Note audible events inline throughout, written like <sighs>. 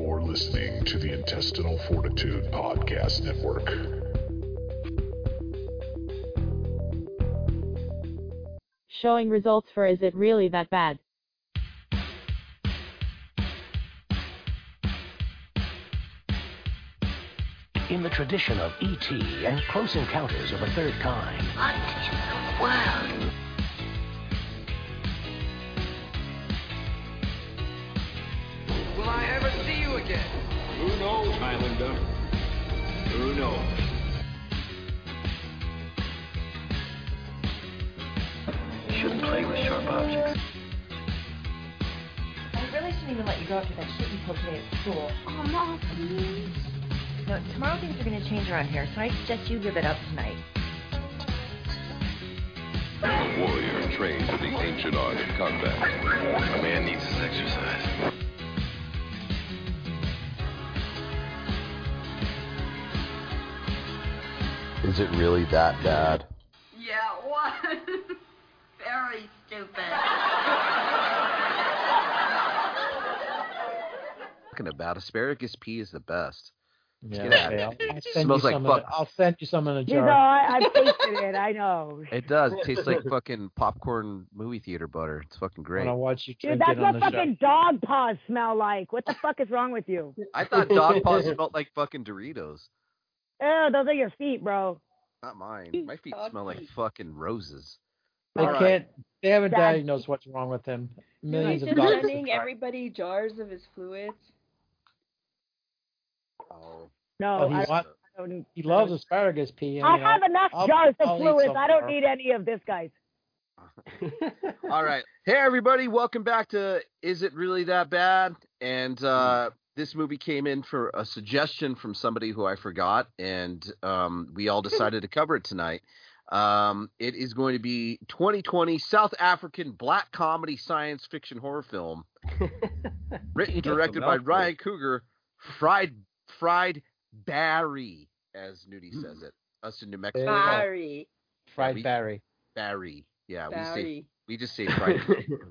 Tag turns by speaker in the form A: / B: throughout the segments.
A: listening to the Intestinal Fortitude Podcast Network.
B: Showing results for Is It Really That Bad?
C: In the tradition of E.T. and Close Encounters of a Third Kind,
D: What in the world?
E: Will I ever see you again?
F: Who knows, Highlander? Who knows?
D: Shouldn't play with sharp objects.
G: I really shouldn't even let you go after that shit you pulled today at school. Oh, Mom, please. No, tomorrow things are going to change around here, so I suggest you give it up tonight.
H: A warrior trained for the ancient art of combat. A man needs his exercise.
I: Is it really that bad?
D: Yeah, what? Very stupid.
J: Talking about asparagus pea is the best.
K: Yeah,
J: Get out
K: okay,
J: of
K: I'll,
J: here.
K: I'll send
J: Smells
K: you
J: like
K: some
J: fuck.
K: In a, I'll send you some in a
L: You know,
K: jar.
L: I, I tasted it. I
K: <laughs>
L: know.
J: It does. It tastes like fucking popcorn movie theater butter. It's fucking
K: When
J: great.
K: I watch you
L: Dude,
K: drink
L: that's
K: it on
L: what
K: the
L: fucking dog paws smell like. What the fuck is wrong with
K: <laughs>
L: you?
J: I thought dog paws smelled like fucking Doritos.
L: Oh, those are your feet, bro.
J: Not mine. My feet
D: Dog
J: smell like
D: feet.
J: fucking roses.
K: show. They
J: All right.
K: can't. They haven't
L: That's-
K: diagnosed what's wrong with him. Millions of
J: just
K: dollars.
J: sending
G: everybody jars of his fluids?
J: Oh.
L: No,
K: Oh, he
L: I,
K: want-
L: don't,
K: He loves asparagus pea. and,
L: I
K: you know,
L: have enough
K: I'll-
L: jars
K: I'll
L: of
K: eat
L: fluids.
K: some
L: I don't
K: more.
L: need any of this, guys.
J: All right. Hey, everybody. Welcome back to Is It Really That Bad? And uh, this movie came in for a suggestion from somebody who I forgot, and um, we all decided to cover it tonight. Um, it is going to be 2020 South African black comedy science fiction horror film, written and That's a
K: direct-
J: direct-
K: That's
J: directed by
K: mouthful.
J: Ryan Cougar, Fried Fried Barry, as Nudie says it. Us in New Mexico,
K: Yeah.
G: Barry.
K: fried
J: we-
K: berry.
J: Barry. Yeah, we say
G: Barry.
J: we just say fried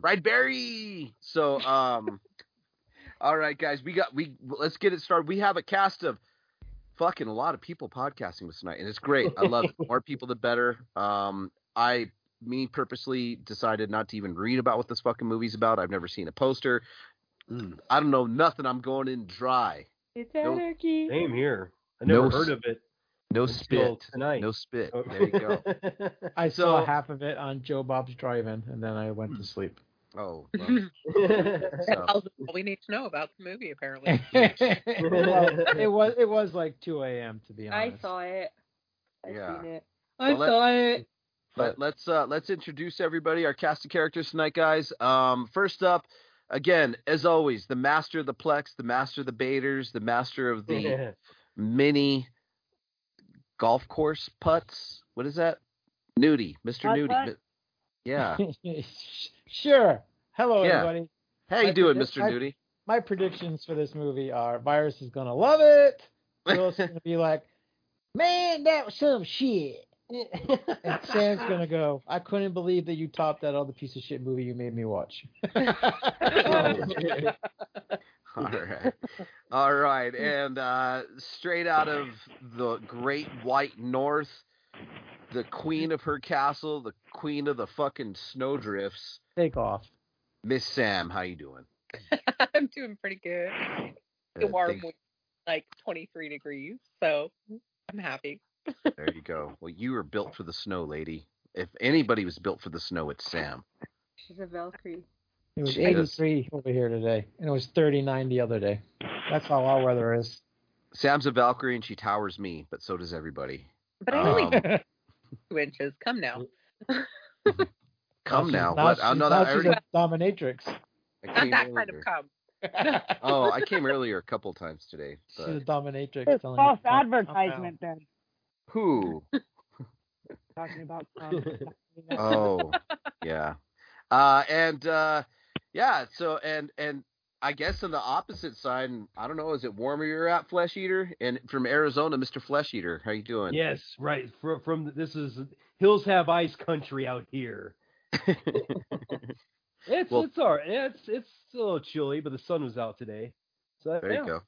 J: Right, Barry. So, um, all right, guys, we got we let's get it started. We have a cast of fucking a lot of people podcasting with tonight, and it's great. I love it. The more people, the better. Um, I me purposely decided not to even read about what this fucking movie's about. I've never seen a poster. Mm, I don't know nothing. I'm going in dry.
G: It's
J: Nope.
G: anarchy.
F: Same here. I
J: No
F: never
J: s-
F: heard of it.
J: No
F: Until
J: spit.
F: tonight. <laughs>
J: No spit. There you go. <laughs>
K: I saw
J: So-
K: half of it on Joe Bob's Drive-In, and then I went
J: <laughs>
K: to sleep.
F: <laughs>
J: Oh. well, so.
M: tells us all we need to know about the movie, apparently.
K: well, it was it was like 2 a.m. to be
G: I
K: honest.
G: saw it. I've
J: Yeah.
G: seen it. I
J: Well, let-
G: saw it.
J: But let's uh, let's introduce everybody, our cast of characters tonight, guys. Um, first up, again, as always, the master of the plex, the master of the baiters, the master of the mini golf course putts. What is that? Nudie, Mr.
L: Putt
J: Nudie.
L: putt?
J: Mi- Yeah.
K: <laughs> sure. Hello,
J: Yeah.
K: everybody.
J: How you
K: I
J: doing,
K: did it.
J: Mr.
K: I-
J: Nudie?
K: My predictions for this movie are: Virus is gonna love it. Will's gonna be like, "Man, that was some shit." and Sam's gonna go, "I couldn't believe that you topped that other piece of shit movie you made me
J: <laughs>
K: watch." <laughs>
J: Oh. <laughs> All right. All right. And uh, straight out of the great white north, the queen of her castle, the queen of the fucking snowdrifts,
K: <laughs> Take off.
J: Miss Sam, how you doing?
M: <laughs> I'm doing pretty good.
J: Uh,
M: It warm
J: thank-
M: with like 23 degrees, so I'm happy.
J: there you go. Well, you were built for the snow, lady. If anybody was built for the snow, it's Sam.
G: She's a Valkyrie.
K: It was
J: Jesus.
K: 83 over here today, and it was 39 the other day. That's how our weather is.
J: Sam's a Valkyrie and she towers me, but so does everybody.
M: But I'm only
J: Um,
M: <laughs> two inches. Come now.
J: <laughs> Come
K: she's-
J: now. What?
K: she's-
J: I know
K: now
J: that. I
K: she's
J: already.
K: a dominatrix.
J: I
K: <laughs>
M: Not
J: came
M: that kind
J: earlier.
M: of cum.
J: Oh, I came earlier a couple times today.
K: She's
J: But
K: a dominatrix.
L: It's
K: telling you
L: false
K: to fuck off now.
L: advertisement, then.
J: who?
L: Talking
K: <laughs>
L: about. Um,
K: Uh,
J: oh yeah uh and uh yeah so and and i guess on the opposite side and i don't know is it warmer you're at flesh eater and from arizona mr flesh eater how you doing
F: yes, right. From, from this is hills have ice country out <laughs> here. It's
J: Well-
F: it's all right. It's it's a little chilly, but the sun was out today. So
J: there
F: yeah,
J: you go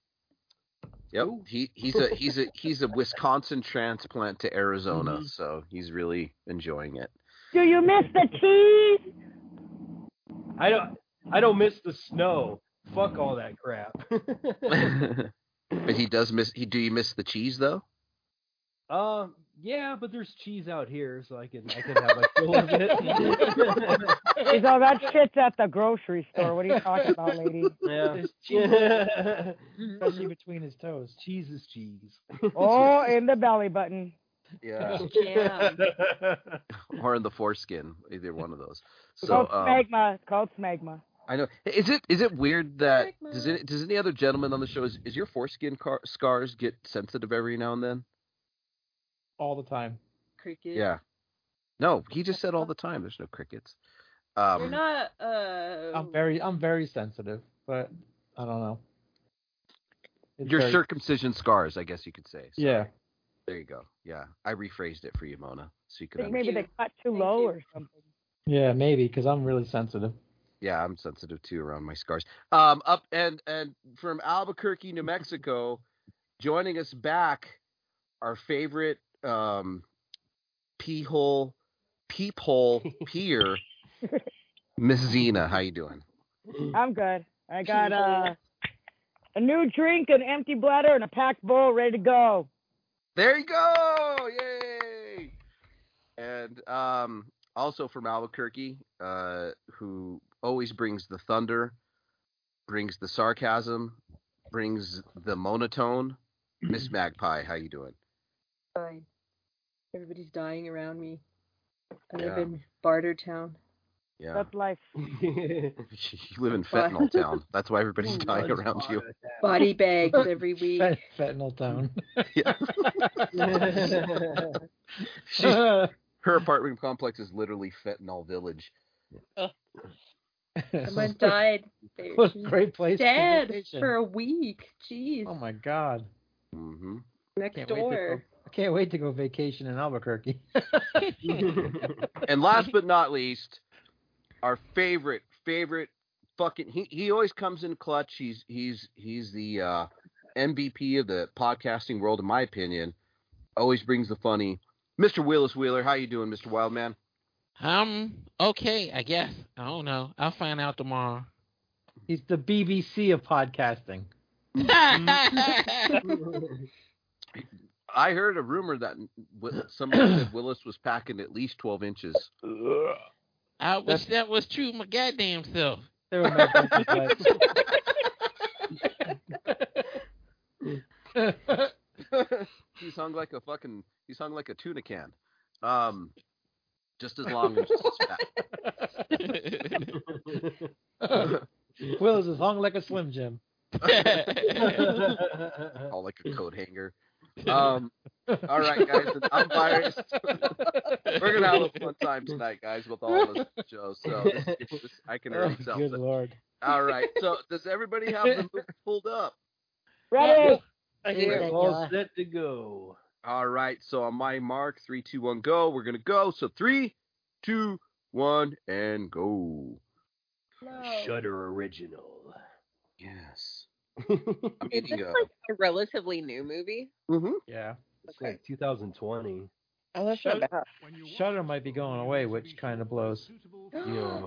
J: Yep. He he's a he's a he's a Wisconsin transplant to Arizona, so he's really enjoying it.
L: <laughs> Do you miss the
K: <laughs>
L: cheese?
F: I don't I don't miss the snow. Fuck all that crap.
J: <laughs> but he does miss he do you miss the cheese though?
F: Uh, yeah, but there's cheese out here, so I can I can <laughs> have my fill of
K: <laughs>
F: it.
L: Is all that shit's at the grocery store? What are you talking about,
K: <laughs>
L: lady?
F: yeah.
K: There's cheese,
L: Mm-hmm.
K: especially between his toes.
F: Cheese is cheese.
L: Oh, in the belly button.
J: Yeah.
L: Yeah.
J: or in the foreskin, either one of those. So
L: Called
J: um,
L: smegma. Called smegma.
J: I know. Is it is it weird that does it does any other gentleman on the show is, is your foreskin car, scars get sensitive every now and then?
K: all the time.
D: Cricket.
J: Yeah. No, he just said all the time. There's no crickets.
D: They're
J: Um,
D: not. Uh,
K: I'm very I'm very sensitive, but I don't know. It's
J: your
K: very-
J: circumcision scars, I guess you could say. So,
K: Yeah.
J: There you go. Yeah, I rephrased it for you, Mona, so you could.
L: Think maybe
J: understand.
L: they cut too low or something.
K: Yeah, maybe because I'm really sensitive.
J: Yeah, I'm sensitive too around my scars. Um, up and and from Albuquerque, New Mexico, joining us back, our favorite um, pee hole, peephole peer, Miss Zena. How you doing?
L: I'm good. I got uh, a new drink, an empty bladder, and a packed bowl ready to go.
J: There you go! Yay! And um, also from Albuquerque, uh, who always brings the thunder, brings the sarcasm, brings the monotone. Miss Magpie, how you doing?
D: Fine. Everybody's dying around me. I live
J: Yeah.
D: in Barter Town.
J: Yeah,
L: life.
J: <laughs> you live in fentanyl town. That's why everybody's dying around you.
L: <laughs>
D: Body bags every week.
K: Fet- <laughs> fentanyl town. <laughs>
J: She's,
K: <laughs>
J: her apartment complex is literally fentanyl village.
D: Someone
K: <laughs>
D: died. They,
K: What a
D: she's
K: great place to
D: Dead
K: vacation.
D: for a week. Jeez.
K: Oh my god.
J: Mm-hmm.
D: Next
K: Can't wait, to go,
D: door.
K: I can't wait to go vacation in Albuquerque. <laughs>
J: and last but not least, our favorite, favorite fucking he, he always comes in clutch. He's he's he's the uh MVP of the podcasting world in my opinion. Always brings the funny. Mr. Willis Wheeler, how you doing, Mr. Wildman?
G: I'm okay, I guess. I don't know. I'll find out
F: <laughs>
G: tomorrow.
K: He's the BBC of podcasting.
F: Mm.
J: I heard a rumor that Wi- somebody said Willis was packing at least 12 inches.
G: I wish that was true, my goddamn self.
K: There were no bunches left.
J: he's hung like a fucking he's hung like a tuna can. Um just as long and just as fat.
K: <laughs> Willis is hung like a Slim <laughs> Jim.
J: All like a coat hanger. Um all right guys, I'm
F: <laughs>
J: biased. We're gonna have a fun time tonight, guys, with all of us on the show. So this, this, I can
K: Oh,
J: already tell.
K: good lord.
J: All right. So does everybody have the
K: <laughs>
J: move pulled up?
L: Ready?
F: We're all set to go.
J: All right, so on my mark, three, two, one, go. We're gonna go. So three, two, one, and go.
D: <gasps>
F: Shutter original.
D: <laughs>
J: Yes. I'm
D: Is
J: eating
D: this
J: a,
D: like a relatively new movie?
J: Mhm.
K: Yeah.
F: it's like 2020.
D: Oh, that's
K: Shut-
D: not bad.
K: Shutter might be going away, which kind of blows
F: Yeah.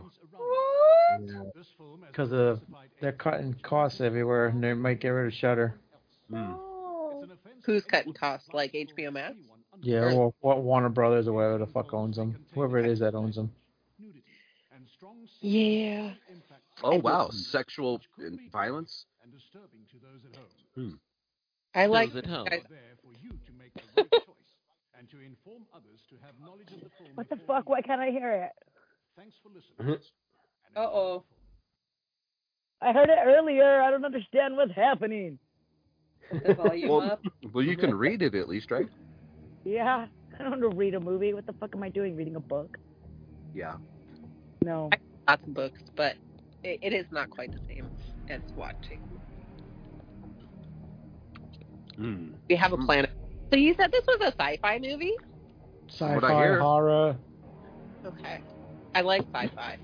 K: because of they're cutting costs everywhere, and they might get rid of Shutter. Hmm.
D: Who's cutting costs? Like HBO Max?
K: Yeah, well, what Warner Brothers or whatever the fuck owns them, whoever it is that owns them.
D: Yeah.
J: Oh wow, sexual and violence.
D: I like
G: at home.
D: guys-
K: <laughs>
L: What the fuck? Why can't I hear it?
D: Uh oh.
L: I heard it earlier. I don't understand what's happening.
K: <laughs>
D: The volume
J: Well,
D: up.
J: well, you can read it at least, right?
L: Yeah. <laughs> I don't want to read a movie. What the fuck am I doing? Reading a book?
K: <laughs>
J: Yeah.
L: No.
D: Lots of books, but it, it is not quite the same as watching.
J: Hmm.
D: We have a planet. So you said this was a sci-fi movie?
J: what I
K: Sci-fi
J: hear.
K: horror.
D: Okay. I like sci-fi.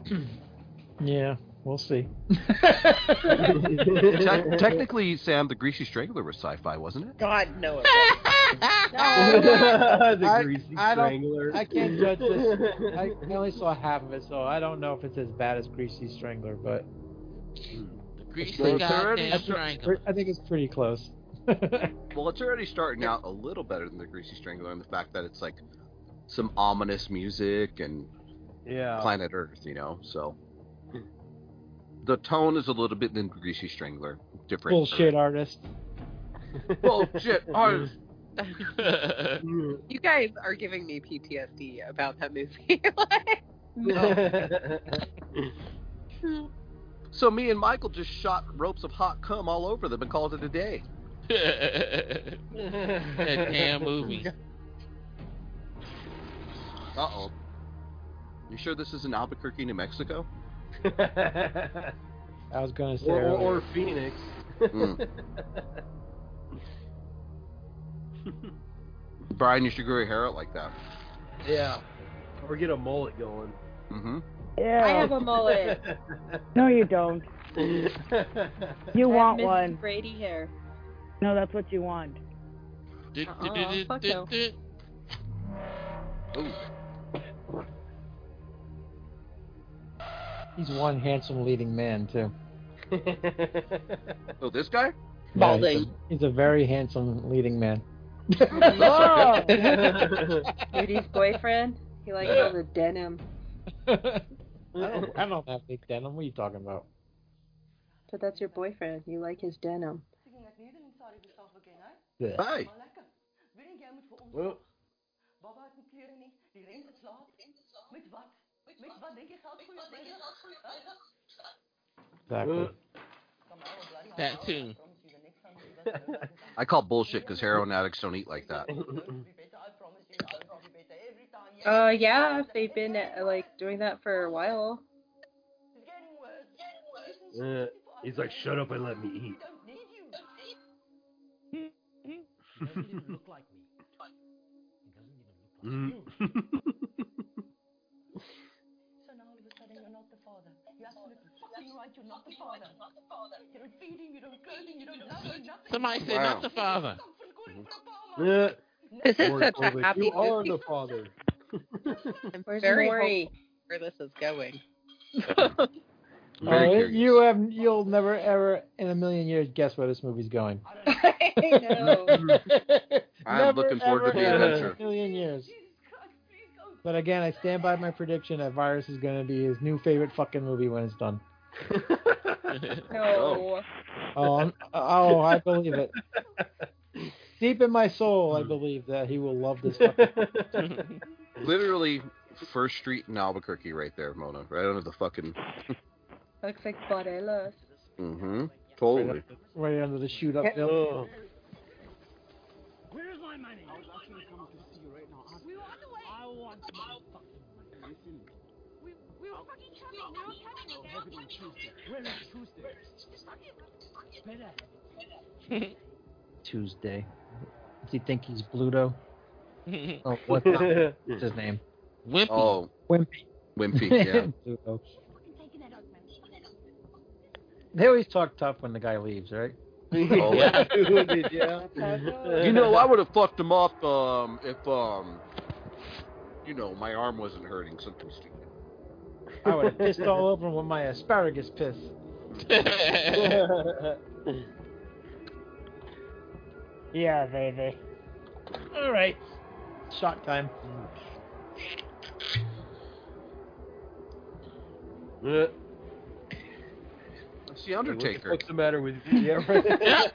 K: Yeah. We'll see.
J: Te-
K: <laughs>
J: technically, Sam, the Greasy Strangler was sci-fi, wasn't it?
N: God knows.
H: the
K: I-
H: greasy
K: I don't-
H: strangler.
K: I can't judge this. I I only saw half of it, so I don't know if it's as bad as Greasy Strangler, but
F: Greasy goddamn
K: That's-
F: strangler.
K: I think it's pretty close.
J: Well, it's already starting out a little better than the Greasy Strangler in the fact that it's like some ominous music and
F: Oh.
H: Yeah.
J: planet Earth, you know. So
F: Hmm.
J: the tone is a little bit than Greasy Strangler, different.
K: Bullshit artist.
J: <laughs>
F: <laughs>
J: Bullshit artist.
M: You guys are giving me PTSD about that movie. <laughs> Like,
K: <laughs>
J: so me and Michael just shot ropes of hot cum all over them and called it a day.
F: that <laughs> <laughs> damn
K: <laughs>
F: movie.
J: Uh oh. You sure this is in Albuquerque, New Mexico?
K: I was gonna say.
H: or, or,
K: earlier.
H: or Phoenix.
K: Hmm.
J: Mm. Brian, you should grow your hair out like that.
H: <laughs> yeah. Or get a mullet going.
J: Mm-hmm.
O: Yeah.
D: I have a mullet.
H: <laughs>
D: <laughs>
O: No, you don't. You
D: I
O: want
D: have Mrs.
O: one.
D: Brady hair.
O: No, that's what you want.
D: Uh-uh, fuck no.
J: Oh,
K: He's one handsome leading man too.
J: Oh, this guy?
K: Yeah, he's a- he's a very handsome leading
H: <laughs>
J: <laughs>
K: man.
M: Whoa!
D: Judy's boyfriend.
M: He likes all the denim.
K: I don't, I don't have big denim. What are you talking about?
M: But that's your boyfriend. You like his denim.
J: Hi.
H: Well,
K: Exactly.
F: That too.
J: I call bullshit because heroin addicts don't eat like
F: <laughs>
J: that.
D: Uh, yeah, if they've been uh, like doing that for a while.
H: <laughs> uh, he's like, shut up and let me
K: <laughs>
H: eat. Mm.
F: Somebody said
H: Wow.
F: not the father.
H: Yeah.
M: This is
H: Or-
M: such
H: or
M: a
H: that
M: happy
H: You are
M: movie.
H: the father.
M: I'm
D: Where's
M: very
D: Maury?
M: hopeful where this is going.
J: Very
K: Oh,
J: curious.
K: you have you'll never ever in a million years guess where this movie's going.
D: <laughs>
G: <laughs>
K: <laughs>
J: I'm looking forward to the
K: ever <laughs>
J: adventure.
K: In a million years. But again, I stand by my prediction that Virus is going to be his new favorite fucking movie when it's done.
D: No.
K: Oh, I'm- oh, I believe it. Deep in my soul, I believe that he will love this. Fucking
J: Literally, First Street in Albuquerque, right there, Mona. Right under the fucking.
D: Looks like Barella.
J: Mm-hmm. Totally.
K: right under the shoot up
D: Yeah.
H: <laughs>
K: bill. Tuesday. Does he think he's Bluto? Oh, what's not-
H: <laughs>
K: what's his name?
F: Wimpy.
J: Oh,
K: Wimpy. <laughs>
J: Wimpy. Yeah.
K: Bluto. They always talk tough when the guy leaves, right?
H: <laughs>
J: Oh, yeah.
M: <laughs>
H: yeah.
J: You know, I would have fucked him up um, if um, you know, my arm wasn't hurting. Something stupid.
K: I would have pissed all over him with my asparagus piss.
J: Oh.
F: <laughs>
K: Yeah, baby. All right. Shot time.
H: <laughs> Yeah.
J: It's the
H: Undertaker.
J: Undertaker.
H: What's the matter with you? Yeah,
F: <laughs>
H: right.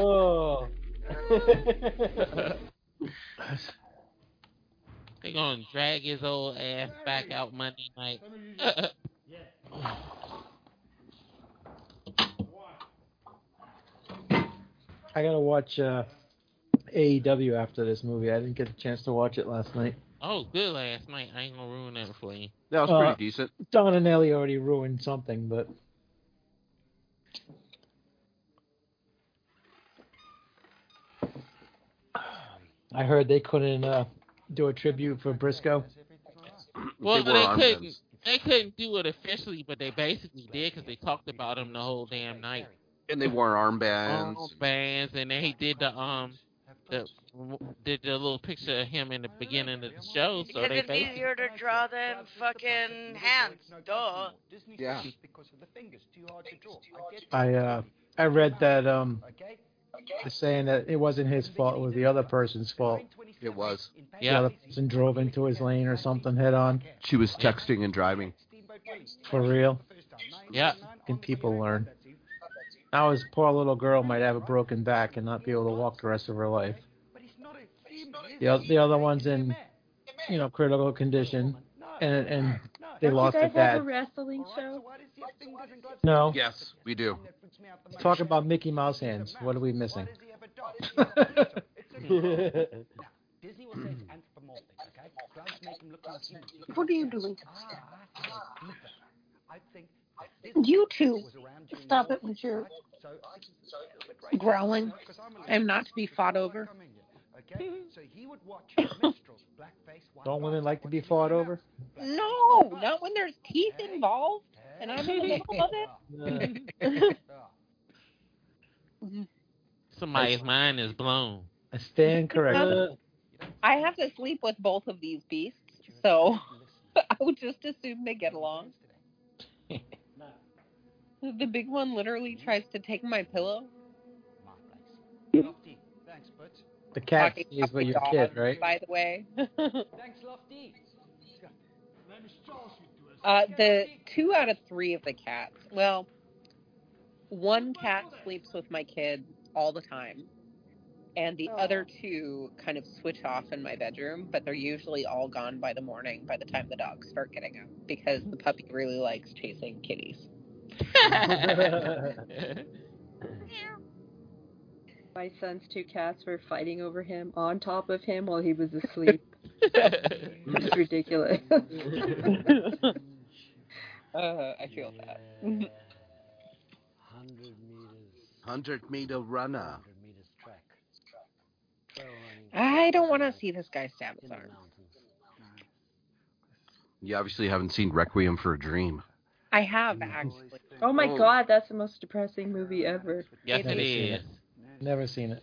H: oh.
F: They gonna drag his old ass back out Monday night.
K: <laughs> I gotta watch uh, AEW after this movie. I didn't get a chance to watch it last night.
F: oh, good last night. I ain't gonna ruin that for you.
J: That was
K: Uh,
J: pretty decent.
K: Don and Ellie already ruined something, but I heard they couldn't uh, do a tribute for Briscoe.
F: Well,
J: They
F: they,
J: wore arm
F: couldn't.
J: bands.
F: They couldn't do it officially, but they basically did because they talked about him the whole damn night.
J: And they wore armbands.
K: Oh,
F: Bands, and then he did the um, the did the little picture of him in the beginning of the show. So
L: Because
F: they
L: it's
F: basically
L: easier to draw than fucking hands. Duh.
J: Yeah.
K: I uh, I read that um, the saying that it wasn't his fault, it was the other person's fault.
J: It was.
K: The other person drove into his lane or something head on.
J: She was texting and driving.
K: For real.
F: Yeah.
K: Can people learn? Now his poor little girl might have a broken back and not be able to walk the rest of her life. The oth- the other one's in, you know, critical condition, and and they
D: Don't
K: lost
D: you
K: their
D: guys have a
K: dad.
D: wrestling show?
K: No.
J: Yes, we do.
K: Talk about Mickey Mouse hands. What are we missing? <laughs>
M: What are you doing?
G: You two, stop it with your growling. I'm not to be fought over.
K: Don't women like to be fought over?
G: No, <laughs> not when there's teeth involved, and I'm in the middle of it.
F: somebody's mind is blown.
K: I stand corrected.
G: I have to sleep with both of these beasts, so <laughs> I would just assume they get along. The big one literally tries to take my pillow.
K: The cat stays with your kid, right?
G: By the way. Uh, the two out of three of the cats. Well, one cat sleeps with my kid all the time, and the other two kind of switch off in my bedroom, but they're usually all gone by the morning by the time the dogs start getting up because the puppy really likes chasing kitties.
D: My son's two cats were fighting over him on top of him while he was
G: <laughs>
D: asleep. it's ridiculous. <laughs>
G: Uh, I feel that.
J: 100 meter runner.
G: I don't want to see this guy stab his arm.
J: You obviously haven't seen Requiem for a Dream.
G: I have actually.
D: Oh my
J: Oh.
D: god, that's the most depressing movie ever.
J: Yes,
K: Never
J: it
K: seen
J: is.
K: it. Never seen it.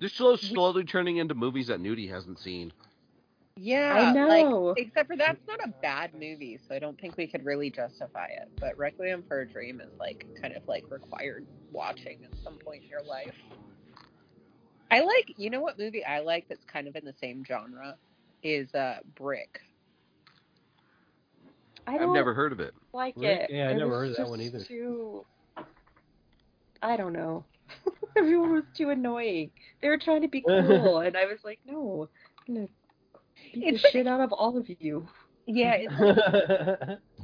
J: This show's slowly turning into movies that Nudie hasn't seen.
G: Yeah,
D: I know.
G: Like, except for that's not a bad movie, so I don't think we could really justify it. But Requiem for a Dream is like kind of like required watching at some point in your life. I like, you know, what movie I like that's kind of in the same genre is uh Brick.
D: I
J: I've
D: don't
J: never heard of it.
D: like
H: Really?
D: it.
H: Yeah, I
D: It
H: never
D: was
H: heard of that one
D: just
H: either.
D: Too... I don't know. <laughs> Everyone was too annoying. They were trying to be
H: <laughs>
D: cool, and I was like, no, I'm gonna beat the shit out of all of you.
G: Yeah, it's-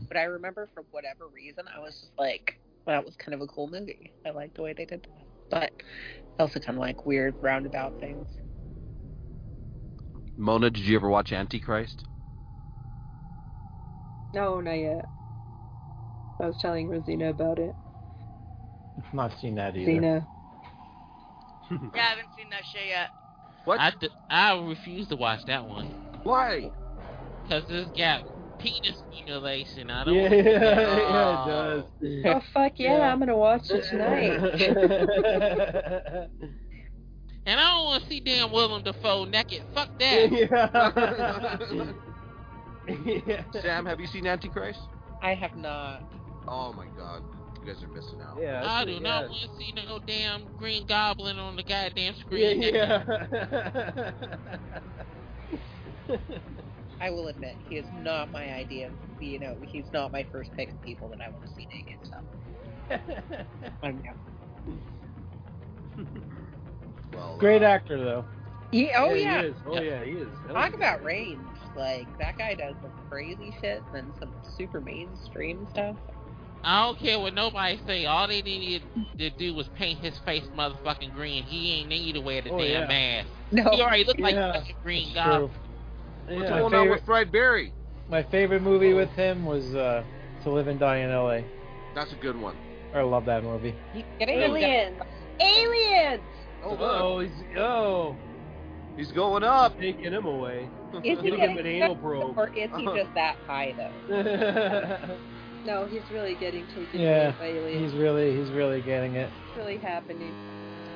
G: but I remember for whatever reason I was just like that was kind of a cool movie. I liked the way they did that. But also kind of like weird roundabout things.
J: Mona, did you ever watch Antichrist?
D: No, not yet. I was telling Rosina about it.
K: Not seen that either.
D: Rosina.
L: Yeah, I haven't seen that shit yet.
J: What?
F: I, d- I refuse to watch that one.
J: Why?
F: Because it's got penis mutilation. I don't.
H: Yeah,
F: wanna see
K: <laughs>
F: that.
H: yeah, it
G: Uh.
D: Oh
H: does.
D: fuck yeah, I'm gonna watch it <laughs>
H: <laughs>
D: tonight.
F: And I don't want to see damn Willem Dafoe naked. Fuck that.
J: <laughs> Sam, have you seen Antichrist?
G: I have not.
J: Oh my god. You guys are missing out.
H: Yeah,
F: I do not
H: yeah.
F: want to see no damn green goblin on the goddamn screen.
G: I will admit, he is not my idea. of- You know, he's not my first pick of people that I want to see naked. So. I'm down.
J: Well, uh,
K: Great actor though.
G: He, oh
H: he
G: yeah.
H: is. Oh yeah, he is. Hell
G: Talk
H: yeah.
G: about range. Like that guy does some crazy shit, and then some super mainstream stuff.
F: I don't care what nobody say. All they needed to do was paint his face motherfucking green. He ain't need to wear the
G: Oh,
F: damn
G: yeah.
F: mask.
G: No.
F: He already looked like
K: Yeah,
F: such a green
K: it's
F: goblin.
K: true.
J: What's
K: Yeah.
J: going
K: My
J: on
K: favorite-
J: with Fried Berry?
K: My favorite movie with him was uh, To Live and Die in L.A.
J: That's a good one.
K: I love that movie.
G: Getting
D: Aliens! Aliens!
J: Oh,
H: Oh, he's oh.
J: He's going up.
H: Taking him away.
G: Is he
H: Give
G: getting
H: him an
G: sex,
H: anal probe.
G: or is he just that high
H: <laughs>
G: though?
D: no, he's really getting taken
K: Yeah,
D: away by aliens.
K: he's really he's really getting it.
D: It's really happening.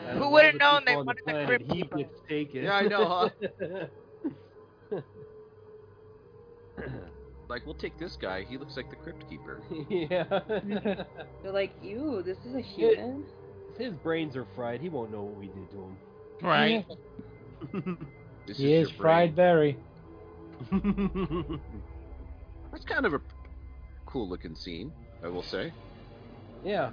H: Out of
D: Who
H: all
D: would've
H: the
D: known
H: people
D: they
H: on
D: wanted the
H: planet,
D: crypt
H: He
D: keeper?
H: gets taken.
J: Yeah, I know,
H: <laughs>
J: Like, we'll take this guy. He looks like the Crypt Keeper.
H: yeah.
D: They're like, ew, this is a human.
H: His brains are fried. He won't know what we did to him.
K: Right.
J: This
K: he
J: is
K: is,
J: your
K: fried berry. <laughs>
J: That's kind of a cool looking scene, I will say.
H: yeah.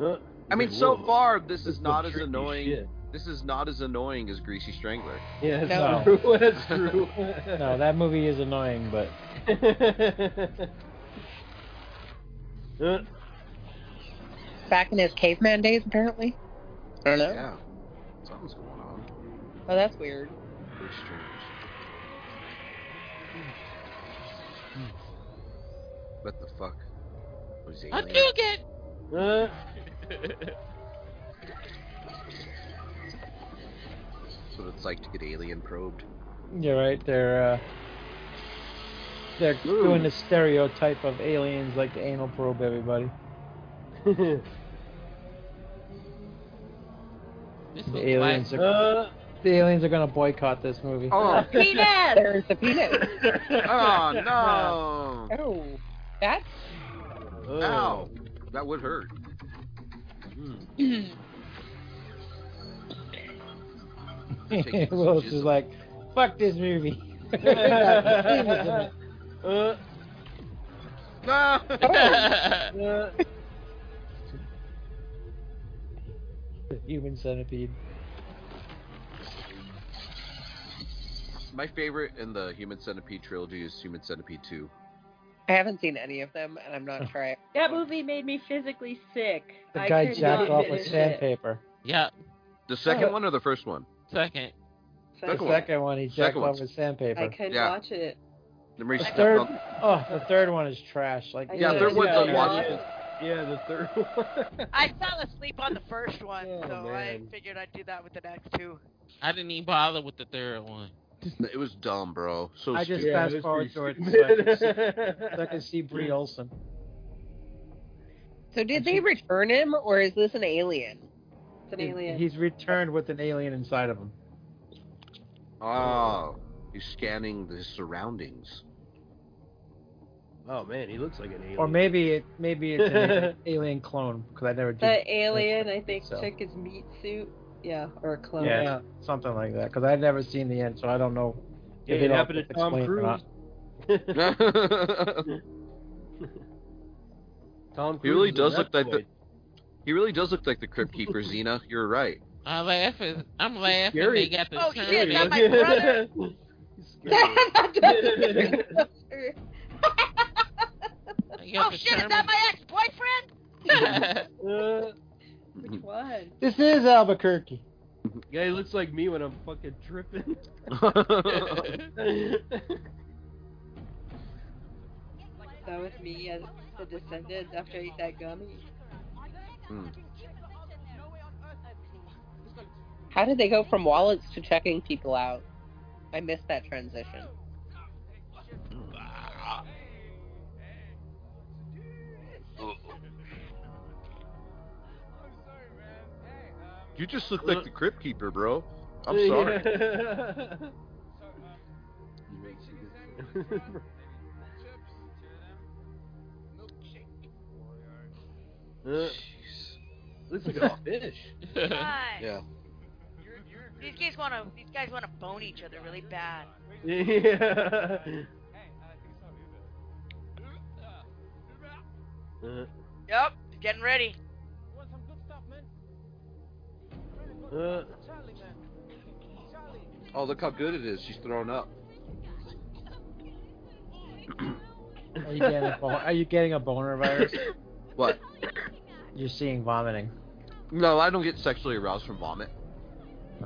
H: Uh,
J: I mean,
H: like,
J: so
H: whoa.
J: far this is
H: is
J: not
H: some
J: as
H: tricky
J: annoying.
H: shit.
J: This is not as annoying as Greasy Strangler.
K: Yeah, it's
H: No.
K: no.
H: true. <laughs>
K: <laughs>
H: That's true.
K: no, that movie is annoying, but
H: <laughs>
G: Back in his caveman days, apparently. I don't know.
J: Yeah, something's going on.
G: Oh, that's weird.
J: Greasy Strangers. <sighs> What the fuck? Was he
F: I
J: alien?
F: do get.
H: Uh,
J: That's what it's like to get
H: <laughs>
J: alien probed.
K: you're right. They're uh, they're
J: Ooh.
K: doing the stereotype of aliens like the anal probe everybody. the
F: This looks
K: aliens
H: Uh,
K: <laughs>
F: like-
K: are the aliens are gonna boycott this movie.
J: Oh,
G: There's the penis.
J: oh no!
G: Oh, that's.
J: Ow! That would
H: <laughs>
J: hurt. Mm.
K: <laughs>
J: Taking some
K: Willis is
J: jism.
K: like, fuck this
D: <laughs>
K: movie.
H: uh, Oh.
J: No!
H: uh,
K: Human centipede.
J: My favorite in the Human Centipede trilogy is Human Centipede 2.
G: I haven't seen any of them, and I'm not sure. I-
D: That movie made me physically sick.
K: The
D: I
K: guy
D: could
K: jacked
D: not
K: off with
D: finish it.
K: sandpaper.
F: Yeah,
J: The second one or the first one?
F: second.
K: The
J: Second one.
K: second one, he jacked
J: Second
K: off
J: one's-
D: <laughs>
K: with
D: I
K: sandpaper.
D: couldn't
J: Yeah.
D: watch it.
J: The Marie
K: The
J: stepped
K: third,
J: on-
K: oh, the third one is trash. Like,
D: I
J: Yeah,
D: couldn't
J: third
D: do
J: one's
D: it.
J: unwatchable.
H: yeah, the third <laughs> one.
L: I fell asleep on the first one,
H: Oh,
L: so
H: man.
L: I figured I'd do that with the next two.
F: I didn't even bother with the third one.
J: It was dumb, bro. So
K: I just
J: stupid.
K: fast
H: that's
K: forward
H: pretty
K: to
H: <laughs>
K: it so I
H: stupid.
K: can see,
H: <laughs>
K: so I can see Brie Olson.
G: So did they return him, or is this an alien?
D: It's an alien.
K: He's returned with an alien inside of him.
J: Oh, he's scanning the surroundings.
H: Oh man, he looks like an alien.
K: Or maybe it maybe it's an
D: <laughs>
K: alien, alien clone because I never did.
D: the alien, I think,
K: so.
D: took his meat suit. Yeah, or a clone. <laughs>
K: yeah, something like that because I've never seen the end, so I don't know
H: Yeah,
K: if
H: it
K: all
H: happened to
K: gets
H: Tom
K: explained or
H: Cruise.
K: not.
J: he
H: Tom Cruise.
J: really
H: is
J: does
H: an
J: look like the
H: F-boy.
J: he really does look like the Crypt Keeper Xena. You're right.
F: I'm laughing. I'm laughing.
H: scary.
F: They got the
L: Oh,
F: term-
L: shit, that my brother.
H: <laughs> He's scary.
F: they
K: <laughs>
L: Oh
F: got the
L: shit, is
F: term-
L: that my ex-boyfriend?
F: <laughs>
H: Uh,
J: Hmm.
K: <laughs>
D: Which one?
K: This is Albuquerque.
H: yeah, he looks like me when I'm fucking <laughs> tripping.
D: That was me as the descendant after I ate that gummy.
J: Hmm.
G: How did they go from wallets to checking people out? I missed that transition.
J: You just look like the Crypt Keeper, bro. I'm
H: Yeah.
J: sorry.
H: <laughs> Uh, looks like <laughs> a fish.
F: <laughs>
L: Guys,
J: Yeah.
L: These guys wanna these guys wanna bone each other really bad.
H: yeah. Uh,
L: Yep, getting ready.
H: uh,
J: Oh, look how good it is. She's thrown up.
K: Are you getting a, bon- are you getting a boner virus?
J: What?
K: You're seeing vomiting.
J: No, I don't get sexually aroused from vomit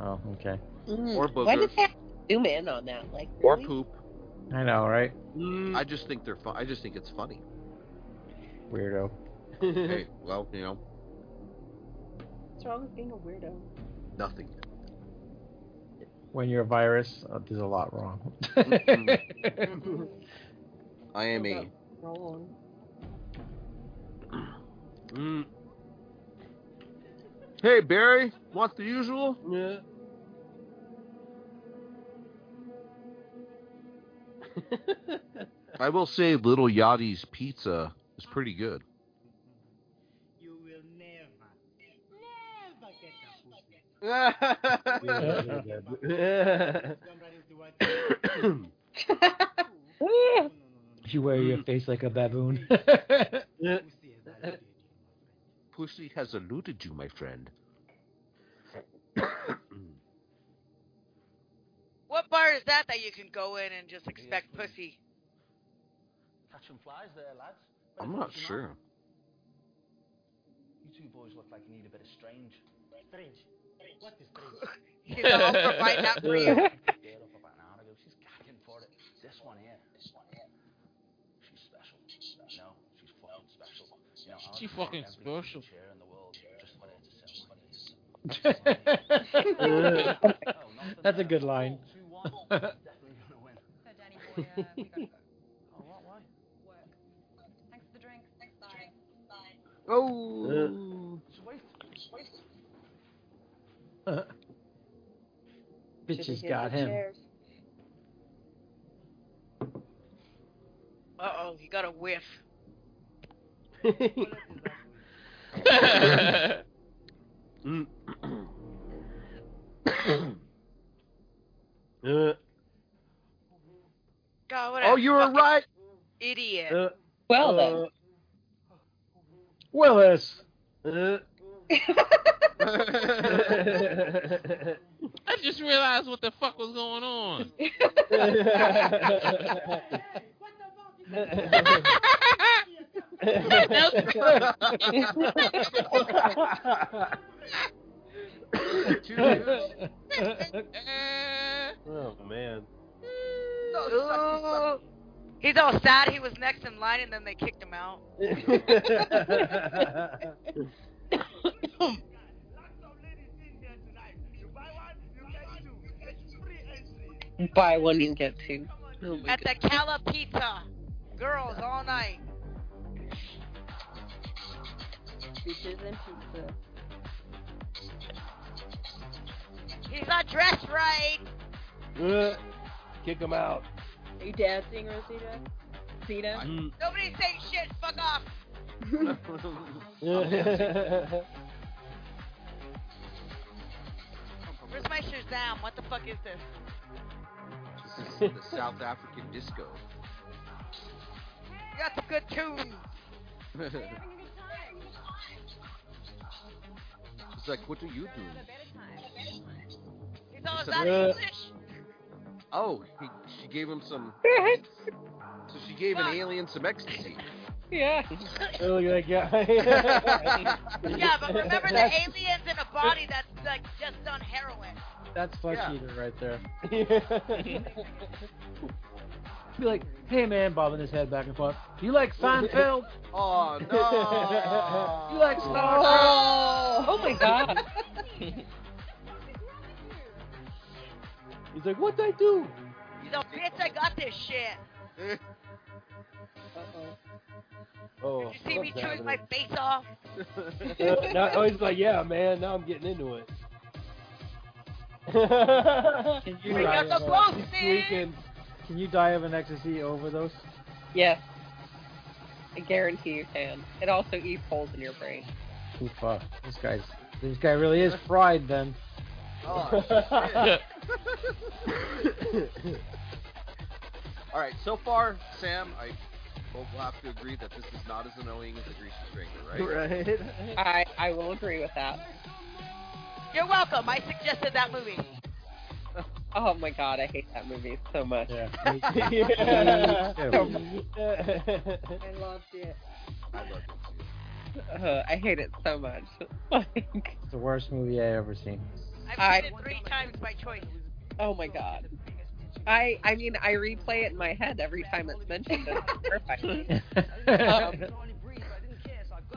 K: Oh, okay.
G: Mm,
J: Or
G: why
J: booger.
G: did they have to zoom in on that? Like,
J: or
G: really?
J: poop.
K: I know, right?
H: mm.
J: I just think they're fun. I just think it's funny.
K: Weirdo.
J: <laughs> hey, well, you know,
D: What's wrong with being a weirdo?
J: Nothing.
K: When you're a virus, uh, there's a lot wrong. <laughs>
J: I am a.
P: Wrong.
J: Mm. Hey Barry, want the usual?
H: Yeah.
J: I will say, Little Yachty's pizza is pretty good. <laughs>
K: you wear your face like a baboon.
H: <laughs>
J: Pussy has eluded you, my friend.
G: What bar is that that you can go in and just expect pussy?
F: Catching flies there, lads.
J: I'm not sure.
F: You two boys look like you need a bit of strange. Strange? What is
G: He's
F: strange?
G: like, "I'll provide that for you."
F: Girl up about an hour ago, she's gagging for it. This one here. This one here. She's special. No, she's fucking special. You know, I'll
Q: She
F: give her
Q: fucking
F: every
Q: special.
F: chair in the world just for her to sit on.
K: That's a good line.
F: Definitely gonna win. So, Danny boy, uh, we gotta go. Oh, what? Why?
R: Thanks for the drink. Thanks, bye.
Q: Uh.
J: Oh.
F: Sweet. Sweet.
K: Bitches got him.
G: Uh oh, he got a whiff.
H: Uh,
G: God, what a
J: Oh, you were
Q: <laughs>
G: fucking
J: right. <laughs>
G: Idiot.
H: uh,
D: Well, then.
H: uh,
K: Willis.
H: uh.
Q: I just realized what the fuck was going
J: <laughs>
Q: on.
H: oh man.
G: Ooh. He's all sad he was next in line and then they kicked him out. <laughs>
D: Buy one you get two. Oh my
G: At the Cala Pizza. Girls all night.
P: Beaches and pizza.
G: He's not dressed right.
H: Kick him
K: <laughs>
H: out.
P: Are you dancing, Rosita? Zena?
G: Nobody's saying shit. Fuck off. Where's my Shazam? What the fuck is this?
J: This is the South African disco.
G: That's a good tune.
J: It's like, what are you doing?
G: He's all, is
J: So-
G: that
J: Uh.
G: English?
J: Oh, he, she gave him some. So she gave an alien some ecstasy. <laughs>
D: Yeah.
K: Oh, you're like, yeah.
G: Yeah, but remember the aliens in a body that's like just on heroin.
K: <laughs> That's flesh
G: Yeah.
K: eater right there. Be like, hey man, bobbing his head back and forth. Do you like Seinfeld?
J: Oh no!
K: you like Star
D: Oh, my god.
K: He's like, what'd I do?
G: He's all,
J: <laughs>
G: bitch, I got this shit.
H: Oh.
G: You see me
H: what's
G: chewing
H: happening?
G: my face off?
H: Uh, now, oh, he's like, yeah, man. Now I'm getting into
K: <laughs>
H: it.
K: Can
G: Bring out the
K: He's
G: boxes.
K: squeaking. Can you die of an ecstasy overdose?
D: Yes. I guarantee you can. It also eats holes in your brain.
K: Ooh, fuck. This guy's this guy really is fried then.
H: <laughs>
J: Oh, shit. All right, so far, Sam, I hope we'll have to agree that this is not as annoying as the Greasy Stranger, right?
D: I, I will agree with that.
G: You're welcome. I suggested that movie.
D: Oh my god, I hate that movie so much.
K: Yeah. <laughs>
P: I loved it.
J: I love it.
D: Uh, I hate it so
G: <laughs>
D: much. Like,
K: It's the worst movie I ever seen. <laughs>
D: I-
G: I've seen it three times by choice.
D: oh my god. I I mean I replay it in my head every time it's mentioned. It's
L: <laughs>
D: terrifying.
G: Uh,
D: Um,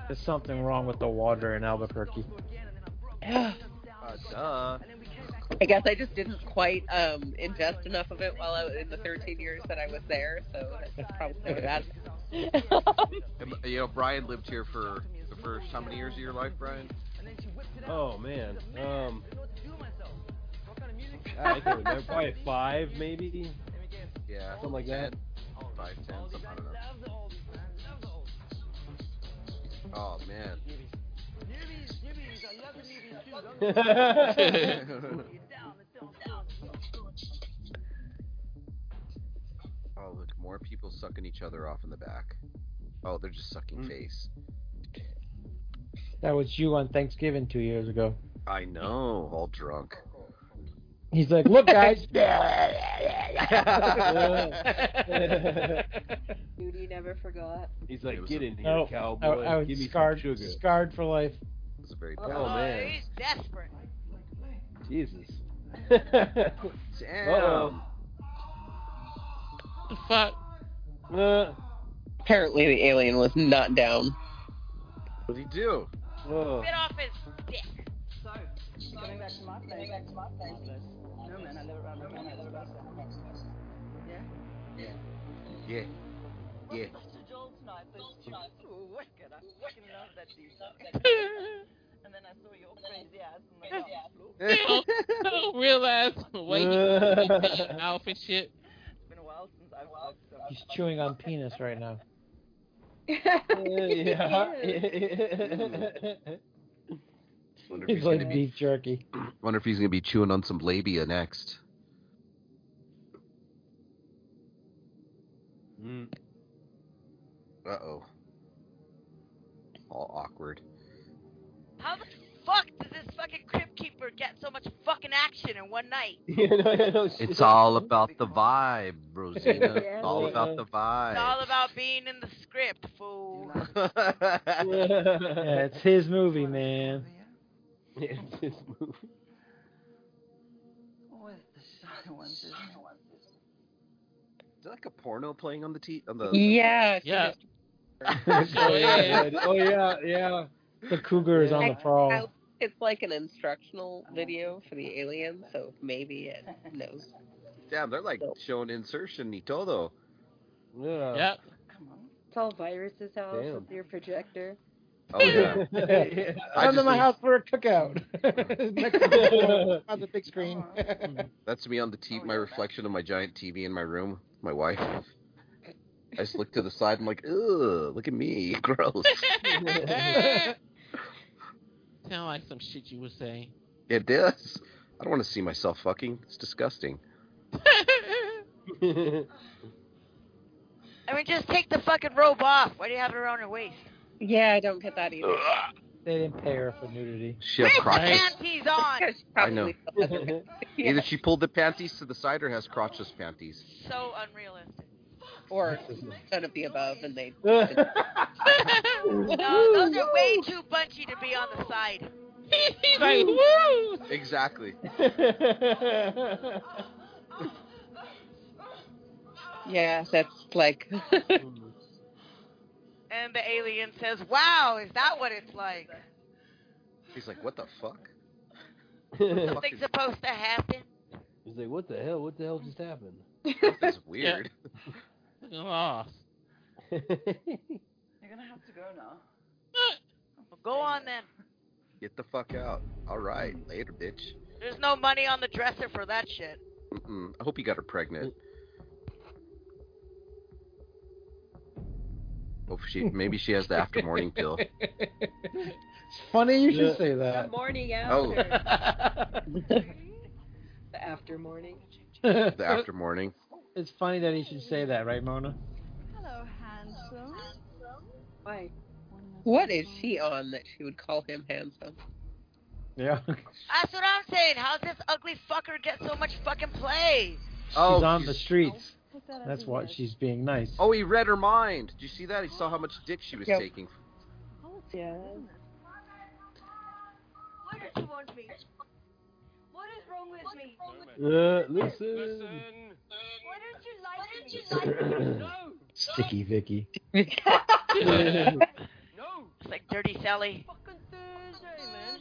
K: There's something wrong with the water in Albuquerque.
D: yeah.
J: Uh, Yeah, duh.
G: <sighs> I guess I just didn't quite um, ingest enough of it while I was in the 13 years that I was there, so that's probably where that.
J: And, You know, Brian lived here for the first how many years of your life, Brian?
H: Oh man. Um. I can't remember. Probably five, maybe.
G: <laughs>
J: Yeah.
H: Something like that.
J: Five, ten, something. I don't know. Oh
H: <laughs>
J: man. <laughs> Oh look, more people sucking each other off in the back. Oh, they're just sucking
H: Mm.
J: face.
K: That was you on Thanksgiving two years ago.
J: I know, all
H: <laughs>
J: drunk.
K: He's like, look, guys.
D: Duty never forgot.
H: He's like,
J: was
H: get
J: a-
H: in here,
K: No, I,
H: cowboy.
K: I was
H: Give me
K: scarred,
H: some sugar.
K: scarred for life.
J: It was a very
H: Oh, man.
L: He's desperate.
H: Jesus.
J: Damn.
H: Uh-oh.
F: The fuck?
H: Uh,
G: Apparently, the alien was not down.
J: What'd he do?
H: oh.
L: Bit off his dick.
S: Going back to my place. Back to my place. No man, I live around the corner. I live around the corner. Yeah.
J: Yeah. Yeah.
S: Mr. Joel tonight, but <laughs> wicked. I fucking love that <laughs> dude. And then I saw your crazy ass. and I'm like, oh,
F: They
J: <laughs>
F: don't, they don't realize the way he his mouth and shit.
S: It's been a while since I've walked. So
K: He's chewing
G: <laughs>
K: on penis right <laughs> now. <laughs>
H: yeah.
J: Wonder if
K: He's
J: he's
K: like
J: gonna be-
K: beef jerky.
J: <laughs> Wonder if he's gonna be chewing on some labia next.
H: <laughs> Mm.
J: Uh oh. All awkward.
L: How the fuck does this fucking crib keeper get so much fucking action in one night?
H: <laughs> Yeah, no, yeah, no shit.
J: It's all about the vibe, Rosina. It's all about the
L: It's all
J: vibe. <laughs>
L: about being in the script, fool.
H: <laughs>
K: <laughs> Yeah, it's his movie, man.
H: Yeah, this movie.
S: what the shadow ones is.
J: Is there like a porno playing on the t on the?
G: Yeah. she
F: Yeah.
G: just-
F: Oh, yeah.
H: oh yeah, yeah.
K: The cougar is on the
G: I-
K: <laughs> prowl.
G: It's like an instructional video for the alien, so maybe it knows.
J: Damn, they're like showing insertion y todo.
F: <laughs>
H: Yeah.
F: Yep.
S: Come on.
D: It's all Virus's house
H: Damn.
D: with your projector.
J: Oh yeah.
K: <laughs>
J: I
K: Come to
J: just
K: my
J: need-
K: house for a cookout. Next to the- on the
H: <laughs>
K: big screen.
J: That's me on the t my reflection of my giant TV in my room. My wife. I just look to the side. I'm like, ugh, look at me, <laughs> gross.
F: Sound like some shit you would say.
J: it does. I don't want to see myself fucking. It's disgusting.
L: I mean, just take the fucking robe off. Why do you have it around your waist?
G: Yeah, I don't get that either.
K: They didn't pay her for nudity.
J: She has crotches.
L: Panties
D: <laughs>
L: on.
G: Because she
J: I
G: probably
J: know.
G: felt that way. Yeah.
J: Either she pulled the panties to the side or has crotchless panties.
L: So unrealistic.
G: Or none of the above, and they.
L: No, those are way too bunchy to be on the side.
F: He's like, woo!
J: Exactly.
G: yeah, that's
H: <laughs>
G: like.
L: And the alien says, "Wow, is that what it's like?
J: He's like, what the fuck?
L: Something's supposed to happen."
H: He's like, what the hell? What the hell just happened? <laughs>
G: <laughs>
J: This is weird.
F: Fucking lost.
S: You're gonna have to go now.
L: Well, go on then.
J: Get the fuck out. All right, later, bitch.
L: There's no money on the dresser for that shit.
J: Mm-mm. I hope you got her pregnant. Oh, she maybe she has the after
G: <laughs>
J: morning pill.
K: <laughs> It's funny you should say
D: The
K: that.
D: morning
J: Oh.
K: <laughs>
D: after. the after morning.
J: The after morning.
K: It's funny that he should say that, right, Mona?
S: Hello, handsome.
D: Why?
G: what is she on that she would call him handsome?
K: Yeah.
L: That's what I'm saying. How's this ugly fucker get so much fucking play?
J: Oh,
K: she's on the
J: she's-
K: streets.
S: Pick that up
K: That's
S: in
K: why
S: there.
K: she's being nice.
J: Oh, he read her mind. Did you see that? He saw how much dick she was
G: Yep.
J: taking.
D: Yeah.
S: Why don't you want me? What is wrong with me?
H: Uh, listen.
S: Why don't you like me? Why
K: <laughs>
S: don't you like me?
K: Sticky Vicky.
S: Fucking
L: It's like dirty Sally.
S: Thursday, man.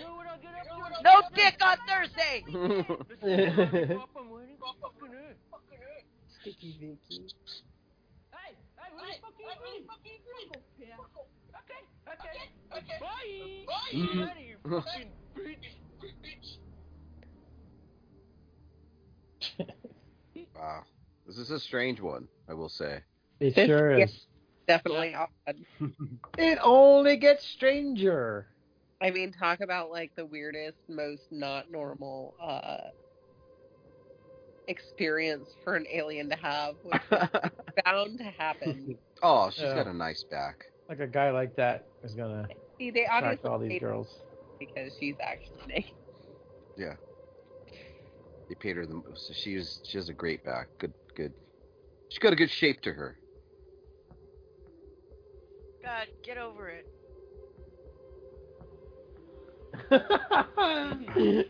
S: You know what I get up to?
L: No dick on Thursday.
J: <laughs>
G: Sticky Vicky.
J: <laughs> Wow. This is a strange one, I will
K: <laughs>
J: say.
K: It sure
G: Yeah,
K: is.
G: definitely odd.
K: It only gets stranger.
G: I mean, talk about like the weirdest, most not normal uh, experience for an alien to have, which <laughs> is bound to happen.
J: Oh, she's
K: Yeah.
J: got a nice back.
K: Like a guy like that is gonna
G: See, they
K: attract
G: obviously
K: all these
G: hate her
K: girls.
G: because she's actually naked.
J: Yeah. They paid her the most. She was, she has a great back. Good, good. She's got a good shape to
K: <laughs>
J: her.
L: God, get over it.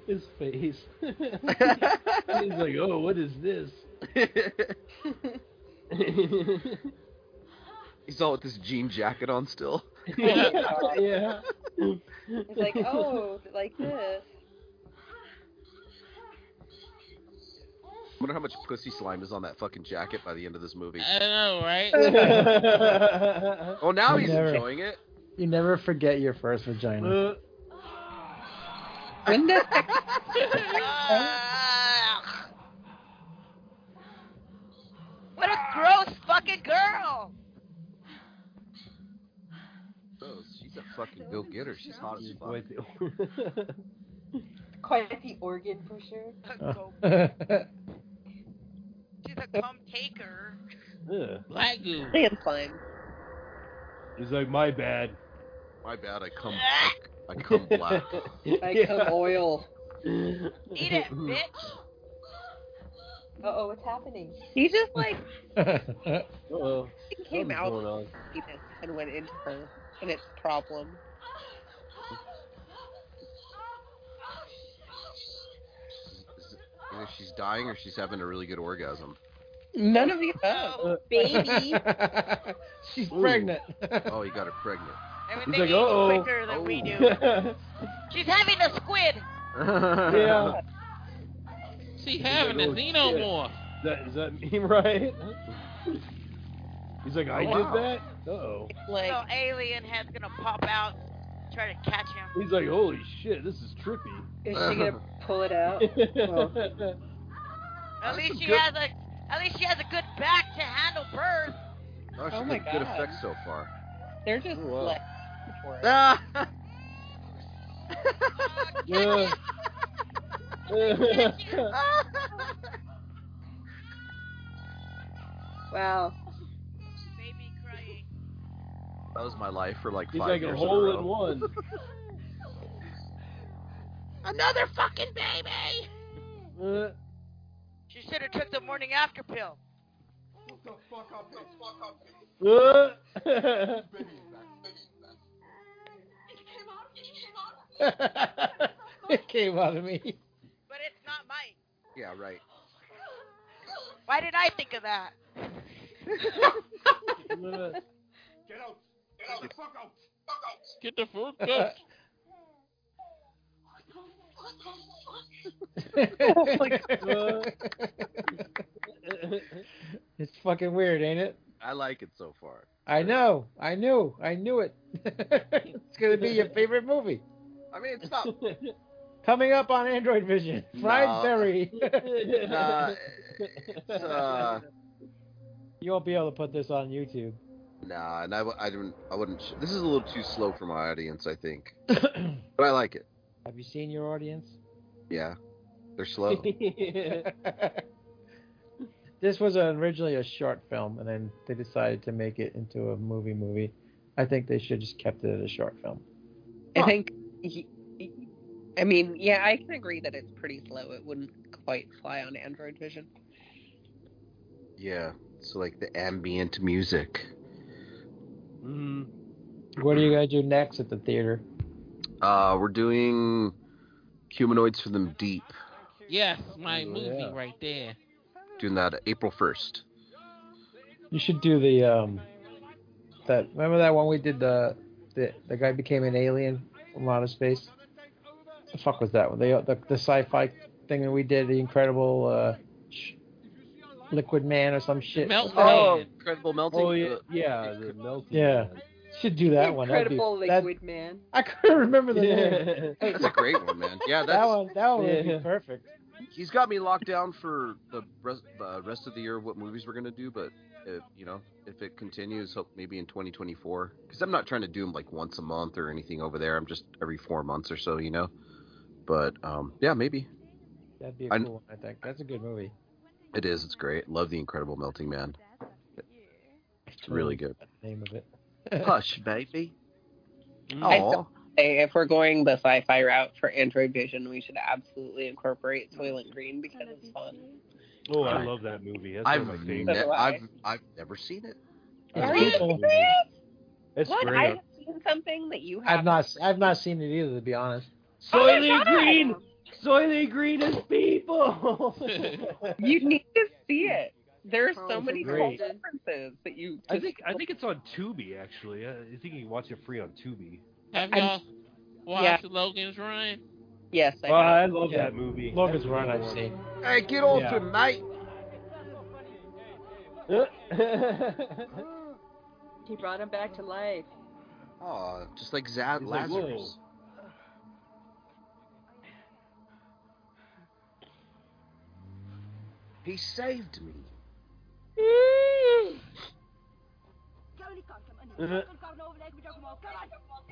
H: His face. He's like, oh, what is this?
J: He's all with this jean jacket on still.
H: yeah.
G: It's
D: <laughs>
G: like, oh, like this.
J: wonder how much pussy slime is on that fucking jacket by the end of this movie.
F: I know, right?
J: Oh, now
K: You
J: he's
K: never-
J: enjoying it.
K: You never forget your first vagina.
G: When the
L: <laughs>
G: <laughs>
L: What a gross fucking
G: <laughs>
L: girl.
J: Oh, she's a fucking go getter. She's hot as fuck.
D: Quite the organ for sure.
L: She's a cum taker.
F: Black goo.
G: alien slime.
H: He's like, my bad.
J: My bad, I come, I, I come black.
G: Like some oil.
L: Eat it,
H: Mm-hmm.
L: bitch.
D: Uh oh, what's happening?
G: He just like
H: Uh-oh.
G: came
H: Something's
G: out
H: going on.
G: penis and went into her, and it's a problem.
J: Either she's dying or she's having a really
H: <laughs>
J: good orgasm.
G: None of the
L: Oh,
G: Baby.
K: She's
J: Ooh.
K: pregnant.
J: Oh, you got her pregnant.
L: and when
K: He's
L: they
K: like,
L: eat
K: "Uh-oh."
L: quicker than we do. <laughs> She's having a squid.
K: yeah.
F: She having a
H: Oh,
S: <laughs>
H: shit.
F: xenomorph.
H: Is that, is that <laughs> me, right? He's like, I
J: Wow.
H: did that? Uh-oh.
G: Like
L: so alien head's gonna pop out, try to catch him.
H: He's like, holy shit, this is trippy.
D: <laughs> Is she gonna pull it out? Well,
L: At
J: That's
L: least
J: a
L: she
J: good-
L: has a, at least she has a good back to handle birth.
J: <laughs> Oh, she
G: Oh
J: did
G: my God.
J: good effects so
H: <laughs>
J: far.
G: they're just
J: Oh, wow.
G: like for it.
J: Ah!
H: <laughs> Yeah.
D: wow.
L: Baby crying.
J: That was my life for like
H: He's
J: five
H: like a
J: years
H: hole
J: in a
H: in
J: row.
H: one.
L: Another fucking baby.
H: Uh,
L: She should have took the morning after pill.
K: <laughs>
H: uh.
K: <laughs> it came out of <laughs> me.
L: But it's not mine.
J: Yeah, right.
L: Why did I think of that?
T: Get out! Get out! Fuck out! Fuck out!
F: Get the fruit
K: Oh
F: out.
K: <laughs> Uh. it's fucking weird, ain't it?
J: I like it so far.
K: I know. I knew. I knew it. <laughs> it's gonna be your favorite movie.
J: I mean, <laughs> it's
H: <laughs>
J: not.
K: Coming up on Android Vision.
J: No.
K: Fried Berry.
J: Uh, it's, uh,
K: <laughs> you won't be able to put this on YouTube.
J: nah, and I, w- I don't. I wouldn't. Sh- this is a little too slow for my audience, I
H: <coughs>
J: think. But I like it.
K: Have you seen your audience?
J: Yeah, they're
H: <laughs>
J: slow.
K: <laughs> this was originally a short film, and then they decided to make it into a movie movie. I think they should just kept it as a short film.
G: I think. He, he- I mean, yeah, I can agree that it's pretty slow. It wouldn't quite fly on Android Vision.
J: yeah, so like the ambient music.
H: Mm.
K: What are you gonna do next at the theater?
J: Uh, we're doing humanoids from the deep.
F: Yes, my
K: Oh,
F: movie
K: yeah.
F: right there.
J: Doing that April first.
K: You should do the um, that uh, remember that one we did the the the guy became an alien from outer space. the fuck was that? The the, the sci-fi thing that we did, the Incredible uh, sh- Liquid Man or some shit.
J: Oh, incredible melting.
H: Oh, yeah, yeah, the melting.
K: Yeah, should do that one. That'd be-
D: Incredible
K: that-
D: liquid man.
K: I couldn't remember
H: <laughs>
K: the <laughs> name.
J: That's a great one, man. Yeah, that's,
K: That one, that one would
J: Yeah.
K: be perfect.
J: He's got me locked down for the rest, uh, rest of the year. What movies we're gonna do, but if, you know, if it continues, hope maybe in 2024. Because I'm not trying to do them like once a month or anything over there. I'm just every four months or so, you know. But um, yeah, maybe
K: That'd be a
J: I-
K: cool one. I think that's a good movie.
J: it is. It's great. Love the Incredible Melting Man. It's really good.
K: Name of it.
J: Hush, baby.
G: I
J: Aw.
G: still say if we're going the sci-fi route for Android Vision, we should absolutely incorporate Soylent Green because it's fun.
H: Oh, I love that movie. That's
J: I've,
H: one of my favorites.
J: ne-
G: So do I.
J: I've I've never seen it.
G: Are
K: It's
G: you
K: a
G: serious?
K: cool movie. It's
G: what?
K: great.
G: I've seen something that you have.
K: I've not I've not seen it either, to be honest.
H: Soylent
G: God!
H: Green. Soylent Green is people.
G: You need to see it. There are so
H: Sounds
G: many cool
H: great.
G: references that you.
H: I think I think it's on Tubi actually. I I think you can watch it free on Tubi.
F: Have
G: I'm-
F: y'all watched
G: yeah.
F: Logan's Run?
G: Yes, I
H: Oh, I
G: have.
H: love
K: Yeah.
H: that movie.
K: Logan's
H: That's
K: Run
H: a good
K: I've
H: one.
K: <laughs> seen.
J: Hey, get off
H: Yeah.
J: him, mate.
D: He brought him back to life.
J: Oh, just like Zad
H: He's like,
J: Lazarus. he saved me.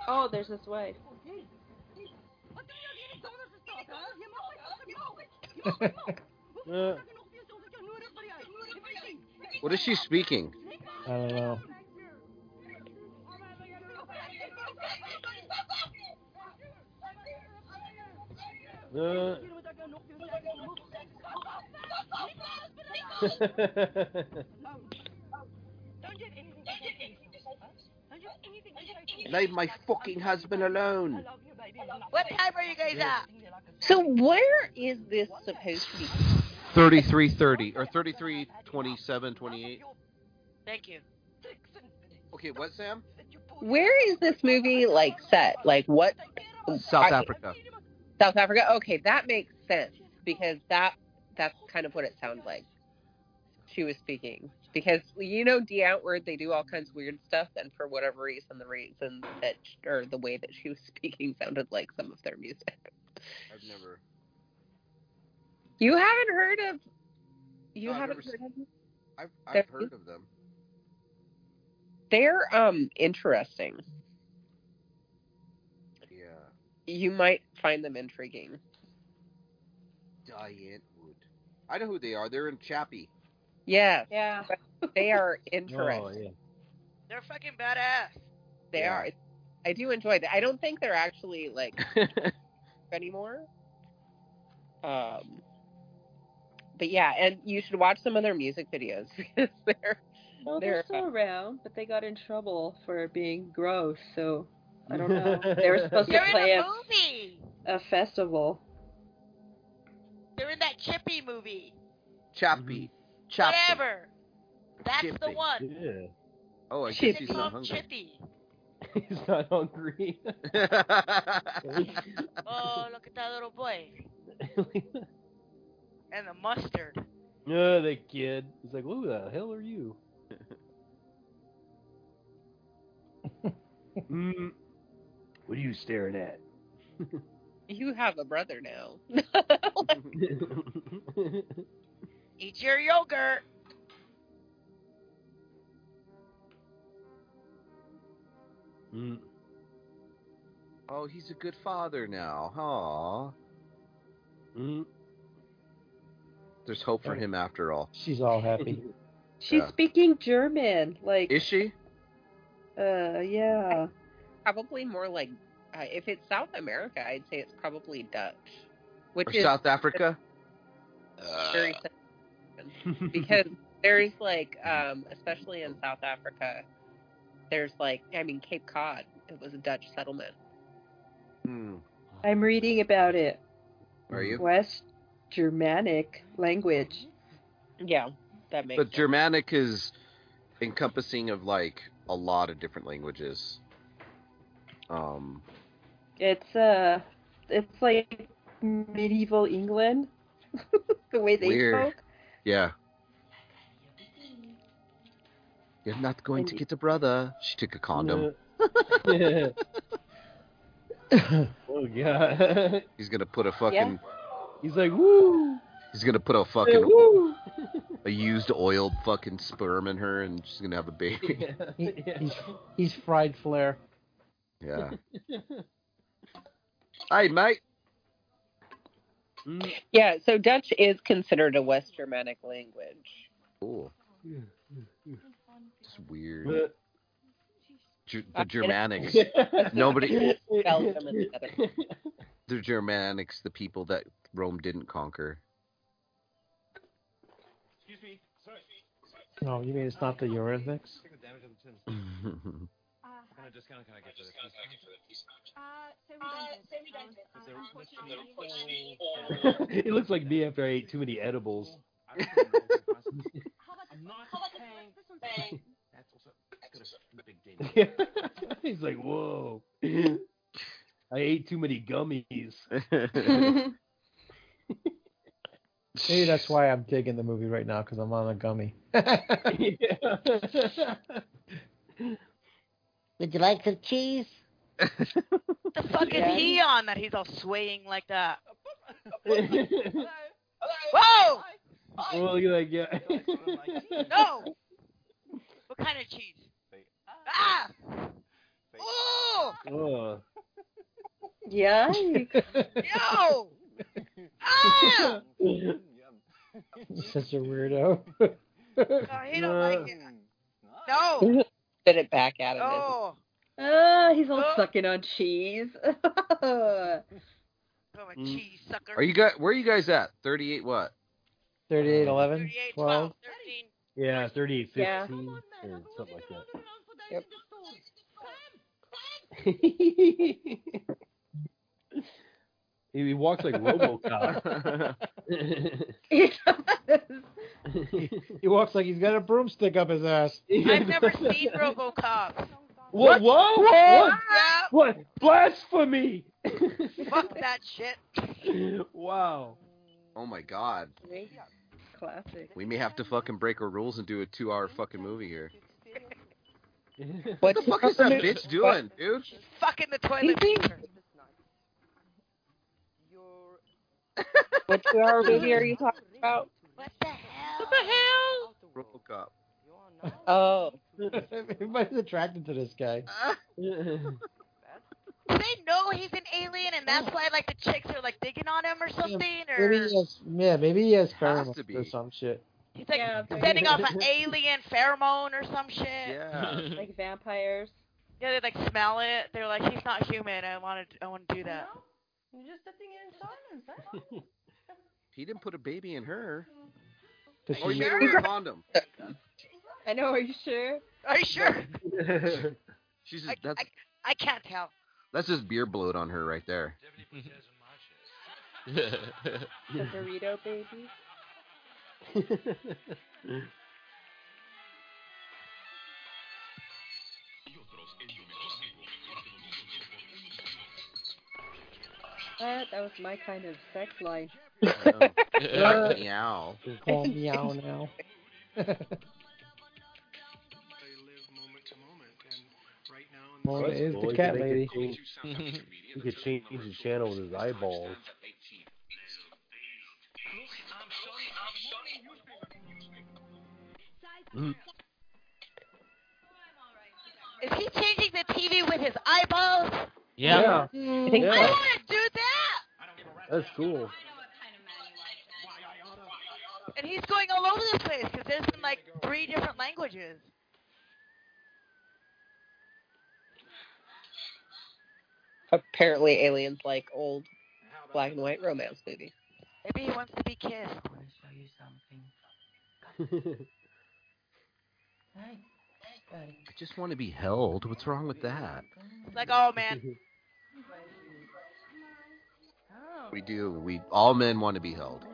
D: Oh, there's his wife.
K: Oh.
H: Uh,
J: What is she speaking?
K: I don't <laughs> know. Oh,
H: Uh.
J: Leave my fucking husband alone.
L: What time are you guys
J: Yeah.
L: at?
G: So where is this supposed to be?
J: 3330 or 33 27 28.
L: Thank you.
J: Okay, what, Sam?
G: Where is this movie like set? Like what?
J: South
G: I-
J: Africa.
G: South Africa. Okay, that makes sense because that that's kind of what it sounds like. She was speaking because you know D outward they do all kinds of weird stuff and for whatever reason the reason that or the way that she was <laughs> speaking sounded like some of their music.
J: I've never.
G: You haven't heard of you
J: No, I've
G: haven't
J: never
G: heard of them?
J: I've,
G: There-
J: I've heard of them.
G: They're um interesting.
J: Yeah.
G: You might find them intriguing.
J: Diane Wood. I know who they are. They're in Chappie.
G: Yes,
D: Yeah.
G: they are
H: Oh
G: interesting.
H: yeah.
L: They're fucking badass.
G: They
J: Yeah.
G: are. I do enjoy that. I don't think they're actually like anymore. Um, but yeah, and you should watch some of their music videos <laughs> because they're
D: Well,
G: They're-
D: they're still around, but they got in trouble for being gross, so I don't know. They
L: <laughs>
D: were supposed to
L: They're in
D: play
L: a
D: a,
L: movie.
D: a festival.
L: They're in that Chippy movie.
J: Chappie. Chappie.
L: Whatever. That's the
J: Chippy.
L: one.
H: Yeah.
J: Oh, I guess
L: They
J: he's
L: call
J: not
L: him
J: hungry.
L: Chippy.
H: <laughs> He's not <laughs> Uh, hungry.
L: Oh, look at that little boy. And the mustard.
H: No, the kid. He's like, who the hell are
K: <laughs>
H: you? mm, what are you staring
K: <laughs>
H: at?
G: you have a brother now.
L: Eat your yogurt.
H: Mm.
J: <laughs> oh, he's a good father now. Aw.
H: Mm.
J: There's hope for him after all.
K: She's all happy.
D: She's
J: Yeah.
D: speaking German, like
J: Is she?
D: uh yeah.
G: probably more like uh, if it's South America, I'd say it's probably Dutch, which
J: Or
G: is
J: South uh, Africa?
G: very sensitive because there's like um, especially in South Africa, there's like I mean Cape Cod, it was a Dutch settlement.
J: Hmm.
D: I'm reading about it.
J: Are you?
D: West Germanic language.
G: Yeah, that makes
J: But
G: sense.
J: Germanic is encompassing of like a lot of different languages. Um,
D: It's uh it's like medieval England, <laughs> the way they
J: Weird.
D: spoke.
J: Yeah. You're not going to get a brother. She took a condom.
H: oh god.
J: He's gonna put a fucking.
H: He's like, woo.
J: He's gonna put a
H: Yeah,
J: fucking
H: woo.
J: a used oiled fucking sperm in her, and she's gonna have
G: <laughs>
J: a baby.
K: He- he's he's fried flair.
J: Yeah.
G: <laughs>
J: Hey, mate.
G: Yeah, so Dutch is considered a West Germanic language.
J: Cool. It's weird. Ger- the Germanics.
H: <laughs>
G: <laughs>
K: <laughs>
J: Nobody.
G: Belgium and the Netherlands.
J: The Germanics, the people that Rome didn't
G: <laughs>
J: conquer.
T: Excuse me. Sorry.
K: No, you mean it's not the Eurythmics?
T: Taking damage on the chin. What kind of discount can I get for this?
H: <laughs>
L: Uh,
H: it looks like me after I ate too many edibles. <laughs>
T: I'm not paying. That's also could have big damage.
H: He's like, whoa. <laughs> I ate too many gummies. <laughs>
K: Maybe that's why I'm digging the movie right now because I'm on a gummy. <laughs> Would you like some cheese?
L: The fuck is he on that he's all swaying like that? Whoa!
H: well, look at that guy.
L: No! What kind of cheese? Ah! Ooh!
H: <laughs> Oh.
D: Yeah.
L: No! Ah!
K: Such a weirdo. <laughs>
L: Oh, he don't like it. No! Oh!
G: Spit it back at him. <laughs>
L: No!
D: <laughs> Ah, he's all
L: Oh.
D: sucking on cheese. <laughs>
L: I'm
H: Mm.
L: a cheese sucker.
J: Are you guys? Where are you guys at? Thirty-eight. What? <laughs>
K: 38, 11,
L: 38,
K: 12.
L: 12, 13.
H: <laughs> Yeah, 38, 15
L: Yeah.
H: Hmm. or something like that. He he walks like <laughs> RoboCop.
K: He walks like he's got a broomstick up his ass.
L: I've never seen RoboCop.
H: What? Whoa! What?
L: Yeah,
H: What? Blasphemy!
L: fuck that shit.
H: wow.
J: Oh my god.
D: <laughs> Classic.
J: We may have to fucking break our rules and do a two-hour fucking movie here.
G: What
J: the fuck is that bitch doing, dude?
L: Fucking the toilet paper.
G: What two hour movie are you talking about?
L: What the hell?
G: What the hell?
J: RoboCop.
G: Oh.
K: <laughs> Everybody's attracted to this guy.
L: They know he's an alien, and that's why like the chicks are like digging on him or something, or
K: Maybe he has, yeah, maybe he has
J: has to
K: pheromones
J: be.
K: or some shit.
L: he's like
D: Yeah, there
L: sending
D: you
L: off
D: go.
L: an alien pheromone or some shit.
J: Yeah.
D: like vampires.
L: Yeah, they like smell it. They're like, he's not human. I want to, I want to do that.
S: You're just sitting in silence. That's all.
J: He didn't put a baby in her.
K: Does
J: Or
K: she-
J: you made her a condom.
D: I know. Are you sure?
L: Are you sure?
J: She's just, that's
L: I can't tell.
J: that's just beer bloat on her right there.
D: The burrito baby. Ah, that was my kind of sex life.
J: Uh, meow.
K: Call meow now. Mona is the cat lady.
H: He could change the channel with his eyeballs.
L: Is he changing the TV with his eyeballs?
F: Yeah.
L: I,
H: think so.
L: want to do that.
H: That's <laughs> cool.
L: And he's going all over the place because there's been like three different languages.
G: Apparently, aliens like old black and white romance movies.
L: Maybe he wants to be kissed.
S: I want to show you something. Hey, hey, buddy.
J: I just want to be held. What's wrong with that?
L: It's Like, oh <laughs> man,
J: We do. We all men want to be held.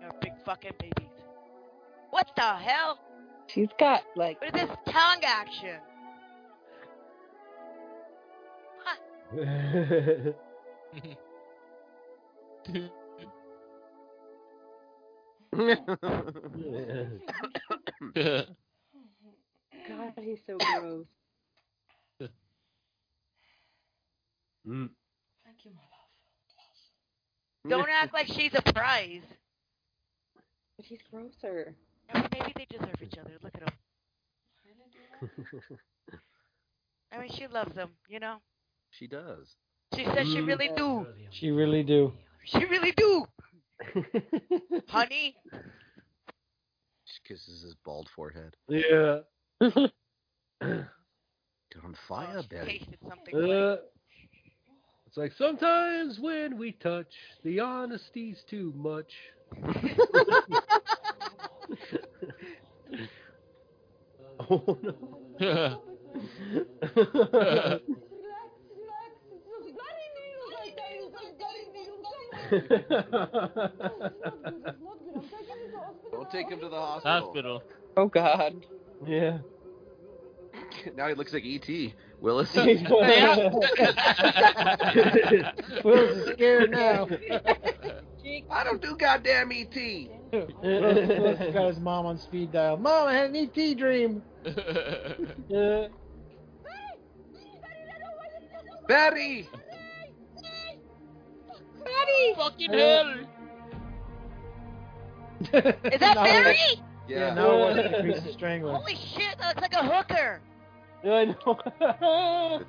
L: you're a big fucking baby. What the hell?
G: She's got like
L: What is this tongue action?
D: God, he's so gross.
H: Mm.
S: Thank you, my love.
L: Don't act like she's a prize.
D: But he's grosser.
L: No, maybe they deserve each other. Look at him. I mean, she loves him, you know?
J: She does.
L: She says she really do.
K: She really do.
L: She really do. Honey,
J: She kisses his bald forehead.
H: <laughs> Yeah.
J: You're
L: Oh,
J: on fire, Betty.
L: tasted something.
H: Uh, it's like sometimes when we touch, the honesty's too much.
J: oh
F: no.
J: Don't take him to the hospital. <laughs>
F: Hospital.
G: Oh God.
H: <laughs>
K: Yeah.
J: now he looks like E.T. Willis. <laughs>
K: Will's is scared <laughs> now.
J: I don't do goddamn E E.T.
K: Will's, Will's got his mom on speed dial. Mom, I had an ET dream. Yeah.
J: Betty!
F: Fucking hell.
L: Is that
K: No.
L: Barry?
K: Yeah, now it wasn't the greasy strangler.
L: Holy shit, that looks like a hooker.
K: I know.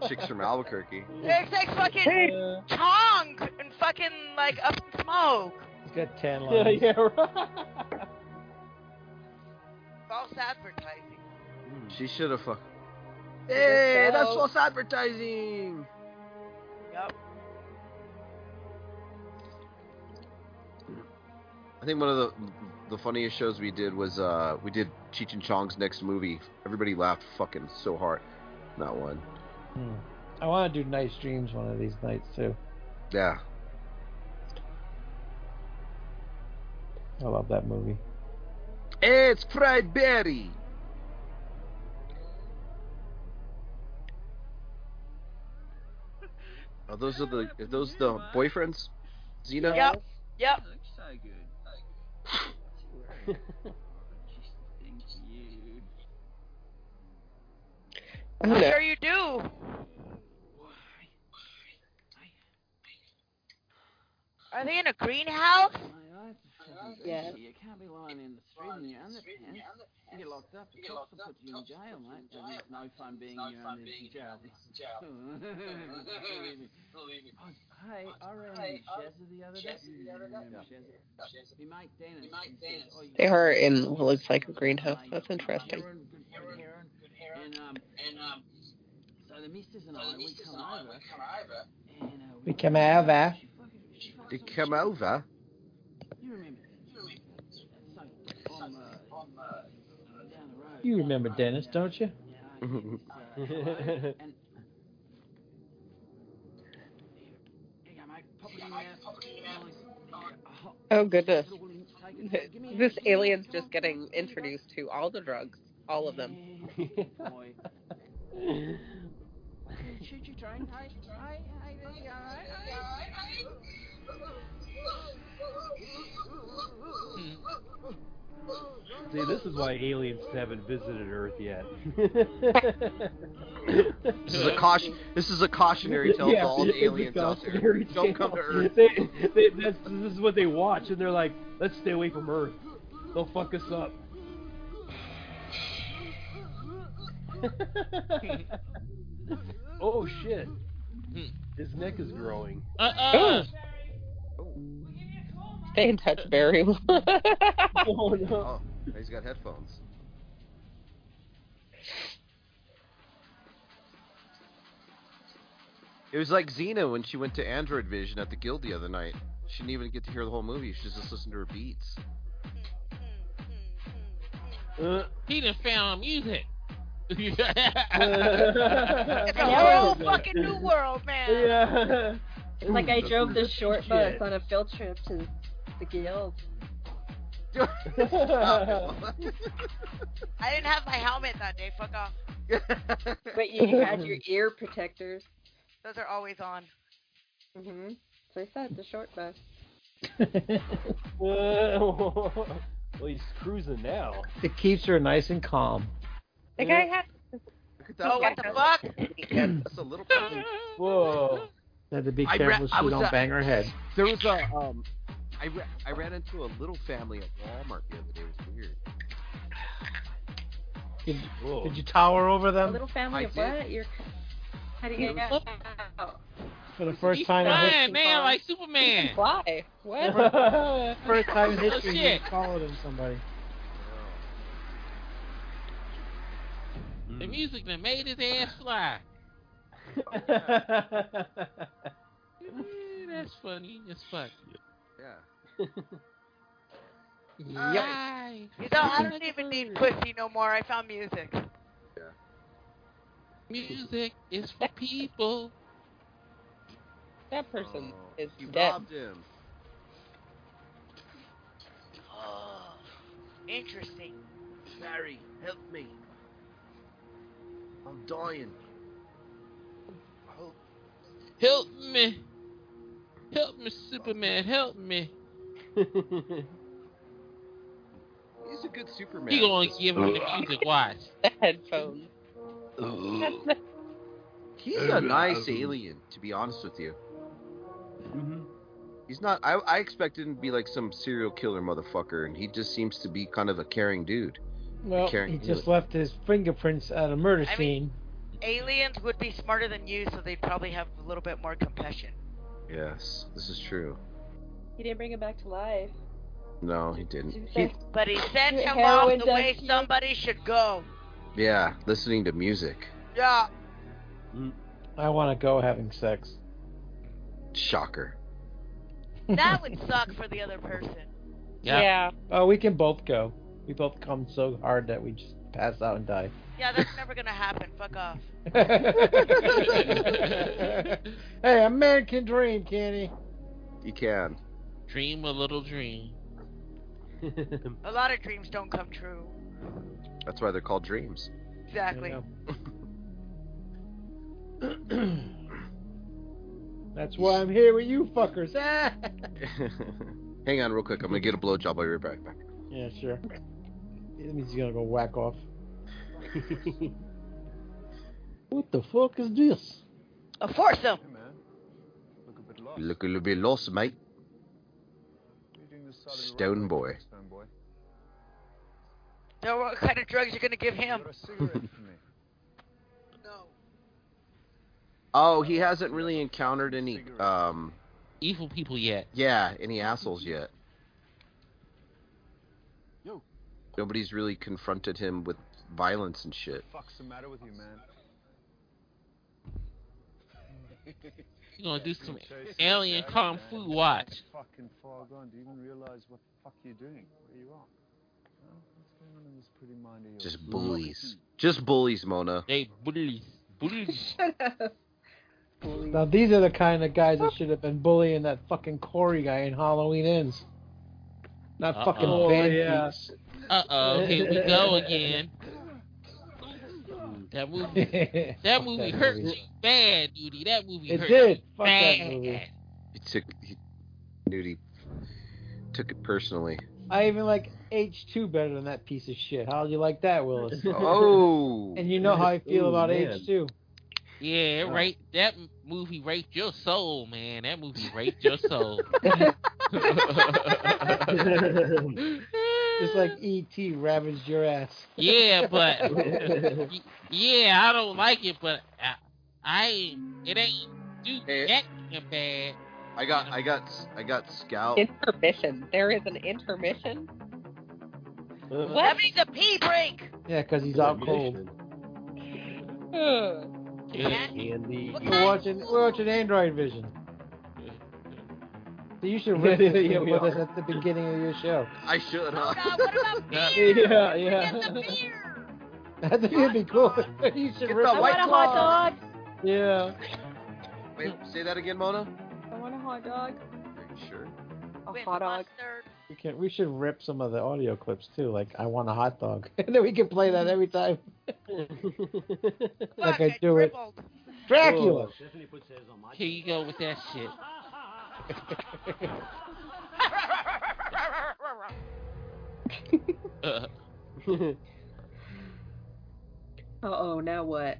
J: The chicks from Albuquerque.
L: It's like fucking
K: Yeah.
L: Tongs and fucking like up in smoke.
K: He's got tan
H: yeah,
J: <laughs>
H: <laughs>
K: lines.
H: yeah, right.
L: False advertising.
J: She should have fucked.
L: Hey, that's false
J: advertising!
L: Yep.
J: I think one of the the funniest shows we did was uh we did Cheech and Chong's next movie. Everybody laughed fucking so hard. Not one.
K: Hmm. I want to do nice dreams one of these nights too.
J: Yeah.
K: I love that movie.
J: It's fried berry. Are those are the are those the boyfriends? Xena?
L: Yep. Yep.
S: Looks so good.
J: <laughs>
S: Thank you.
L: I'm sure you do. Are they in a greenhouse?
D: Yes.
S: You can't be lying in the street in your underpants. You get locked up. The cops will put you in jail, mate. And it's no fun being in your underpants in jail. Believe me. I was- Hey, I ran into Shazza the other day. You remember Shazza? Me mate Dennis. he said, "Oh, you
G: They are in what looks like a greenhouse. That's interesting.
S: Heron, good heron, And, um, and, um, so the missus and I, we come over. And, uh,
K: We come over.
J: They come over.
S: you remember this? That's so from, uh, down the road.
K: You remember Dennis, don't you?
S: And here you go, mate. Pop it in there.
G: Oh goodness.
S: Take it. Give me
G: This
S: a-
G: alien's just getting introduced to all the drugs, all of them.
S: Boy. Shoot your train. Hey, hey, hey, there you go, hey, hey.
H: See, this is why aliens haven't visited Earth yet.
J: This
H: <laughs>
J: is a caution. This is a cautionary tale
H: Yeah,
J: to all
H: it's
J: the
H: a
J: aliens out there.
H: cautionary
J: Don't
H: <laughs>
J: come to
H: tale.
J: Earth.
H: They, they, that's, this is what they watch, and they're like, "Let's stay away from Earth. They'll fuck us up." <laughs> oh shit! His neck is growing.
F: Uh-uh.
G: Stay in touch, Barry. <laughs>
H: Oh no!
J: Oh, he's got headphones. It was like Xena when she went to Android Vision at the guild the other night. She didn't even get to hear the whole movie. She just listened to her beats. <laughs>
H: Uh,
F: He done found music.
H: <laughs>
L: It's a
H: Yeah.
L: whole fucking new world, man.
H: yeah.
D: It's <laughs> like
H: <laughs>
D: I drove this short bus
H: Shit.
D: on a field trip to the Guild.
H: Oh,
L: I didn't have my helmet that day. Fuck off.
D: But you had your ear protectors.
L: Those are always on.
D: hmm So I said the short bus.
H: well, he's cruising now.
K: It keeps her nice and calm.
O: The guy had.
L: Oh, what the fuck?
J: That's a little.
H: Whoa.
K: Had to be
J: I
K: careful
J: ra- I
K: she
J: was uh,
K: don't
J: at-
K: bang her head.
J: There was a um, I, ra- I ran into a little family at Walmart the other day. It was weird.
K: Did,
J: Whoa.
K: did you tower over
D: A
K: them
D: little family
J: I
D: of
J: did.
D: what? You're. How do you get out?
K: for the first
F: He's
K: time in
F: flying,
K: history?
F: man, like Superman.
G: Why?
K: What? First time in
F: Oh,
K: history you
F: shit.
K: followed in somebody.
J: Mm.
F: The music that made his ass fly. Eh, That's funny as fuck.
J: Yeah.
F: Yay.
L: You know, I don't even need pussy no more. I found music.
F: Music is for people.
G: That person is
J: Oh. You
G: dead.
J: robbed him.
L: Oh, interesting.
J: Barry, help me. I'm dying. Help.
F: Help me. Help me, Superman. Help me.
J: He's a good Superman.
F: He gonna give him the music. Watch.
G: The headphones.
J: He's a nice alien, to be honest with you. Mm-hmm. He's not. I, I expected him to be like some serial killer motherfucker, and he just seems to be kind of a caring dude.
K: <laughs> Well,
J: Karen
K: he
J: can
K: just
J: do
K: left his fingerprints at a murder
L: I mean-
K: scene.
L: Aliens would be smarter than you, so they'd probably have a little bit more compassion.
J: Yes, this is true.
D: <laughs> He didn't bring him back to life.
J: No, he didn't. He,
L: But he sent him
D: Heroin
L: off the
D: does
L: way
D: heal.
L: somebody should go.
J: yeah, listening to music.
L: Yeah.
K: I want to go having sex.
J: <laughs> Shocker.
D: <laughs>
L: That would suck for the other person.
F: Yeah.
K: Oh, we can both go. We both come so hard that we just pass out and <laughs> die.
L: Yeah, that's never gonna happen. Fuck off.
K: hey, a man can dream, can he?
J: You can.
F: Dream a little dream.
L: A lot of dreams don't come true.
J: That's why they're called dreams.
L: Exactly.
K: Yeah. That's why I'm here with you fuckers. Ah! <laughs>
J: Hang on, real quick. I'm gonna get a blowjob. I'll be right back.
K: yeah, sure. It means he's gonna go whack off. what the fuck is this?
L: A foursome.
J: Look a little bit lost, mate. Stone boy.
L: So what kind of drugs you gonna give him? No.
J: oh, he hasn't really encountered any um
F: Evil people yet.
J: yeah, any assholes yet. Nobody's really confronted him with violence and shit.
T: Fuck's the matter with you, man?
F: You gonna do some alien kung fu. Watch.
T: Fucking far gone. Do you even realize what the fuck you're doing? Where you are? Huh? What's going on in this pretty mind of yours?
J: Just bullies. Just bullies, Mona.
F: They bullies. Bullies.
K: Now these are the kind of guys that should have been bullying that fucking Corey guy in Halloween Ends. Not
F: Uh-oh.
K: fucking
F: Oh,
K: Van
H: yeah.
K: Geeks.
F: Uh oh. Here we go again. That
K: <laughs>
F: movie. That
K: Fuck
F: movie
K: that
F: hurt
K: movie.
F: me bad, dude. That movie
K: It
F: hurt
K: did.
F: me
K: Fuck
F: bad.
K: that movie.
J: He took he, Nudie took it personally.
K: I even like H2 better than that piece of shit. How do you like that, Willis?
J: <laughs> Oh,
K: And you know how I feel
H: Ooh,
K: about
H: man.
K: H2.
F: Yeah, it
K: Oh.
F: raped, that m- movie raped your soul, man. That movie raped your soul.
K: It's like E.T. ravaged your ass.
F: yeah, but y- yeah, I don't like it, but I, I ain't- it ain't do
J: Hey.
F: that damn bad.
J: I got I got s- I got scout.
G: Intermission. There is an intermission.
L: That means a pee break.
K: Yeah, because he's out cold.
G: Ugh.
H: Candy.
K: We're watching, we're watching Android Vision. So you should rip
H: Yeah,
K: this bit
H: we
K: with us
H: are.
K: at the beginning of your show.
J: I should, huh?
L: What
G: <laughs>
L: about, what about
F: Yeah.
L: beer?
K: Yeah,
L: We
K: yeah.
L: Get the
K: <laughs>
L: beer.
K: I think it'd be cool. <laughs> you should
J: Get
K: rip
J: the
K: it.
J: white claw.
K: Yeah.
J: Wait, say that again, Mona.
D: I want a hot dog.
J: Are you sure?
D: A
L: With
D: hot dog.
L: mustard.
K: We can. We should rip some of the audio clips too. Like I want a hot dog, <laughs> and then we can play that every time. like
L: Fuck,
K: I do it.
L: dribbled.
K: Dracula.
S: <laughs>
F: Here you go with that shit. Uh,
D: oh, now what?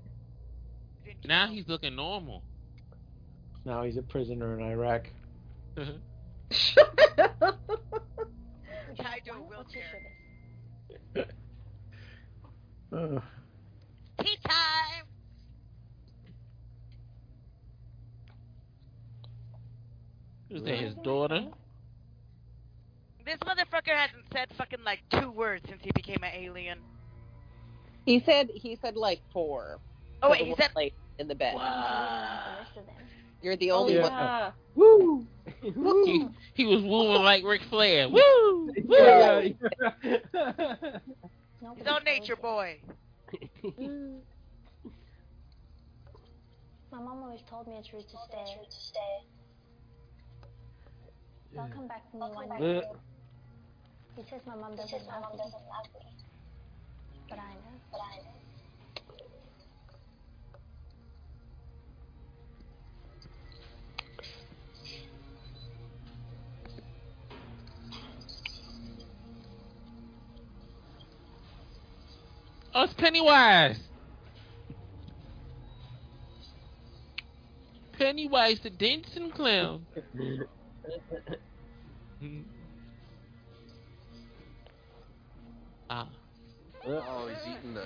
F: now he's looking normal.
K: Now he's a prisoner in Iraq.
L: Tied to a wheelchair.
K: Uh,
L: Tea time.
F: Is that his daughter?
L: This motherfucker hasn't said fucking like two words since he became an alien.
G: He said he said like four.
L: Oh,
G: For the
L: wait, he
G: one
L: said-
G: like in the bed.
S: Uh,
G: You're the
F: Oh,
G: only
F: yeah.
K: Woo!
F: He, he was wooing like Ric Flair. Woo! Woo!
H: Yeah,
L: He's on nature boy.
U: Mm. My mom always told me it's rude to stay. They'll come back to me one day.
H: Yeah.
U: He says my mom doesn't love me. But I know. But I know.
F: Oh, it's Pennywise. Pennywise the dancing clown. Ah.
J: Oh, he's eating the.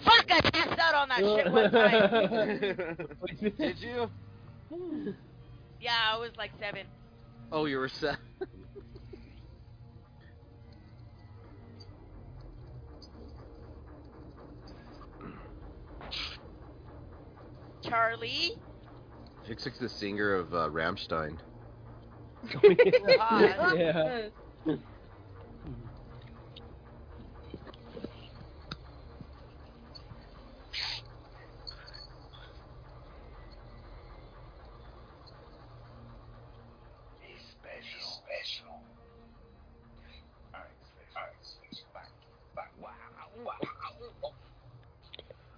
L: Fuck, I passed out on that shit one
J: <laughs>
L: time.
J: <laughs> Did you?
L: yeah, I was like seven.
J: Oh, you were set.
L: Charlie?
J: Looks like the singer of uh, Ramstein.
L: God.
H: Yeah.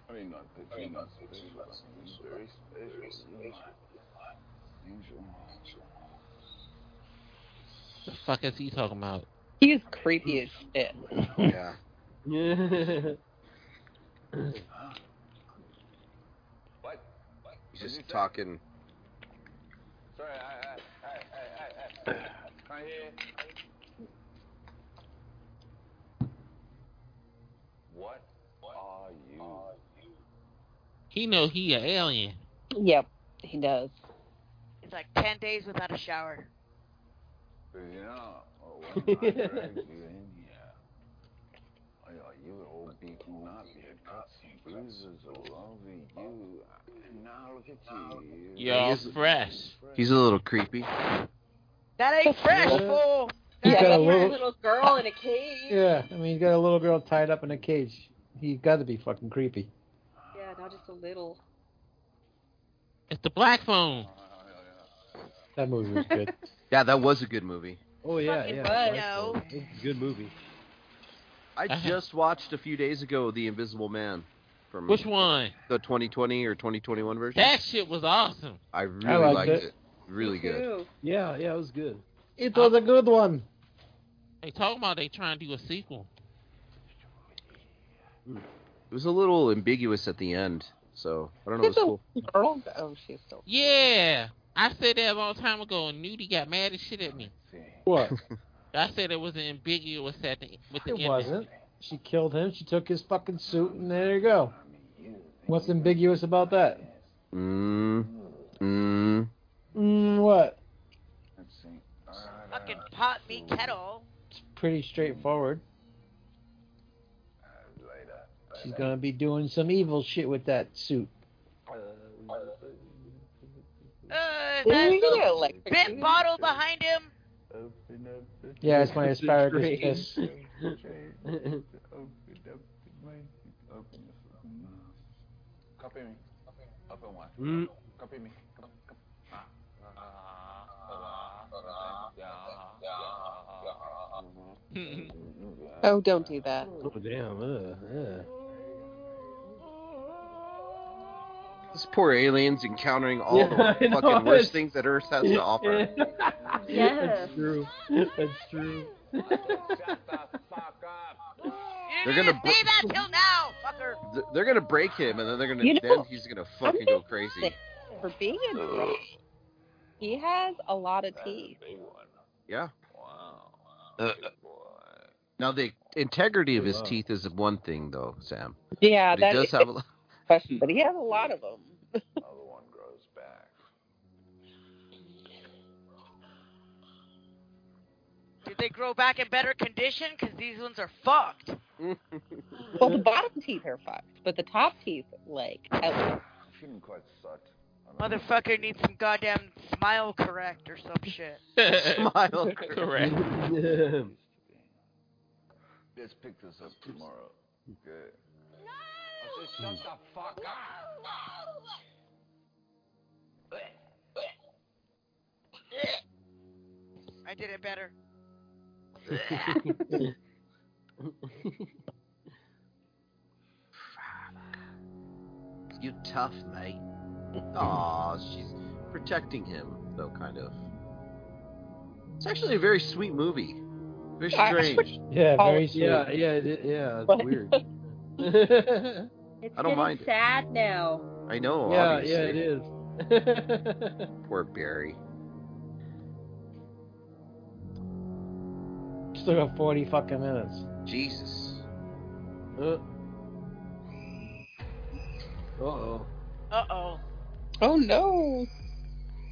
V: I mean, not that you're not special, but you're very special. You're not usual.
F: The fuck is he talking about?
G: He's creepy as shit.
J: <laughs> Yeah.
V: What? What?
J: He's just talking.
V: Sorry, I, I, I, I, I, I, I, I, What are you?
F: He know he an alien.
G: Yep, he does.
L: It's like 10 days without a shower.
V: You know, when I dragged you in here, I thought you were all beaten up. You had cuts and bruises all over you. And now look at you.
F: Y'all fresh.
J: He's a little creepy.
L: That ain't fresh, fool.
K: He's
D: That
K: got a
D: ain't
K: little-
D: a little girl in a cage.
K: yeah, I mean, you got a little girl tied up in a cage. He got to be fucking creepy.
D: Yeah, not just a little.
F: It's the black phone.
K: That movie was good.
J: Yeah, that was a good movie.
H: <laughs> Oh yeah,
L: Fucking
H: yeah.
L: Rhino.
H: It's a good movie.
J: I
F: <laughs>
J: just watched a few days ago The Invisible Man from
F: Which one?
J: the 2020 or 2021 version.
F: That shit was awesome.
J: I really
K: liked
J: liked
K: it.
J: it. Really good.
H: Yeah, yeah, it was good.
K: It was a good one.
F: They talking about they trying to do a sequel.
J: It was a little ambiguous at the end, so I don't know.
G: It's
J: It was
G: a
J: cool.
G: girl. Oh, she's still.
F: Yeah, I said that a long time ago, and Nudie got mad as shit at me.
K: <laughs> What?
F: I said it was ambiguous at the with the
K: It
F: ending.
K: wasn't. She killed him. She took his fucking suit, and there you go. What's ambiguous about that?
J: Mm, mm.
K: Mm, what?
L: Fucking pot me kettle.
K: It's pretty straightforward. She's gonna be doing some evil shit with that suit.
L: Uh,
G: Did
L: that
G: you get
L: little
G: electrocuted?
L: bit bottle behind him.
V: Open up the
K: Yeah, it's my asparagus
H: Strange.
K: piss.
V: drain. Open up the drain. Open the fucking mouth. Copy me. Open one.
H: Mm.
V: Copy me. Cop- cop- Ah. Ah. Ah. Ah. Ah.
G: Oh, don't do that.
H: Oh damn. Uh, yeah.
J: This poor alien's encountering all
H: Yeah, I
J: the
H: know,
J: fucking worst
H: it's-
J: things that Earth has to offer.
H: <laughs> That's true. <laughs> That's true.
J: They're gonna
L: Say that till now, fucker.
J: br- they're gonna break him, and then they're gonna
G: You know,
J: then he's gonna fucking go crazy.
G: For being a dick, he has a lot of teeth.
J: Yeah. Uh, Now the integrity of his teeth is one thing, though, Sam.
G: Yeah,
J: But he
G: Uh, that
J: does
G: is
J: have a lo-
G: question, but he has a lot of them.
L: Did they grow back in better condition? Because these ones are fucked.
G: Well, the bottom teeth are fucked, but the top teeth, like, out.
V: Shouldn't quite suck.
J: <laughs>
L: Motherfucker needs some goddamn smile correct or some shit.
J: Smile.
F: Correct.
V: <laughs> Let's pick this up tomorrow. Okay. I said, shut the fuck up.
L: I did it better.
J: You tough, mate. Aw, she's protecting him, though, kind of. It's actually a very sweet movie. Very
H: I-
J: strange.
K: Yeah, <laughs> very sweet.
H: yeah, yeah, it i- yeah. It's
F: <laughs>
K: But-
H: weird.
D: It's
J: I don't
D: getting
J: mind it.
D: sad now.
J: I know.
H: yeah,
J: obviously.
H: yeah, it is.
J: Poor Barry.
K: Still got 40 fucking minutes.
J: Jesus.
H: Uh oh.
L: Uh oh.
G: Oh, no.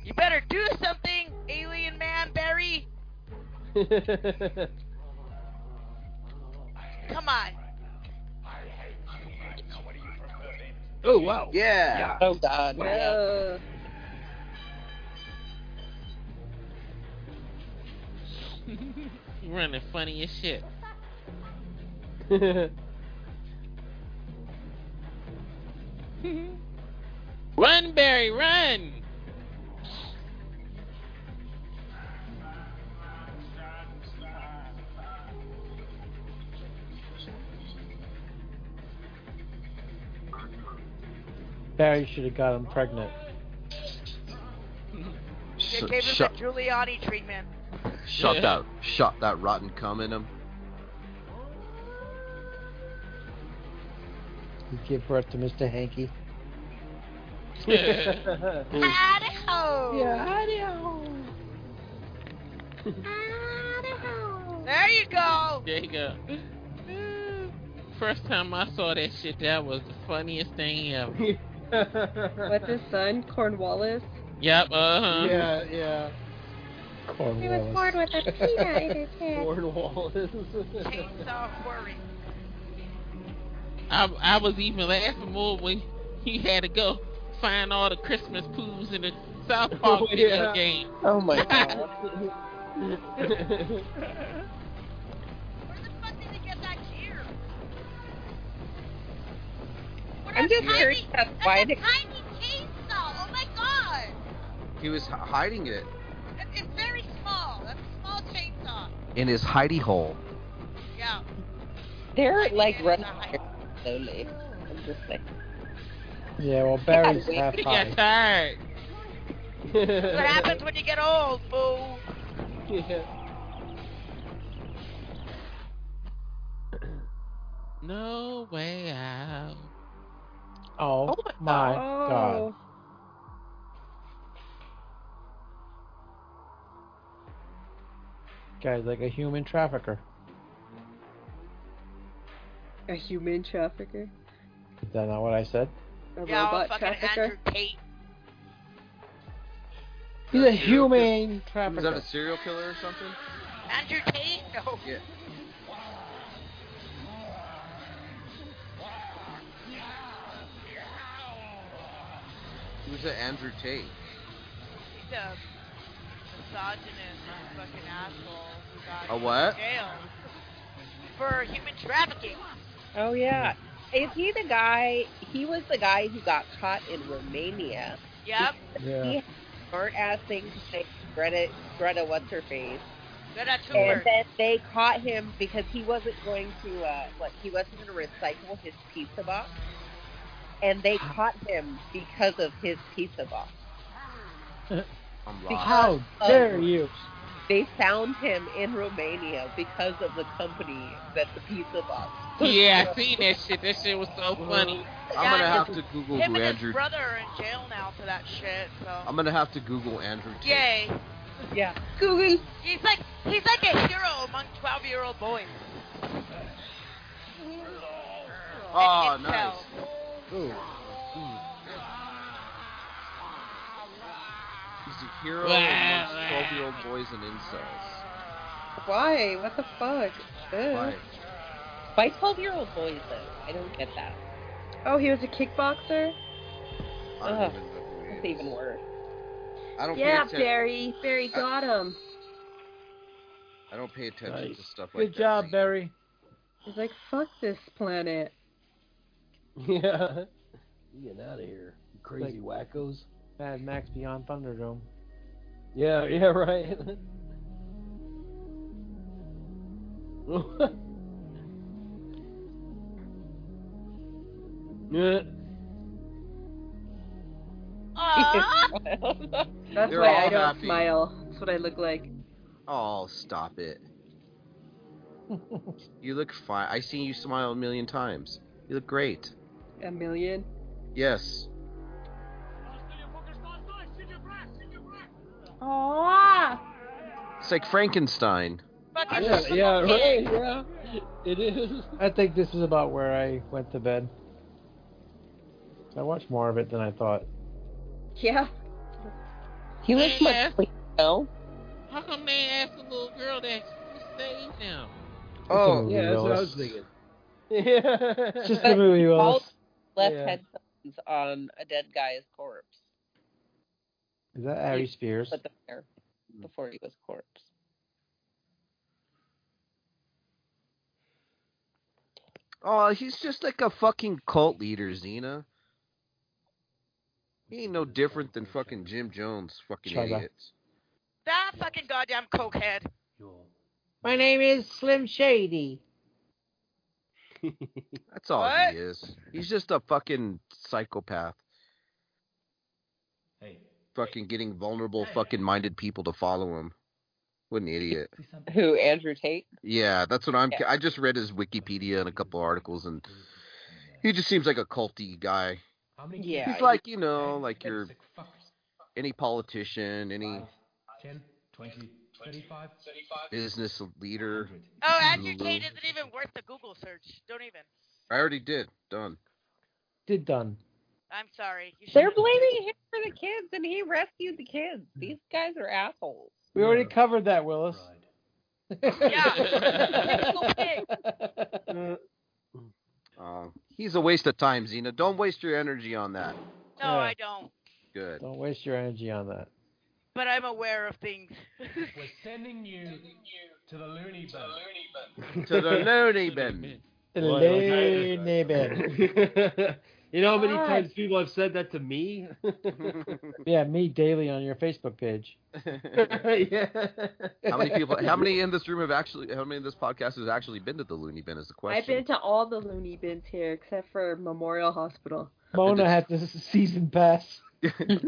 L: You better do something, alien man, Barry.
K: <laughs>
L: Come on.
H: Oh wow.
J: Yeah.
G: Oh, God.
D: Uh,
F: You running funny as shit. <laughs> Run, Barry, run!
K: Barry should have got him pregnant.
L: They
J: Shut-
L: gave him
J: shut-
L: the Giuliani treatment.
J: Shot that, shot that rotten cum in him.
K: He'd give birth to
F: <laughs>
K: Mr. Hanky.
H: <laughs>
L: Idaho. There you go. Mm-hmm.
F: There you go. First time I saw that shit, that was the funniest thing ever.
H: <laughs>
D: what's his son, Cornwallis?
F: Yep, uh huh.
H: Yeah, yeah.
D: He was born with a peanut in
H: <laughs>
D: his head.
H: Cornwallis.
L: Chainsaw quarry.
F: I, I was even laughing more when <laughs> he had to go find all the Christmas poos in the South Park
H: Oh,
F: video
H: yeah.
F: game.
G: Oh, my God.
L: Where the fuck did they get that gear? What
G: I'm
L: a
G: just
L: tiny-
G: curious as
L: that's
G: why
L: a
G: they-
L: tiny chainsaw. Oh my god.
J: He was h- hiding it
L: It- It's very small. That's a small chainsaw.
J: in his hidey hole.
L: Yeah.
G: They're, like,
L: It's
G: running
L: not-
G: slowly. I'm just like,
K: Yeah, well, Barry's
G: wait,
K: half
F: He
K: high.
F: got tired.
L: That's what happens
H: <laughs>
L: when you get old, fool.
F: No way out.
K: Oh my god.
D: Oh,
K: Guy's like a human trafficker.
D: a human trafficker,
K: Is that not what I said?
D: a
L: Yeah,
D: robot
L: fucking
D: trafficker.
L: Andrew Tate.
K: He's a human
J: Was that a
K: trafficker.
J: serial killer or something?
L: Andrew Tate? No.
J: Yeah. Who's that Andrew Tate?
L: He's a misogynist fucking asshole who got
J: A what?
L: jailed for human trafficking.
G: oh, yeah. Is he the guy? He was the guy who got caught in Romania.
L: Yep.
G: He
K: Yeah.
G: had a smart ass thing to say Greta, Greta, what's her face?
L: Good at two
G: And
L: words.
G: then they caught him because he wasn't going to, uh, what, he wasn't going to recycle his pizza box. and they caught him because of his pizza box. Because
K: How
G: of-
K: dare you?
G: They found him in Romania because of the company that the pizza box.
F: Yeah, I seen that shit. That shit was so funny.
J: I'm gonna have to Google
L: Him
J: who
L: and
J: Andrew.
L: his brother are in jail now for that shit. So.
J: I'm gonna have to Google Andrew. Tate.
L: Yay.
G: Yeah. Google.
L: He's like he's like a hero among twelve year old boys.
J: Oh,
L: It- it
J: nice.
L: tells.
J: Ooh. Ooh. He's a hero
D: Wow,
J: amongst
D: wow.
J: 12 year old boys and incels.
D: Why? What the fuck? Ugh.
J: Right.
G: Why 12 year old boys though? I don't get that.
D: Oh, he was a kickboxer.
J: I don't
G: Ugh.
J: even know who he
G: That's
J: is.
G: even worse.
J: I don't
D: yeah,
J: pay atten-
D: Barry. Barry got him.
J: I don't pay attention to stuff like
K: Good
J: that.
K: job, Barry.
D: He's like, fuck this planet.
H: <laughs> Yeah. You getting out of here, you crazy wackos.
K: Mad Max Beyond Thunderdome.
H: Yeah, <laughs> yeah, right. Yeah.
L: <laughs>
D: That's
J: They're
D: why
J: all
D: I don't
J: happy.
D: smile. That's what I look like.
J: Oh, stop it. you look fine. I seen you smile a million times. You look great.
D: A million.
J: Yes.
D: Aww.
J: It's like Frankenstein.
H: Yeah, yeah, right, yeah. It is.
K: I think this is about where I went to bed. I watched more of it than I thought.
D: Yeah.
G: He looks
L: Eh.
G: much sleep though.
F: How come they asked the little girl that stayed now?
K: Oh,
H: Yeah, that's what I was thinking. Yeah. <laughs>
K: It's just
G: But
K: a movie,
G: he
K: Willis.
G: falls- Left
H: Yeah.
G: headphones on a dead guy's corpse.
K: Is that Ari Spears?
G: Put them there before he was corpse.
J: Oh, he's just like a fucking cult leader, Xena. He ain't no different than fucking Jim Jones, fucking
K: Shut up.
J: idiots.
L: That fucking goddamn cokehead.
O: My name is Slim Shady.
J: <laughs> That's all
L: What?
J: he is. He's just a fucking psychopath.
T: Hey.
J: Fucking getting vulnerable, fucking minded people to follow him. What an idiot.
G: Who Andrew Tate?
J: Yeah, that's what I'm.
G: Yeah.
J: I just read his Wikipedia and a couple articles, and he just seems like a culty guy.
T: How many
G: Yeah.
J: He's like, you know, like your any politician, any
T: 10, 20, 35,
J: business leader.
L: Oh, Andrew
J: Lulu.
L: Tate isn't even worth the Google search. Don't even.
J: I already did. Done.
K: Did done.
L: I'm sorry. You
G: They're
L: should've-
G: blaming him for the kids, and he rescued the kids. These guys are assholes.
K: We already covered that, Willis.
L: Yeah.
K: <laughs>
J: Uh, he's a waste of time, Xena. Don't waste your energy on that.
L: No, I don't.
J: Good.
K: Don't waste your energy on that.
L: But I'm aware of things.
T: We're sending you to the loony bin.
J: to the loony bin.
H: Well, okay.
K: Looney bin.
H: <laughs> you know how many
D: God.
H: times people have said that to <laughs> me?
K: Yeah, me daily on your Facebook page.
H: yeah.
J: <laughs> How
K: <laughs>
J: many people? How many in this room have actually? How many in this podcast has actually been to the loony bin? Is the question.
D: I've been to all the loony bins here except for Memorial Hospital.
K: Mona had this season pass.
J: <laughs>
D: <laughs>
J: I've-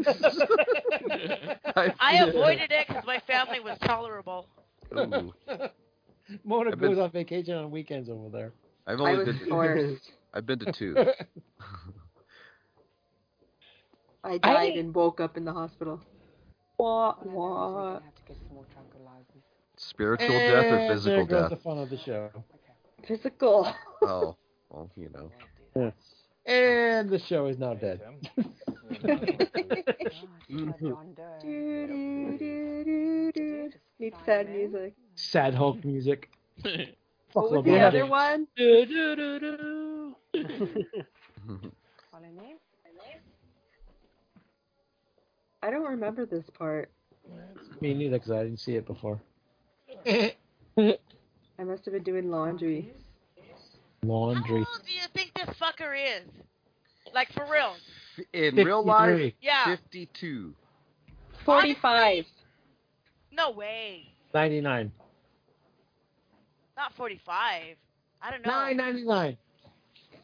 L: I avoided it because my family <laughs> was tolerable.
J: Ooh.
K: Mona
J: I've been-
K: goes on vacation on weekends over there.
J: I've
D: I
J: only
D: was
J: been. To, <laughs>
D: forced.
J: I've been to two.
D: I died and woke up in the hospital. Wah, wah.
J: Spiritual death
D: Eh,
J: or
K: And
J: physical
K: there goes
J: death?
K: the fun of the show.
D: Physical.
J: Oh, well, you know.
K: And the show is now dead.
D: <laughs> Do-do-do-do-do. Need sad music.
K: Sad Hulk music. Fuck
D: What was
K: Lil
D: the other
K: Baby.
D: one? I don't remember this part.
K: Me neither, because I didn't see it before.
D: I must have been doing laundry.
L: How
K: Laundry.
L: old do you think this fucker is? Like for real?
J: <laughs> In real life,
K: 53.
L: Yeah.
J: fifty-two.
D: 45.
L: No way.
K: 99.
L: Not 45. I don't know.
K: 999.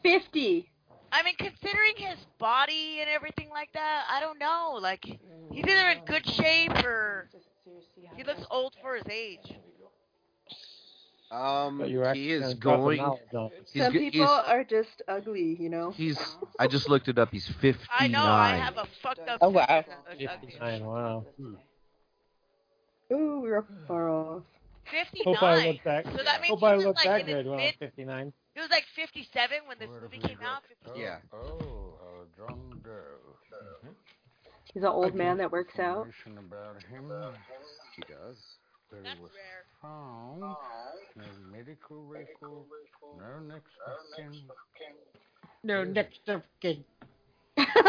D: 50.
L: I mean, considering his body and everything like that, I don't know. Like, he's either in good shape or he looks old for his age.
J: Um,
K: But you're
J: he
K: actually
J: is
K: gonna drop him
J: going.
K: out, though.
J: He's,
D: Some
J: go-
D: people are just ugly, you know.
J: he's, he's. I just looked it up. He's fifty-nine.
L: I know I have a fucked up.
J: Oh, wow.
L: picture that looks ugly.
K: Fifty-nine. Wow.
D: Ooh, we're far off.
K: Hope I
L: 59.
K: look back.
L: So that means
K: Hope
L: he
K: I
L: was
K: look
L: like
K: that
L: in his
K: good when I was
L: mid-
K: fifty-nine.
L: He was like 57 when this movie came out.
J: Yeah.
H: Oh, a drum girl.
D: He's an old man that works <laughs> out.
H: Information about him.
J: He does.
H: That he was found. No medical record. No next of kin.
K: No, next of kin.
L: <laughs>
K: <laughs>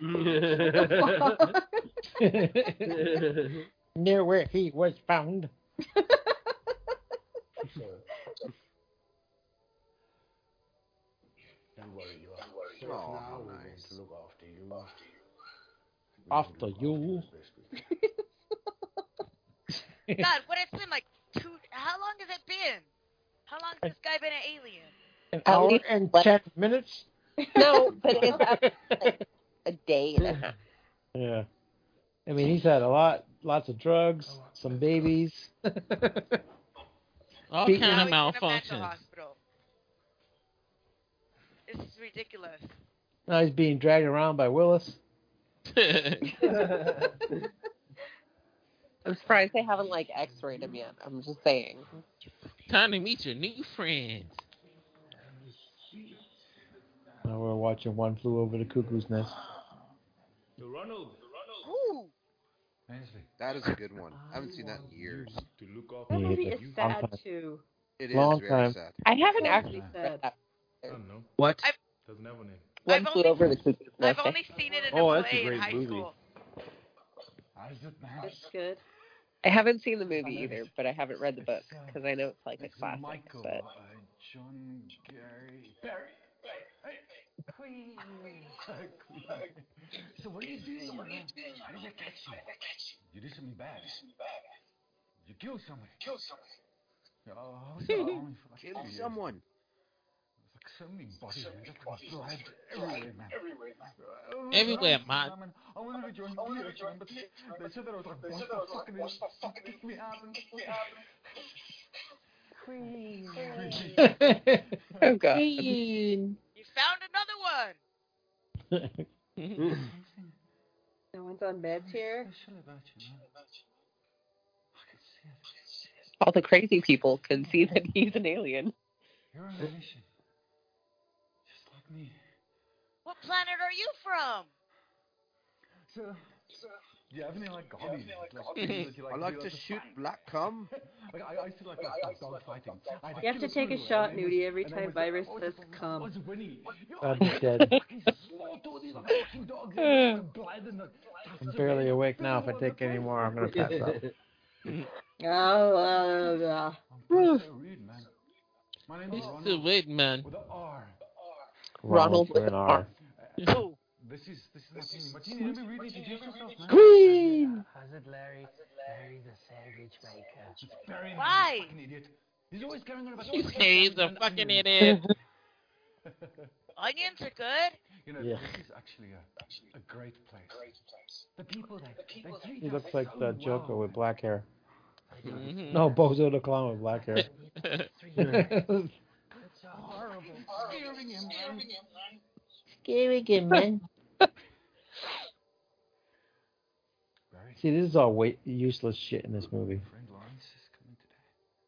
K: Near where he was found.
H: Don't worry, you are safe
J: Oh,
H: now.
J: how
H: We will
J: nice.
H: look after you.
K: After you.
L: God, what it's been like two. How long has it been? How long has this guy been an alien?
K: An
G: At
K: hour
G: least
K: and
G: what-
K: ten minutes.
G: No, but
K: <laughs>
G: it's up like a day and a half.
K: Yeah. I mean, he's had a lot, lots of drugs, some babies.
F: All
L: Put
F: kind of
K: Beaten up.
L: him at the
F: malfunctions.
L: hospital. This is ridiculous.
K: Now he's being dragged around by Willis.
G: I'm surprised they haven't like X-rayed him yet. I'm just saying.
F: Time to meet your new friends.
K: Now we're watching One Flew Over the Cuckoo's Nest.
H: Ronald.
L: Ooh.
J: That is a good one. I haven't seen that in years.
D: That
K: Yeah,
D: movie
K: it's
D: is
K: a long
D: sad
K: time.
D: too.
J: It is
K: Long
J: very
K: time.
J: sad.
G: I haven't
D: Totally
G: actually
D: sad.
G: read that.
J: What?
H: Doesn't have a name.
G: One
L: I've
G: flew
L: only-
G: over the cuckoo's
L: I've
G: nest.
L: only seen it in a
J: Oh, that's a
L: play in
J: great
L: high
J: movie.
L: school.
D: That's good.
G: I haven't seen the movie either, but I haven't read the book because I know it's like a classic. But
H: uh, John Gary Barry. Hey, hey, Queen. Queen. So what are you doing? man? I did catch you? You did something bad. You killed somebody. Killed somebody. Oh, I
K: <laughs>
H: was in the army for like
J: Kill
H: two years.
J: someone.
H: It's like so many bodies, man. Just blood everywhere, man. Oh,
F: Everywhere,
H: I'm-
F: man.
H: I'm an- I wanted to join DX, man, but they said that I was like, boss for fucking it. Kick me out and kick me out. Queen.
G: <laughs> oh god,
L: You found another one.
D: No one's on meds here.
G: <laughs> all the crazy people can see that he's an alien.
H: You're on a mission. Just like me.
L: What planet are you from?
H: So, so, do you have any like hobbies? Like, things
J: <laughs>
H: that you
J: I like to
H: do
J: shoot
H: outside?
J: black cum.
H: Like, I, I used to like, like, dog fighting. I
D: You have to
H: kill
D: take a
H: someone,
D: shot,
H: and then it's-
D: Nudie, every
H: and then
D: time
H: it's like,
D: virus
H: oh,
D: says
H: it's- oh,
D: come.
H: it's Winnie. You're
K: I'd be dead.
H: fucking slow to <laughs> these, like, fucking dogs,
D: <sighs>
H: they're fucking blind and they're-
K: I'm barely awake now. If I take any more, I'm
H: <laughs>
K: gonna
D: <sighs>
K: pass out.
D: Oh, uh,
H: I'm pretty so rude, man. My name is
F: He's too
H: Ronald
F: weird, man.
H: with an R.
G: <laughs> Ronald with
K: an
G: an
K: R.
G: R.
H: This is this is Martini. Martini, let me read it. Introduce yourself, man.
K: Queen.
H: How's it, Larry? Larry the sandwich maker. It's Barry, man, you
L: Why?
H: Fucking idiot. He's always carrying on
F: <laughs>
H: about
F: He's a fucking
G: <laughs>
F: idiot.
D: <laughs>
L: Onions are good.
H: You know,
K: Yeah.
H: this is actually a, a great place. The people there. they treat
K: He
H: us
K: looks like
H: so
K: the Joker
H: well.
K: with black hair.
F: Mhm.
K: No, Bozo the Clown with black
F: <laughs>
K: hair.
H: It's horrible. Scaring him, man.
K: Scary again, man.
H: Barry,
K: See, this is all wait, useless shit in this movie.
H: friend Lawrence is coming today.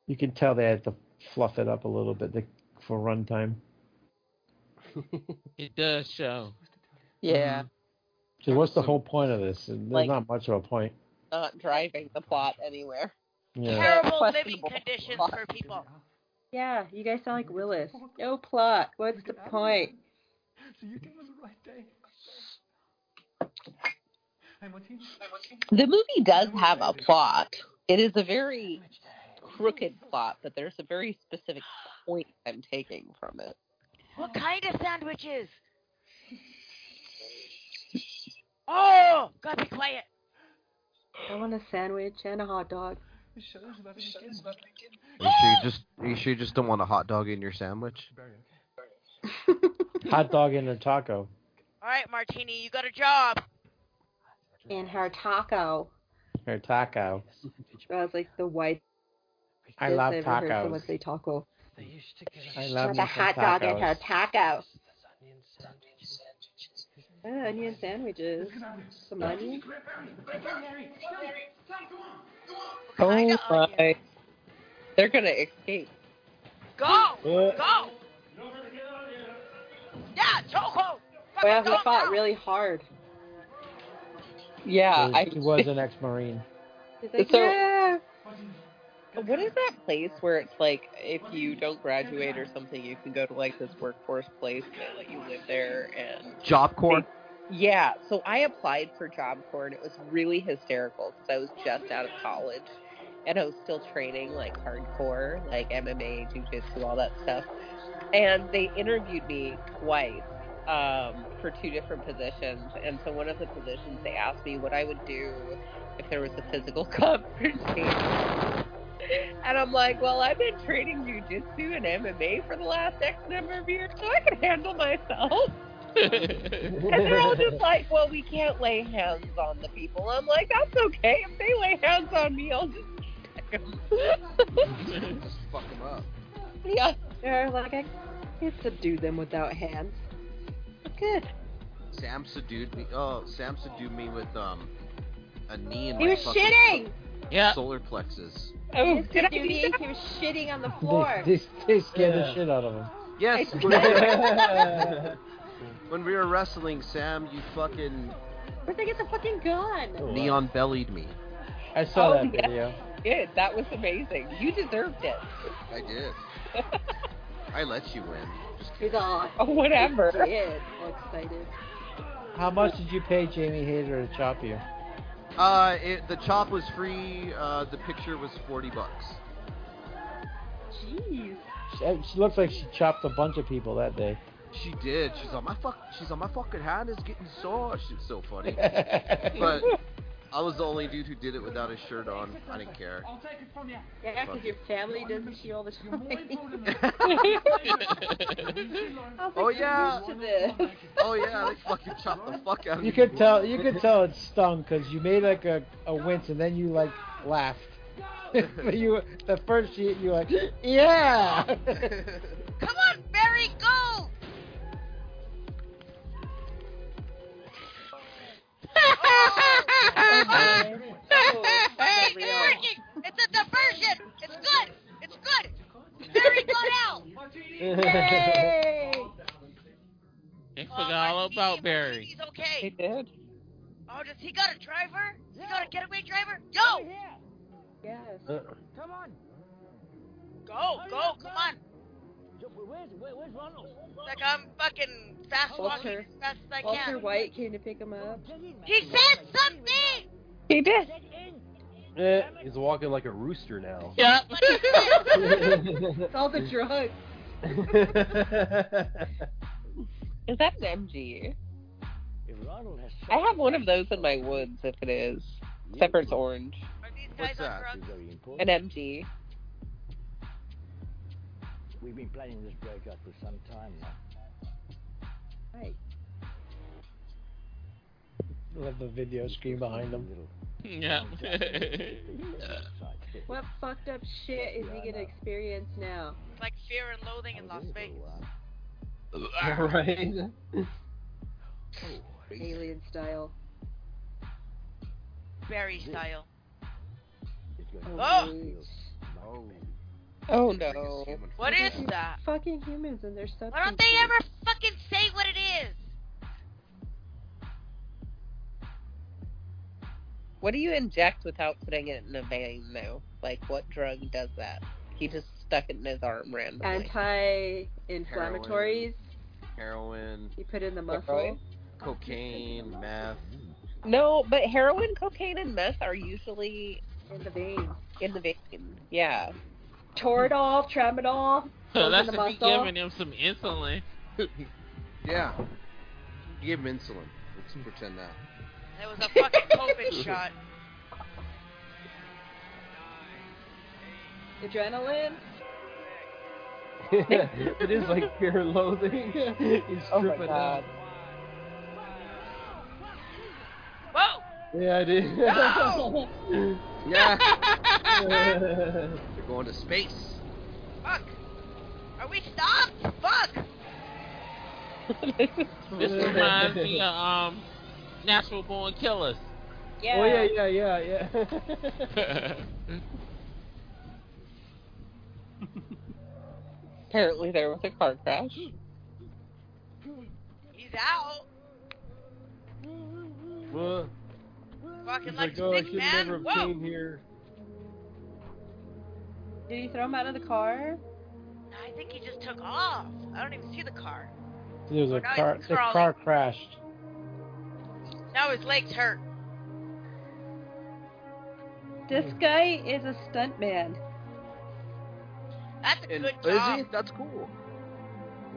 K: You can tell they had to fluff it up a little bit to, for runtime.
F: It does show.
G: Yeah,
K: So what's the whole point of this? And There's
G: Like-
K: not much of a point.
G: not driving the plot anywhere.
K: Yeah.
L: Terrible living
G: Questionable.
L: conditions for people.
D: yeah, you guys sound like Willis. No plot. What's the point?
H: So you gave us the right day. Hey, Martini.
G: The movie does have a plot. It is a very crooked plot, but there's a very specific point I'm taking from it.
L: What kind of
G: <laughs>
L: sandwiches? Oh, gotta be quiet.
D: I want a sandwich and a hot dog.
H: It shows that it is
J: Are you sure you just? Are you sure you just don't want a hot dog in your sandwich?
H: Barry, okay?
K: Hot dog and a taco.
L: All right, Martini, you got a job.
D: And her taco.
K: Or taco.
D: That was like the white.
K: I love
D: I've ever heard
K: tacos.
D: Someone say taco.
K: I love
D: With
K: me
D: a
K: some
D: hot dog and her taco.
K: tacos.
D: Uh, onion sandwiches. Some onion.
G: Oh my. They're going to escape.
L: Go!
G: Uh, <laughs>
L: Go! Yeah, choco!
D: Well, he fought really hard.
G: Yeah, Uh, I.
K: He was
G: <laughs>
K: an ex-marine.
D: He's like,
G: So-
D: yeah.
G: What is that place where it's like if you don't graduate or something, you can go to like this workforce place and they let you live there and
L: <laughs>
J: Job Corps.
G: Yeah, so I applied for Job Corps and it was really hysterical because I was just out of college and I was still training like hardcore, like MMA, Jiu Jitsu, all that stuff. And they interviewed me twice um, for two different positions. And so one of the positions they asked me what I would do if there was a physical <laughs> confrontation. And I'm like, well, I've been training jujitsu and MMA for the last X number of years, so I can handle myself. And they're
L: <laughs>
G: all just like, well, we can't lay hands on the people. I'm like, that's okay. If they lay hands on me, I'll just kick 'em."
J: Fuck him up.
G: yeah.
D: They're like, I can't subdue them without hands. Good.
J: Sam subdued me. Oh, Sam subdued me with um a knee and
D: He
J: my
D: was
J: fucking
D: shitting!
F: Yeah.
J: solar plexus.
L: Oh,
D: He was subduing- He was shitting on
J: <laughs>
D: the floor.
K: They, they, they scared the
J: Yeah.
K: shit out of him.
J: Yes.
K: I-
J: when we were wrestling, Sam, you fucking
D: Where'd they get the fucking gun?
J: neon bellied me.
K: I saw
G: Oh,
K: that
G: yeah.
K: video.
G: <laughs> Good. That was amazing. You deserved it.
J: I did. I let you win. Just
D: He's all
G: Oh, whatever.
D: Kid, all excited.
K: How much did you pay Jamie Hader to chop you?
J: kidding. Uh, it, the chop was free. Uh, the picture was forty bucks.
D: Jeez.
K: She, uh, she looks like she chopped a bunch of people that day.
J: She did. She's on my fuck. She's on my fucking hand is getting sore. She's so
K: <laughs>
J: funny. but I was the only dude who did it without a shirt on. I didn't care. <laughs>
T: I'll take it from you.
D: Yeah, 'cause your family doesn't see all the time. <laughs> I was
J: Oh,
D: like,
J: yeah.
D: "You're <laughs> used to this."
J: Oh yeah, they fucking chopped the fuck out of
K: You
J: me.
K: could tell. You could tell it stung because you made like a, a wince and then you like laughed. <laughs> but you, the first you you like, yeah.
L: Come on, Barry,
K: <laughs>
L: go!
G: <laughs>
J: <laughs>
L: it's working! It's a diversion! It's good! It's good! Barry, go now!
F: They forgot all about Barry.
L: He's okay!
G: They did.
L: Oh, does he got a driver? He got a getaway driver? Yo!
D: Yes.
J: Uh,
E: Come on.
L: Go, go, come on!
E: Where's, where, where's Ronald?
L: Like, I'm fucking fast walking
D: Walter.
L: as fast as I
D: Walter
L: can.
D: White came to pick him up.
L: He said something!
G: He did.
H: Eh, he's walking like a rooster now.
F: Yep.
L: What he said!
D: <laughs> It's all the
H: <laughs>
D: drugs.
G: Is that an MG? I have one of those in my woods if it is. Except for it's orange.
L: Are these guys
J: What's
L: on
J: that?
L: drugs?
G: An MG.
E: We've been planning this breakup for some time now.
D: Right.
K: Love the video screen behind them.
D: <laughs>
F: Yeah.
D: What fucked up shit is he gonna experience now?
L: It's like fear and loathing in Las
E: Oh,
L: Vegas.
H: right.
D: Alien style.
L: Barry style.
D: Oh,
L: Oh.
D: wait.
J: Oh,
G: Oh no.
J: human
L: What is that?
D: Fucking humans and their stuff.
L: Why don't they ever fucking say what it is?
G: What do you inject without putting it in a vein though? Like what drug does that? He just stuck it in his arm randomly.
D: Anti-inflammatories.
J: heroin,
D: You put in the muscle.
G: Heroin?
J: cocaine, meth.
G: no, but heroin, cocaine, and meth are usually
D: In the vein.
G: in the vein. Yeah.
D: Toradol, tramadol. goes in
F: Unless
D: the
F: if you
D: muscle.
F: giving him some insulin.
J: <laughs> Yeah. Give him insulin. Let's pretend that.
L: That was a
G: <laughs>
L: fucking COVID shot.
D: Adrenaline.
H: <laughs> it is like fear
K: <laughs>
H: loathing. He's
O: Oh my
H: tripping
O: God.
H: out.
L: Whoa!
H: Yeah, I did.
D: <laughs>
L: No!
J: <laughs> Yeah. They're going to space.
L: Fuck! Are we stopped? Fuck!
F: This reminds me of um, Natural Born Killers.
H: <laughs> Oh yeah, yeah, yeah, yeah. <laughs>
G: Apparently, there was a car crash.
L: He's out.
H: Whoa.
L: Fucking
H: He's
L: like
H: like, oh, I
L: stick
H: should
L: man.
H: never have
L: Whoa!
H: came here.
D: Did he throw him out of the car?
L: I think he just took off. I don't even see the car.
K: There was
L: Oh,
K: a
L: no, he's
K: car. The
L: crawling.
K: car crashed.
L: Now his legs hurt.
D: This guy is a stuntman.
L: That's a
J: And
L: good
J: is
L: job.
J: he? That's cool.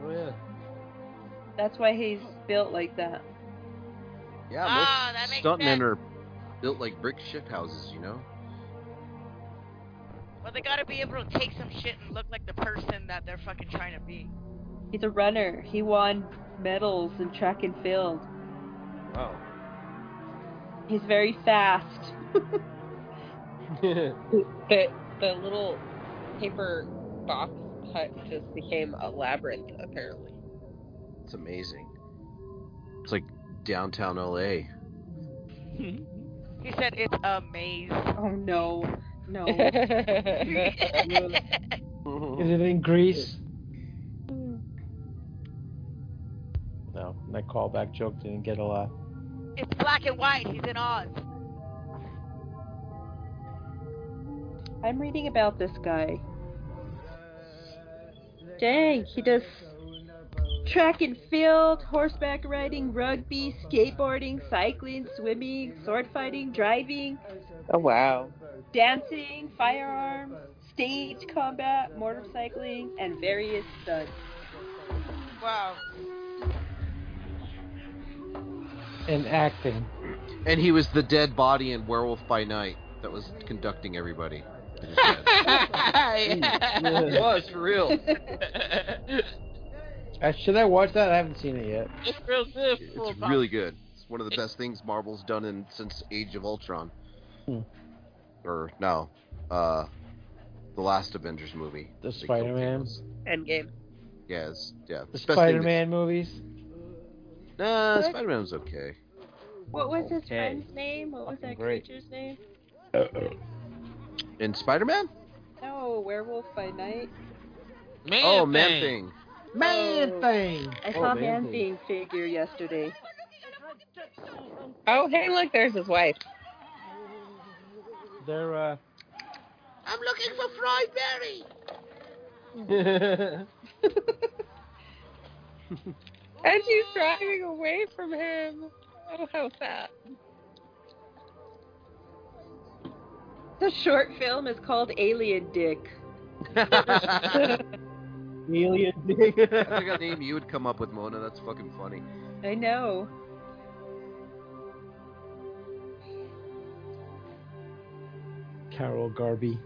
H: Oh yeah.
D: That's why he's built like that.
J: Yeah,
L: Ah, that
J: most
L: makes
J: stuntmen
L: sense.
J: are built like brick shit houses, you know.
L: Well, they gotta be able to take some shit and look like the person that they're fucking trying to be.
D: He's a runner. He won medals in track and field.
J: Wow.
D: He's very fast.
G: the the little paper box hut just became a labyrinth. Apparently,
J: It's amazing. It's like
L: <laughs>
J: downtown LA.
L: He said it's a maze.
D: Oh no,
G: <laughs>
D: no.
G: Oh.
K: Is it in Greece? Hmm. No, that callback joke didn't get a laugh.
L: it's black and white. He's in Oz.
D: I'm reading about this guy. Dang, he does track and field, horseback riding, rugby, skateboarding, cycling, swimming, sword fighting, driving,
G: oh wow,
D: dancing, firearms, stage combat, motorcycling, and various stunts.
L: Wow. <laughs>
K: And acting.
J: And he was the dead body in Werewolf by Night that was conducting everybody.
L: <laughs>
J: It was for real.
K: Uh, should I watch that? I haven't seen it yet.
F: It's real good. for
J: It's
F: about-
J: really good. It's one of the best things Marvel's done in since Age of Ultron.
K: Hmm.
J: Or no, uh, the last Avengers movie.
K: The
J: They killed
K: Spider-Man,
J: Thanos.
G: Endgame.
J: Yeah, it's, yeah.
K: the
J: best thing they-
K: Spider-Man movies.
J: Nah, Spider Man was okay.
D: What was his
K: Okay.
D: friend's name? What was
K: Fucking
D: that
K: great.
D: creature's name?
J: In Spider Man?
D: No, Werewolf by Night.
F: Man
J: Oh, Man Thing. <laughs>
K: Man thing.
D: I
J: Oh,
D: saw Man
J: Man Thing.
D: Thing figure yesterday.
G: Oh hey, look, there's his wife.
K: They're
H: <laughs>
K: uh.
L: I'm looking for fried berry.
K: yeah,
G: And she's driving away from him. Oh, how sad.
D: The short film is called Alien Dick.
J: That's <laughs>
H: Alien.
J: like a name you would come up with, Mona. That's fucking funny.
D: I know.
K: Carol Garby.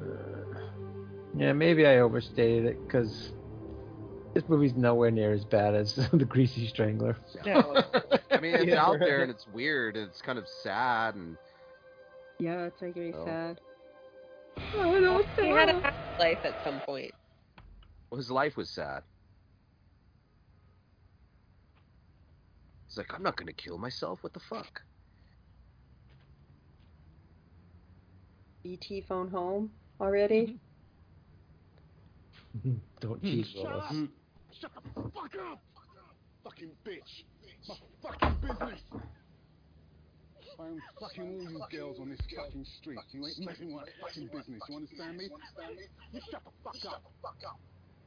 K: Uh, Yeah, maybe I overstated it because this movie's nowhere near as bad as <laughs> The Greasy Strangler.
G: No.
J: I mean, it's
K: Yeah,
J: out there
K: right.
J: and it's weird and it's kind of sad and
D: Yeah, it's making me
J: Oh.
D: sad. Oh, no,
G: He had a happy life at some point.
J: well, his life was sad. He's like, I'm not gonna kill myself. What the fuck?
D: BT E phone home
U: Mm-hmm.
D: already?
K: <laughs> Don't cheat, Willis.
T: Shut the fuck up! Fucking bitch! My fucking business! I own fucking all you girls on this fucking street. You ain't nothing like fucking business. You understand me? You shut the fuck up!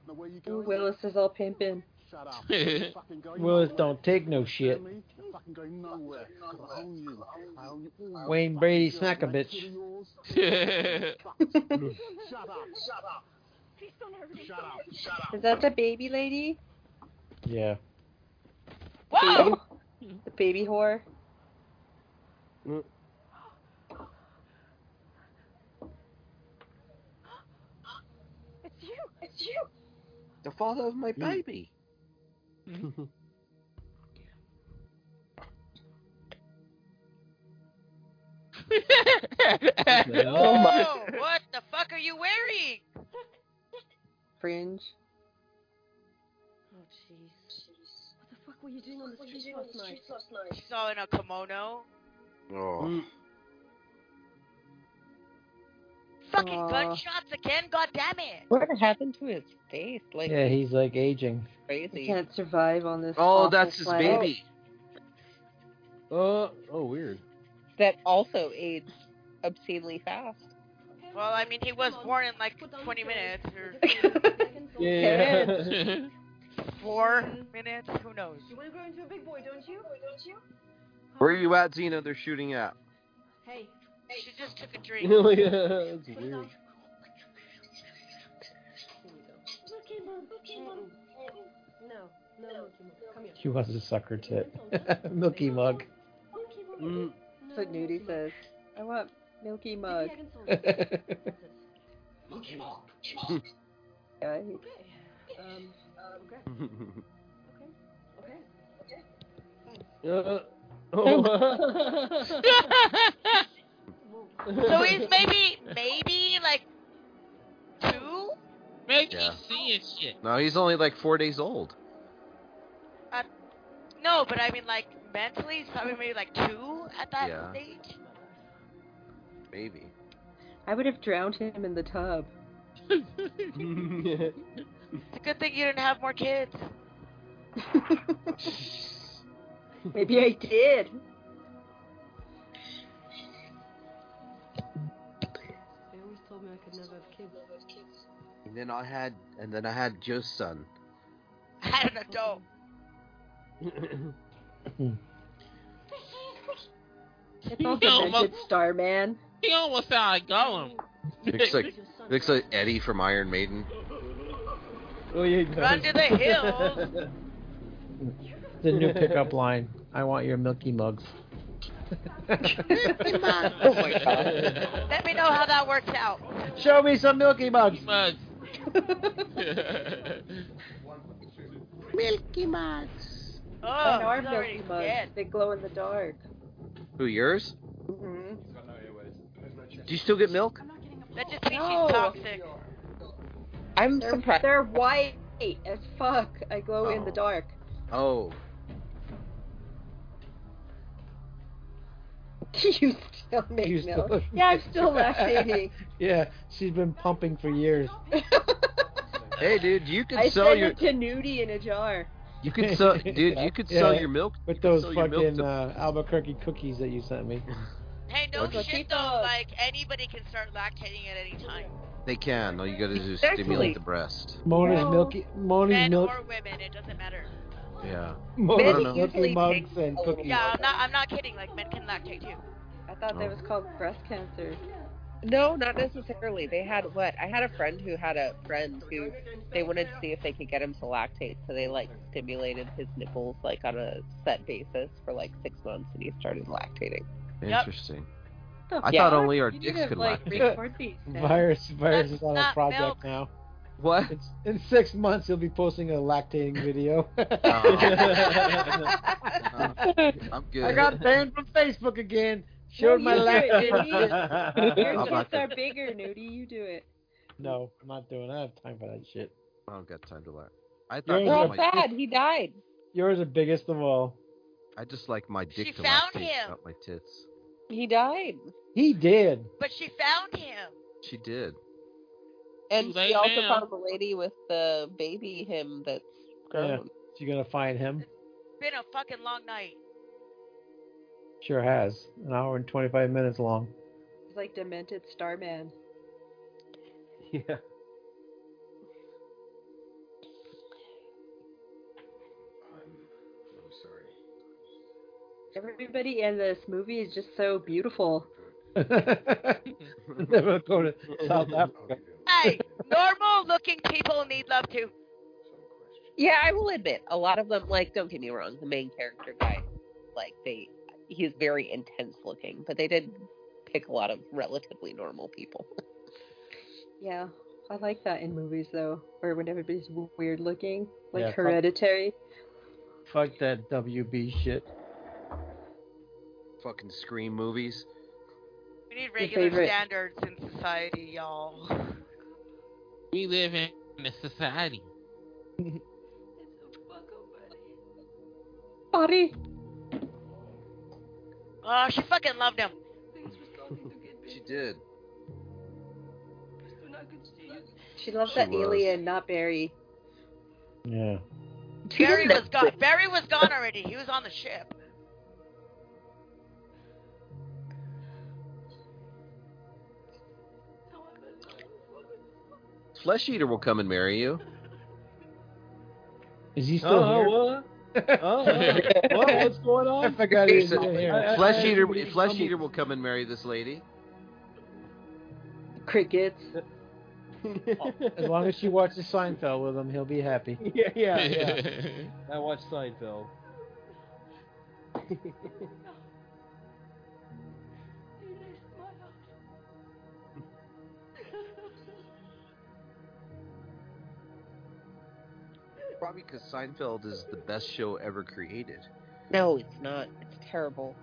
T: Now where you
D: Ooh,
T: going?
D: Willis is all pimping.
T: Shut up. You fucking go
K: Willis
T: nowhere.
K: don't take no shit.
T: Understand me? You fucking go nowhere. 'cause I own you. I own you all. you
K: Wayne
T: fucking
K: Brady
T: girls.
K: snack a
T: Like
K: bitch.
T: shit of yours. Shut up! Shut up! Please don't hurt me. Shut up! Shut up!
D: Is that the baby lady?
K: Yeah.
D: Whoa! The baby whore?
W: It's you. It's you.
J: The father of my baby.
L: oh Whoa, what the fuck are you wearing?
D: Fringe.
U: Oh, jeez. What the fuck were you doing on the streets last night?
L: She's all in a kimono.
J: Oh.
T: Mm.
L: Fucking
G: Aw.
L: gunshots again, god damn it.
G: What happened to his face? Like
K: Yeah, he's like aging.
D: He
G: crazy.
D: can't survive on this.
J: Oh,
D: awful
J: that's his
D: planet. <laughs>
J: baby.
H: Oh, oh, weird.
G: That also aged obscenely fast.
L: Well, I mean, he was born in like 20 minutes or
K: <laughs>
G: Yeah.
L: four minutes. Who knows?
U: You want to grow into a big boy, don't you? Don't you?
J: Where are you at, Xena? They're shooting at.
U: Hey.
L: She just took a drink.
H: that's weird.
U: Pokemon, Pokemon. No, no, Pokemon. Come here.
K: She wants a sucker tit. <laughs> Milky mug.
H: Mm.
D: That's what Nudie says. I want Milky Mug.
U: Monkey Mug.
D: Yeah, he-
U: Um, okay. Okay. Okay. Okay.
H: Uh,
L: So he's maybe, maybe like two?
F: Maybe
J: Yeah.
F: he's seeing shit.
J: No, he's only like four days old.
L: No, but I mean like mentally, he's probably maybe like two at that
J: Yeah.
L: stage.
J: Baby.
D: I would have drowned him in the tub.
L: It's a good thing you didn't have more <laughs> kids.
D: Maybe I did.
U: They always told me I could never have kids. Never have kids.
J: And then I had, and then I had Joe's
K: <laughs>
J: son.
L: I had an adult.
D: It's all demented Starman.
F: <laughs> He almost sounded like Gollum.
J: Looks like, looks like Eddie from Iron Maiden.
H: oh, yeah, he
L: Run
H: does.
L: to the hills.
K: The new pickup line. I want your Milky mugs.
H: oh my
F: <laughs>
H: god.
L: Let me know how that works out.
K: <laughs> Show me some Milky mugs.
F: Mugs.
J: Milky Mugs.
L: Oh,
D: Mine are
L: he's
D: Milky
L: already
D: Mugs.
L: dead.
D: They glow in the dark.
J: Who yours?
D: hmm
J: Do you still get milk?
L: That just means
D: No.
L: she's toxic.
G: I'm
D: They're,
G: surprised.
D: they're white as fuck. I glow in the
J: Oh.
D: dark. <laughs>
J: Oh,
D: you still make
K: You
D: milk.
J: <laughs>
K: still-
D: Yeah, I'm still <laughs> lactating.
K: <laughs> Yeah, she's been pumping for years.
J: hey, dude, you could
D: I
J: sell
D: send
J: your,
D: it to Nudie in a jar.
J: you could sell, dude, you could sell
K: Yeah.
J: your milk
K: With
J: you could
K: those
J: sell your milk
K: fucking
J: to-
K: uh, Albuquerque cookies that you sent me.
L: Hey, no
D: Look,
L: shit
D: look,
L: though.
D: look.
L: Like anybody can start lactating at any time,
J: They can. All you gotta do is
G: Exactly.
J: stimulate the breast.
K: Mona's
D: No.
K: Milky Mona's
L: men
K: Milk
L: or women, it doesn't matter.
J: Yeah.
K: Mona's
J: Men
K: Milky
G: usually
K: mugs
G: take
K: and
G: a
K: cookies.
L: Yeah, I'm not. I'm not kidding. Like men can lactate too.
D: I thought that
J: Oh.
D: was called breast cancer.
G: No, not necessarily. They had what? I had a friend who had a friend who they wanted to see if they could get him to lactate, so they like stimulated his nipples like on a set basis for like six months, and he started lactating.
L: Yep.
J: Interesting.
D: The
J: I
D: fuck?
J: thought only our
D: You
J: dicks
D: need to,
J: could
D: like,
J: lactate.
D: record
J: <laughs>
D: these now. <laughs>
K: Virus virus
L: That's
K: is on a
L: not
K: project
L: milk.
K: now.
J: What?
K: It's, in six months you'll be posting a lactating video.
J: Oh,
K: <laughs>
J: I'm good.
K: I got banned from Facebook again. Showed
D: No,
K: my
D: you do it,
K: lactating.
D: Nudie.
K: <laughs>
D: Your
J: I'm not
D: tits are bigger, Nudie. You do
J: <laughs>
D: it.
K: No, I'm not doing. it. I don't have time for that shit.
J: I don't got time to laugh. I thought
K: You're
J: that
G: Well,
K: all
J: my,
G: sad. He died.
K: Yours are biggest of all.
J: I just like my dick
L: She
J: to
L: found
J: lactate,
L: him.
J: not my tits.
G: He died.
K: He did.
L: But she found him.
J: She did.
G: And
F: Too
G: she
F: late
G: also
F: now.
G: found the lady with the baby him that's
K: Yeah.
G: grown.
K: You gonna find him?
L: Been a fucking long night.
K: Sure has. An hour and twenty five minutes long. <laughs>
D: It's like demented Starman.
H: Yeah.
T: I'm sorry.
D: Everybody in this movie is just so beautiful.
K: Never go to South Africa.
L: <laughs> Hey, normal looking people need love too.
G: Yeah, I will admit, a lot of them, like, don't get me wrong, the main character guy, like, they he's very intense looking, but they did pick a lot of relatively normal people. <laughs>
D: Yeah, I like that in movies though, or when everybody's w- weird looking, like
K: Yeah, fuck-
D: Hereditary.
K: Fuck that WB shit.
J: Fucking Scream movies.
L: We need regular
K: favorite.
L: standards in society, y'all. <sighs>
F: We live in a society.
D: Body.
L: Oh, she fucking loved him.
J: She did.
D: She loves
J: She
D: that
J: was.
D: alien, not Barry.
K: Yeah.
L: Barry was gone. <laughs> Barry was gone already. He was on the ship.
J: Flesh Eater will come and marry you.
K: Is he
J: still
H: oh,
J: here?
H: What? Oh,
F: <laughs>
H: what? What? What's going on?
K: I forgot he was
J: Jason,
K: still here.
J: Flesh Eater, Flesh Eater will come and marry this lady.
D: Crickets.
K: As long as she watches Seinfeld with him, he'll be happy.
H: Yeah, yeah, yeah. I watched Seinfeld.
J: Probably because Seinfeld is the best show ever created.
G: No, it's not. It's terrible.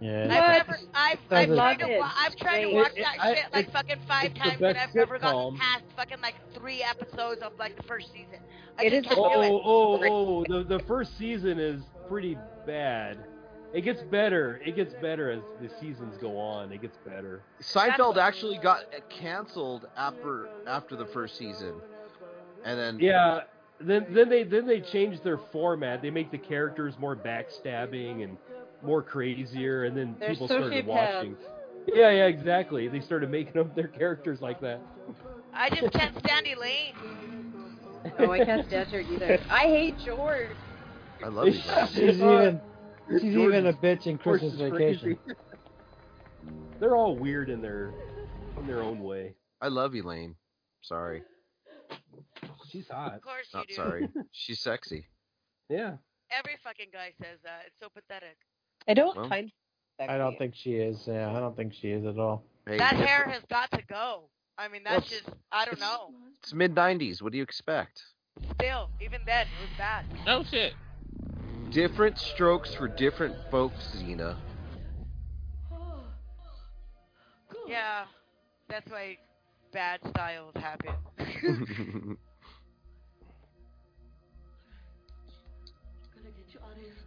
K: Yeah.
L: I've never. I've, I've
J: Doesn't-
L: tried to. wa- I've tried to
J: It-
L: watch
J: it-
L: that
J: I-
L: shit like
J: it's-
L: fucking five
J: it's the
L: times, but
J: best
L: I've never gotten
J: sitcom.
L: past fucking like three episodes of like the first season. I
H: It
L: just
H: is.
L: can't
H: Oh,
L: do it.
H: oh, oh! The the first season is pretty bad. It gets better. It gets better as the seasons go on. It gets better.
J: Seinfeld actually got canceled after after the first season, and then
H: Yeah. Then then they then they change their format. They make the characters more backstabbing and more crazier, and then
D: They're
H: people started
D: sociopaths.
H: watching. Yeah, yeah, exactly. They started making up their characters like that.
L: I just can't stand
J: <laughs>
L: Elaine.
D: <laughs> Oh, I can't stand her either. I hate George.
J: I love
H: <laughs>
J: you. guys.
K: She's even she's
H: Jordan's
K: even a bitch in Christmas
H: Horses
K: <laughs> Vacation.
H: crazy. <laughs> They're all weird in their in their own way.
J: I love Elaine. Sorry,
H: She's hot.
L: Of course you
J: not
L: do.
J: sorry. She's sexy.
H: <laughs> Yeah.
L: Every fucking guy says that. It's so pathetic.
G: I don't
J: Well,
G: find.
K: I don't think she is. Yeah, I don't think she is at all.
L: That hair has got to go. I mean, that's just. I don't know.
J: It's mid '90s. What do you expect?
L: Still, even then, it was bad.
F: No shit.
J: Different strokes for different folks, Xena.
L: Yeah, that's why bad styles happen.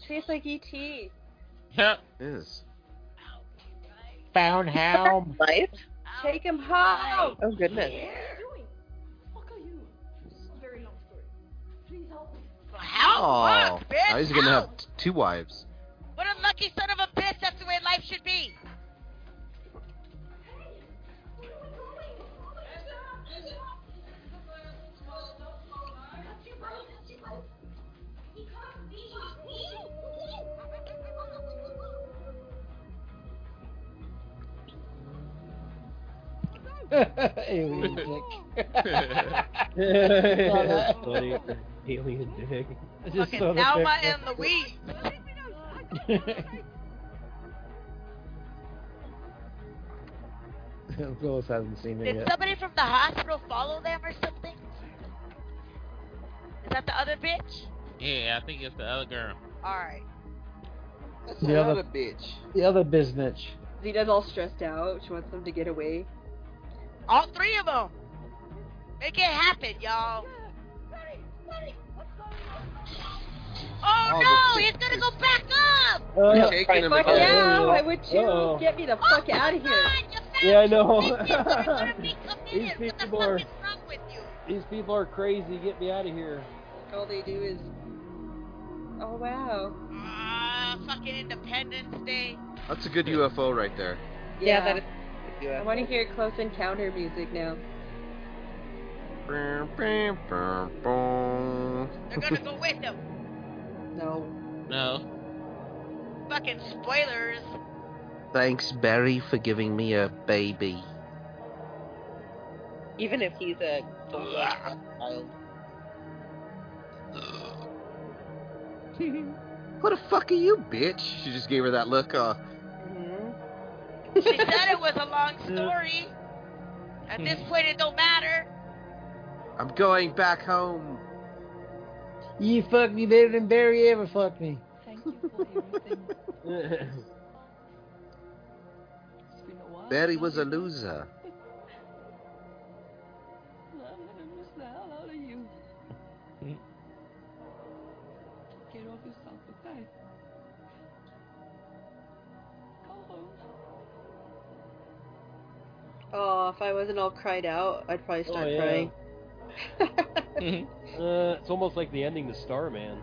D: Tastes like E E.T.
F: Yep.
J: Is.
K: Found home.
G: Life?
D: Take him high.
G: Oh goodness.
L: Well, how? Oh, Fuck, bitch.
J: now he's gonna
L: how?
J: have t- two
L: <laughs>
J: wives.
L: What a lucky son of a bitch. That's the way life should be.
K: <laughs> Alien <laughs> dick.
H: That's funny. Alien dick.
K: I just saw
L: Fucking
K: the
L: Thelma
K: picture.
L: and Louise.
K: Phyllis hasn't seen it
L: Did
K: yet.
L: somebody from the hospital follow them or something? Is that the other bitch?
F: Yeah, I think it's the other girl.
L: Alright.
J: That's
K: The other- another
J: bitch.
K: The other biznitch.
D: Xena's all stressed out. She wants them to get away.
L: All three of them. Make it happen, y'all. Oh,
J: Oh,
L: no,
J: the-
L: he's gonna go back up!
J: You're taking him
D: fuck
J: again.
D: yeah, I would too.
H: Uh-oh.
D: Get me
L: Oh,
D: the fuck out of here.
H: Yeah, I
D: <laughs>
H: know. <laughs> These
L: These
H: people
L: What
H: are
L: the fuck is wrong with you?
H: these people are crazy. Get me out of <laughs> here.
D: All they do is. Oh wow.
L: Ah, fucking Independence Day.
J: That's a good UFO right there.
D: Yeah,
G: that is.
D: I want to hear Close Encounter music now.
J: Brum, brum, brum, brum.
L: They're gonna go with them.
D: No.
F: No.
L: Fucking
K: <laughs>
L: spoilers.
J: Thanks, Barry, for giving me a baby.
G: Even if he's <laughs> a child.
J: Who the fuck are you, bitch? She just gave her that look. Uh,
D: Mm-hmm.
L: She said it was a long story. At this
F: Hmm.
L: point, it don't matter.
J: I'm going back home.
K: You fucked me better than Barry ever fucked me.
S: Thank you for everything.
H: Uh,
S: It's been a while.
J: Barry was a loser.
S: I'm gonna miss the hell out of you.
K: Mm.
S: Get off yourself, okay? Go home.
M: Oh, if I wasn't all cried out, I'd probably
H: Oh,
M: start
H: yeah.
M: crying.
H: Uh, it's almost like the ending to Starman.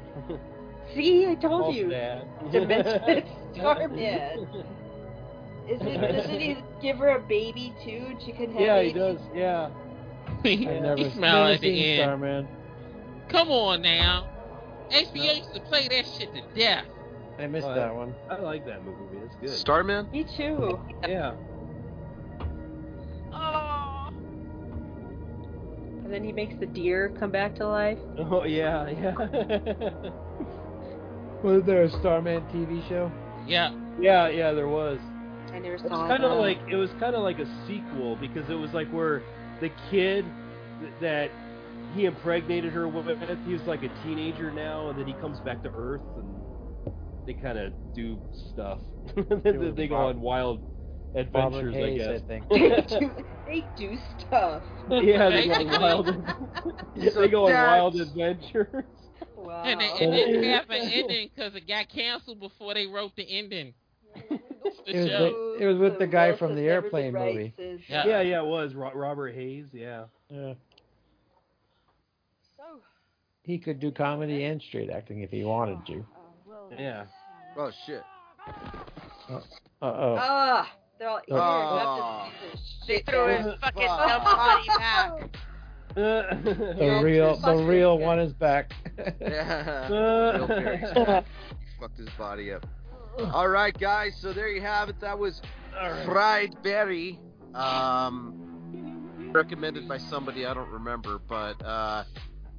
D: See, I told
H: False
D: you.
H: dad.
K: <laughs>
D: Dimension Starman.
M: Is
D: it, doesn't he give her a baby too? and She couldn't have
H: <laughs> yeah,
D: baby. <laughs>
H: he does. Yeah.
F: He <laughs>
K: never-
F: he smiled
K: never
F: at
K: seen
F: the end.
K: Starman.
F: Come on now. HBO used to play that shit to death.
K: I missed
H: Oh,
K: that one.
H: I like that movie. It's good.
J: Starman?
D: Me too.
H: Yeah. <laughs>
L: Oh,
D: And then he makes the deer come back to life.
H: Oh yeah, <laughs> yeah.
K: Was there a Starman TV show?
F: Yeah.
H: yeah, yeah. There was.
D: I never
H: It's
D: saw
H: kind
D: that.
H: of like it was kind of like a sequel because it was like where the kid th- that he impregnated her with, he was like a teenager now, and then he comes back to Earth, and they kind of do stuff. <laughs> they, they go on wild
K: Barbara
H: adventures,
K: Hayes,
H: I guess.
K: I think.
D: <laughs> They do stuff.
H: <laughs> yeah, they go on wild. <laughs> they go on wild adventures.
D: Wow.
F: And it, it didn't have an ending because it got canceled before they wrote the ending.
K: It was,
F: Yeah.
K: the, it was with the guy from the airplane
F: right
K: movie.
D: since-
F: Yeah.
H: yeah, yeah, it was Ro- Robert Hayes. Yeah.
K: Yeah.
S: So,
K: He could do comedy and straight acting if he wanted to.
S: well,
H: Yeah.
J: Oh shit.
K: Uh oh.
D: Ah, they're all eager
J: Ah.
D: about this piece of
L: they
D: shit.
L: threw his fucking dumb
J: <laughs>
L: body back.
H: <laughs>
K: The real, the real one is back.
H: Uh, <laughs>
J: <laughs> Bill Perry's fucked his body up. All right, guys. So there you have it. That was fried berry. Um, recommended by somebody I don't remember, but uh,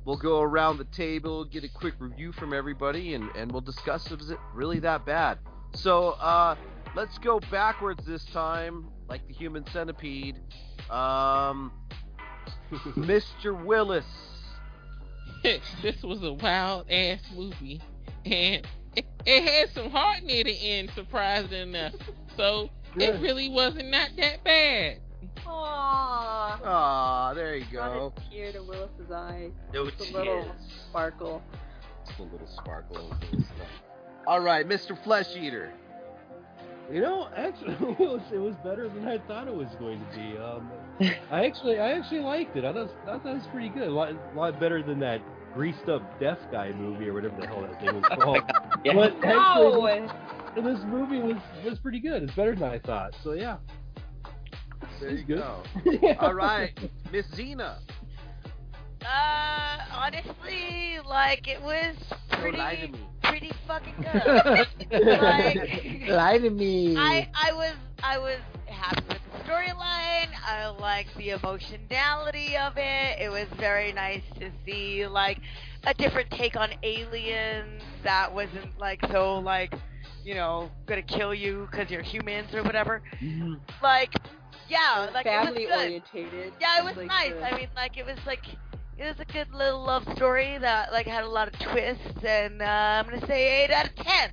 J: we'll go around the table, get a quick review from everybody, and and we'll discuss is it really that bad. So uh, let's go backwards this time, like the human centipede. <laughs> Um, Mr. Willis.
F: this was a wild ass movie, and it, it had some heart near the end, surprisingly enough. So
H: Good.
F: it really wasn't not that bad.
D: Aw.
J: Ah, there you go.
D: Brought a tear to Willis's eye.
J: No
D: Just a little
J: tears.
D: sparkle.
J: Just a little sparkle. All right, Mr. Flesh Eater.
H: You know, actually, <laughs> it was, it was better than I thought it was going to be. Um, I actually, I actually liked it. I thought, I thought it was pretty good. A lot, a lot better than that greased up deaf guy movie or whatever the hell that thing was
J: <laughs>
H: called. But actually,
D: No!
H: this, this movie was was pretty good. It's better than I thought. So yeah.
J: There
H: He's
J: you
H: good.
J: go. <laughs> All right, Miss Zena.
L: Uh, honestly, like it was
J: Don't lie to
L: pretty,
J: me.
L: pretty fucking
K: <laughs>
L: good.
H: <laughs>
L: like,
K: <laughs> Lie to me.
L: I, I was, I was happy with the storyline. I liked the emotionality of it. It was very nice to see like a different take on aliens that wasn't like so like, you know, gonna kill you because you're humans or whatever. Like, yeah, like it Oh, was
D: Family
L: good.
D: orientated.
L: Yeah, it was
D: like
L: nice.
D: the-
L: I mean, like it was like it was a good little love story that like had a lot of twists, and uh, I'm gonna say eight out of ten.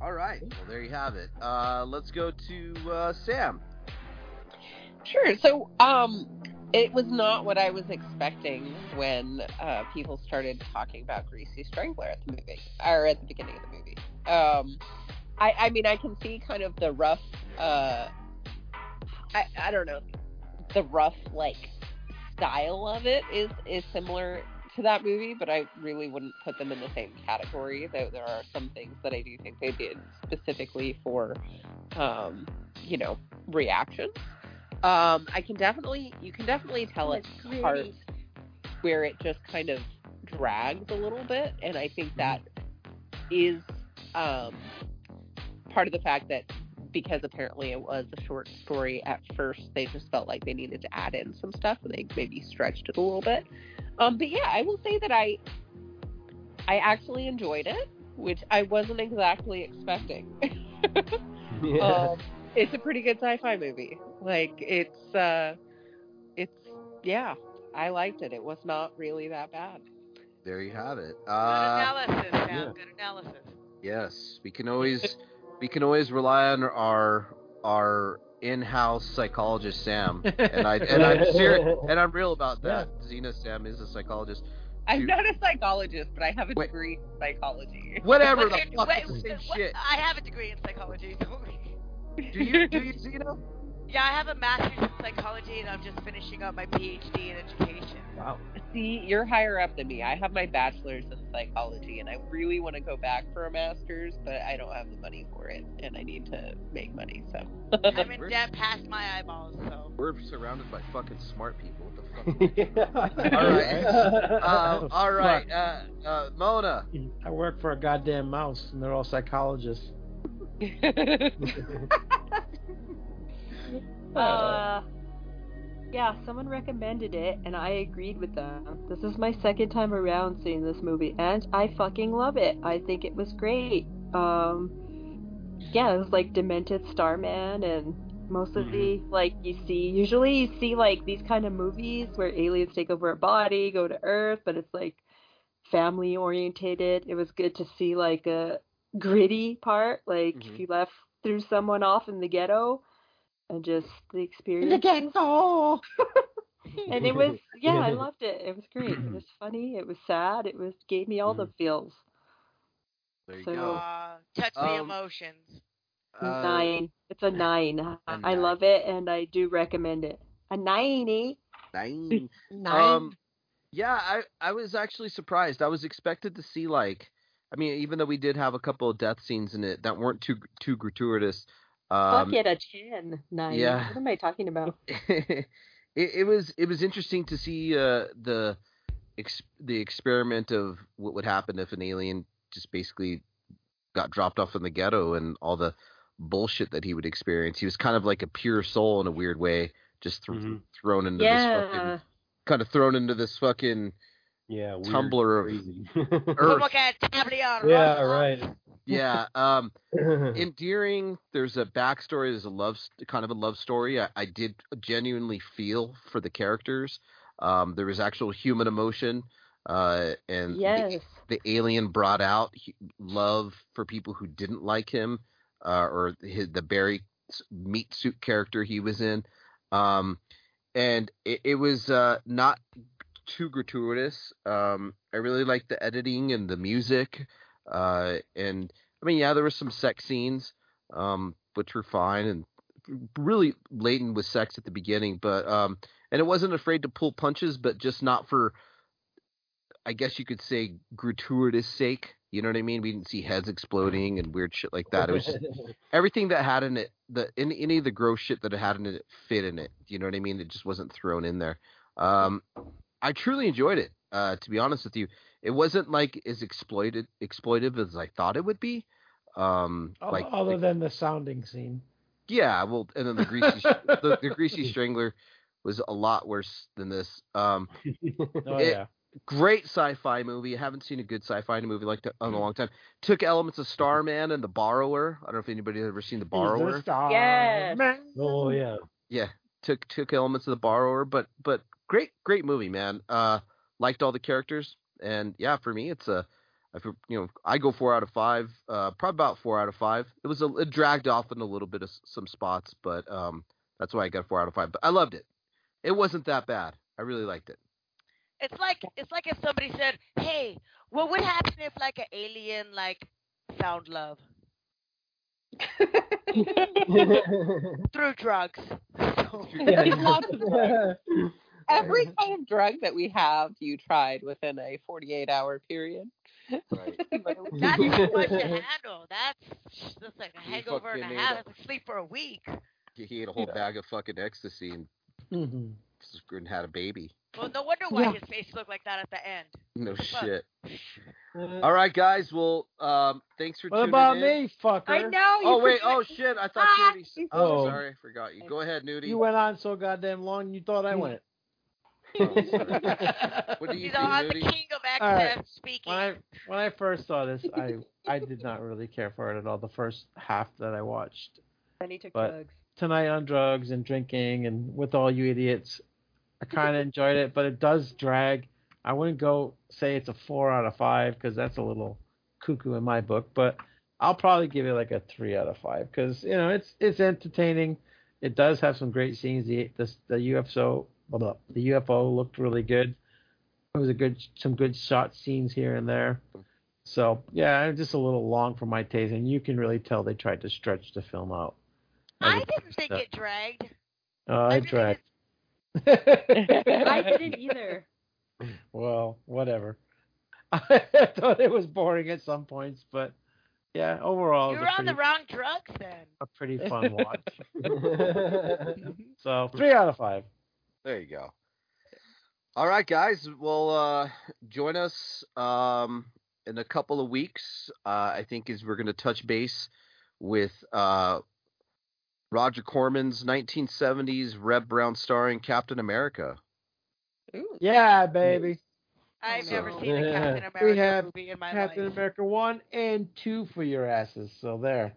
J: All right, well there you have it. Uh, let's go to uh, Sam.
G: Sure. So, um, it was not what I was expecting when uh, people started talking about Greasy Strangler at the movie or at the beginning of the movie. Um, I, I mean, I can see kind of the rough. Uh, I, I don't know. The rough like style of it is is similar to that movie, but I really wouldn't put them in the same category. Though there are some things that I do think they did specifically for, um, you know, reaction. Um, I can definitely, you can definitely tell it's
D: It's really-
G: part where it just kind of drags a little bit, and I think that is um, part of the fact that because apparently it was a short story at first, they just felt like they needed to add in some stuff, and they maybe stretched it a little bit. Um, but yeah, I will say that I I actually enjoyed it, which I wasn't exactly expecting. Um, it's a pretty good sci-fi movie. Like it's, uh, it's yeah, I liked it. It was not really that bad.
J: There you have it.
L: Good
J: Uh,
L: analysis, now.
J: yeah.
L: Good analysis.
J: yes, we can always we can always rely on our our in-house psychologist Sam, and I and I'm serious and I'm real about that. Xena Sam is a psychologist.
G: I'm
J: Dude.
G: not a psychologist, but I have a degree in psychology.
J: Whatever the
L: Wait,
J: fuck
L: wait,
J: is the same
L: what-
J: shit.
L: I have a degree in psychology. <laughs> Don't worry.
J: Do you do you see know?
L: Yeah, I have a master's in psychology, and I'm just finishing up my PhD in education.
J: Wow.
G: See, you're higher up than me. I have my bachelor's in psychology, and I really want to go back for a master's, but I don't have the money for it, and I need to make money. So <laughs>
L: I'm
J: <laughs>
L: in debt past my eyeballs, so.
J: We're surrounded by fucking smart people. What the fuck? all right. <laughs> Uh, all right. Uh, uh, Mona.
K: I work for a goddamn mouse, and they're all psychologists.
D: Uh, yeah, someone recommended it, and I agreed with them. This is my second time around seeing this movie, and I fucking love it. I think it was great. Um, yeah, it was like demented Starman, and most of the
J: Mm-hmm.
D: like you see. Usually, you see like these kind of movies where aliens take over a body, go to Earth, but it's like family orientated. It was good to see like a gritty part, like
J: Mm-hmm.
D: if you left threw someone off in the ghetto and just the experience.
K: ghetto.
D: <laughs> and it
J: <laughs>
D: was yeah, I loved it. It was great.
J: <clears throat>
D: It was funny. It was sad. It was gave me
J: Mm-hmm.
D: all the feels.
J: There you
D: So-
J: go.
L: Uh, touch the
J: Um,
L: emotions.
J: <laughs> Uh,
D: nine. It's a nine. I
J: nine.
D: love it, and I do recommend it. A ninety.
J: Nine.
D: Nine.
J: Um, yeah, I I was actually surprised. I was expected to see like, I mean, even though we did have a couple of death scenes in it that weren't too too gratuitous. Um,
D: Fuck it, a ten. Nine.
J: yeah.
D: What am I talking about?
J: <laughs> it, it was it was interesting to see uh, the ex- the experiment of what would happen if an alien just basically got dropped off in the ghetto and all the bullshit that he would experience. He was kind of like a pure soul in a weird way, just thr thrown into this fucking,
D: Mm-hmm. Yeah.
J: kind of thrown into this fucking
H: <laughs> yeah <laughs>
J: tumbler of
L: Good <laughs>
J: earth.
L: look at Tablion.
H: right.
J: yeah, um, endearing. There's a backstory. There's a love, st- kind of a love story. I, I did genuinely feel for the characters. Um, there was actual human emotion, uh, and the-
D: Yes.
J: the, alien brought out hu- love for people who didn't like him, uh, or his, the Barry s- meat suit character he was in. Um, and it, it was uh, not too gratuitous. Um, I really liked the editing and the music. Uh, and I mean, yeah, there were some sex scenes, um, which were fine and really laden with sex at the beginning, but um, and it wasn't afraid to pull punches, but just not for, I guess you could say, gratuitous sake. You know what I mean? We didn't see heads exploding and weird shit like that. It
H: Oh,
J: was just everything that had in it, the any, any of the gross shit that it had in it fit in it. You know what I mean? It just wasn't thrown in there. Um, I truly enjoyed it. Uh, to be honest with you, it wasn't like as exploited exploitive as I thought it would be. Um,
K: Oth-
J: like
K: Other than the sounding scene.
J: yeah, well, and then the greasy the, the
K: <laughs>
J: greasy strangler was a lot worse than this. Um,
K: Oh
J: it-
K: yeah.
J: great sci-fi movie. I haven't seen a good sci-fi movie like that
K: Mm.
J: in a long time. Took elements of Starman and The Borrower. I don't know if anybody has ever seen The Borrower.
K: Yes.
H: Oh yeah.
J: yeah, took took elements of The Borrower, but but great great movie, man. Uh, liked all the characters, and yeah, for me, it's a I feel- you know I go four out of five, uh, probably about four out of five. It was a it dragged off in a little bit of s- some spots, but um, that's why I got four out of five. But I loved it. It wasn't that bad. I really liked it.
L: It's like it's like if somebody said, "Hey, what would happen if like an alien like found love through drugs?"
G: There's lots of drugs. Every kind of drug that we have, you tried within a 48 hour period.
L: That's too much to
J: <laughs>
L: handle. That's that's like a hangover and
J: fucking
L: a half.
J: ate
L: That's like sleep for a week.
J: He- He ate a whole bag of fucking ecstasy and,
H: <laughs>
J: and had a baby.
L: Well, no wonder why
J: Yeah.
L: his face looked like that at the end.
J: No
L: Fuck.
J: shit.
K: Ah.
J: All right, guys. Well, um, thanks for
K: What
J: tuning
K: about
J: in.
K: me, fucker?
J: I know, Oh, you wait, forgot- oh, shit, I thought you already s- oh, sorry, I forgot you. Go ahead,
H: <laughs>
J: Nudie.
K: <laughs> You went on so goddamn long. You thought I went.
J: Oh, <laughs> What do you
L: He's
J: think,
L: on the
J: Moody?
L: king of
K: All right.
L: accent speaking.
K: When I when I first saw this, I I did not really care for it at all. The first half that I watched,
D: Then he took
K: But-
D: drugs.
K: tonight on drugs and drinking and with all you idiots, I kind of enjoyed it, but it does drag. I wouldn't go say it's a four out of five because that's a little cuckoo in my book, but I'll probably give it like a three out of five because you know it's it's entertaining. It does have some great scenes. The the, the UFO blah, blah, the UFO looked really good. It was a good some good shot scenes here and there. So yeah, it's just a little long for my taste, and you can really tell they tried to stretch the film out.
L: I didn't think it dragged.
K: Uh, I tried.
D: I didn't
J: <laughs>
D: either.
K: Well, whatever. <laughs> I thought it was boring at some points, but yeah, overall,
L: You
K: it
L: were
K: was a
L: on the
K: pretty,
L: wrong drugs then.
K: a
L: <laughs>
K: pretty fun watch. so three out of five.
J: There you go. All right, guys. Well, uh, join us um, in a couple of weeks. Uh, I think is we're going to touch base with uh, Roger Corman's 1970s Reb Brown starring Captain America.
K: Yeah, baby.
L: I've
J: So-
L: never seen a Captain
K: We
L: America
K: have
L: movie in my
K: Captain
L: life.
K: America one and two for your asses. So there.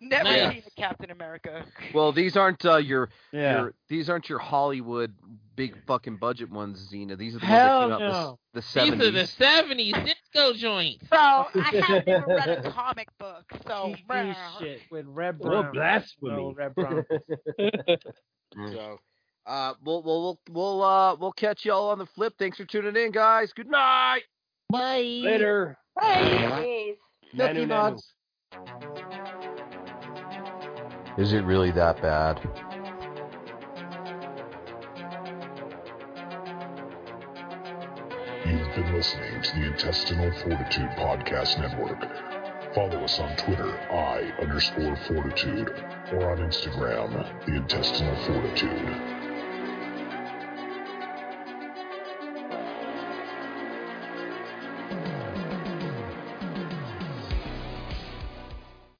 L: Never
J: Yeah.
L: seen a Captain America.
J: Well, these aren't uh, your,
K: Yeah.
J: your these aren't your Hollywood big fucking budget ones, Zena. These are the
F: Hell
J: ones that came
F: no.
J: out the, the
F: These are
J: 70s.
F: the seventies disco joints.
L: So I have never read a comic book,
G: <laughs>
L: so
K: TV
L: Oh, bruh.
K: shit with Red
H: Well,
K: Brown.
H: blasphemy.
K: No, Red Brown.
I: Mm.
J: So, uh, we'll we'll we'll we'll, uh, we'll catch y'all on the flip. Thanks for tuning in, guys. Good night.
F: Bye.
H: Later.
D: Jeez.
K: Milky
H: Nanu, nanu.
K: Nods.
I: Is it really that bad?
A: You've been listening to the Intestinal Fortitude Podcast Network. Follow us on Twitter, I underscore fortitude, or on Instagram, the Intestinal Fortitude.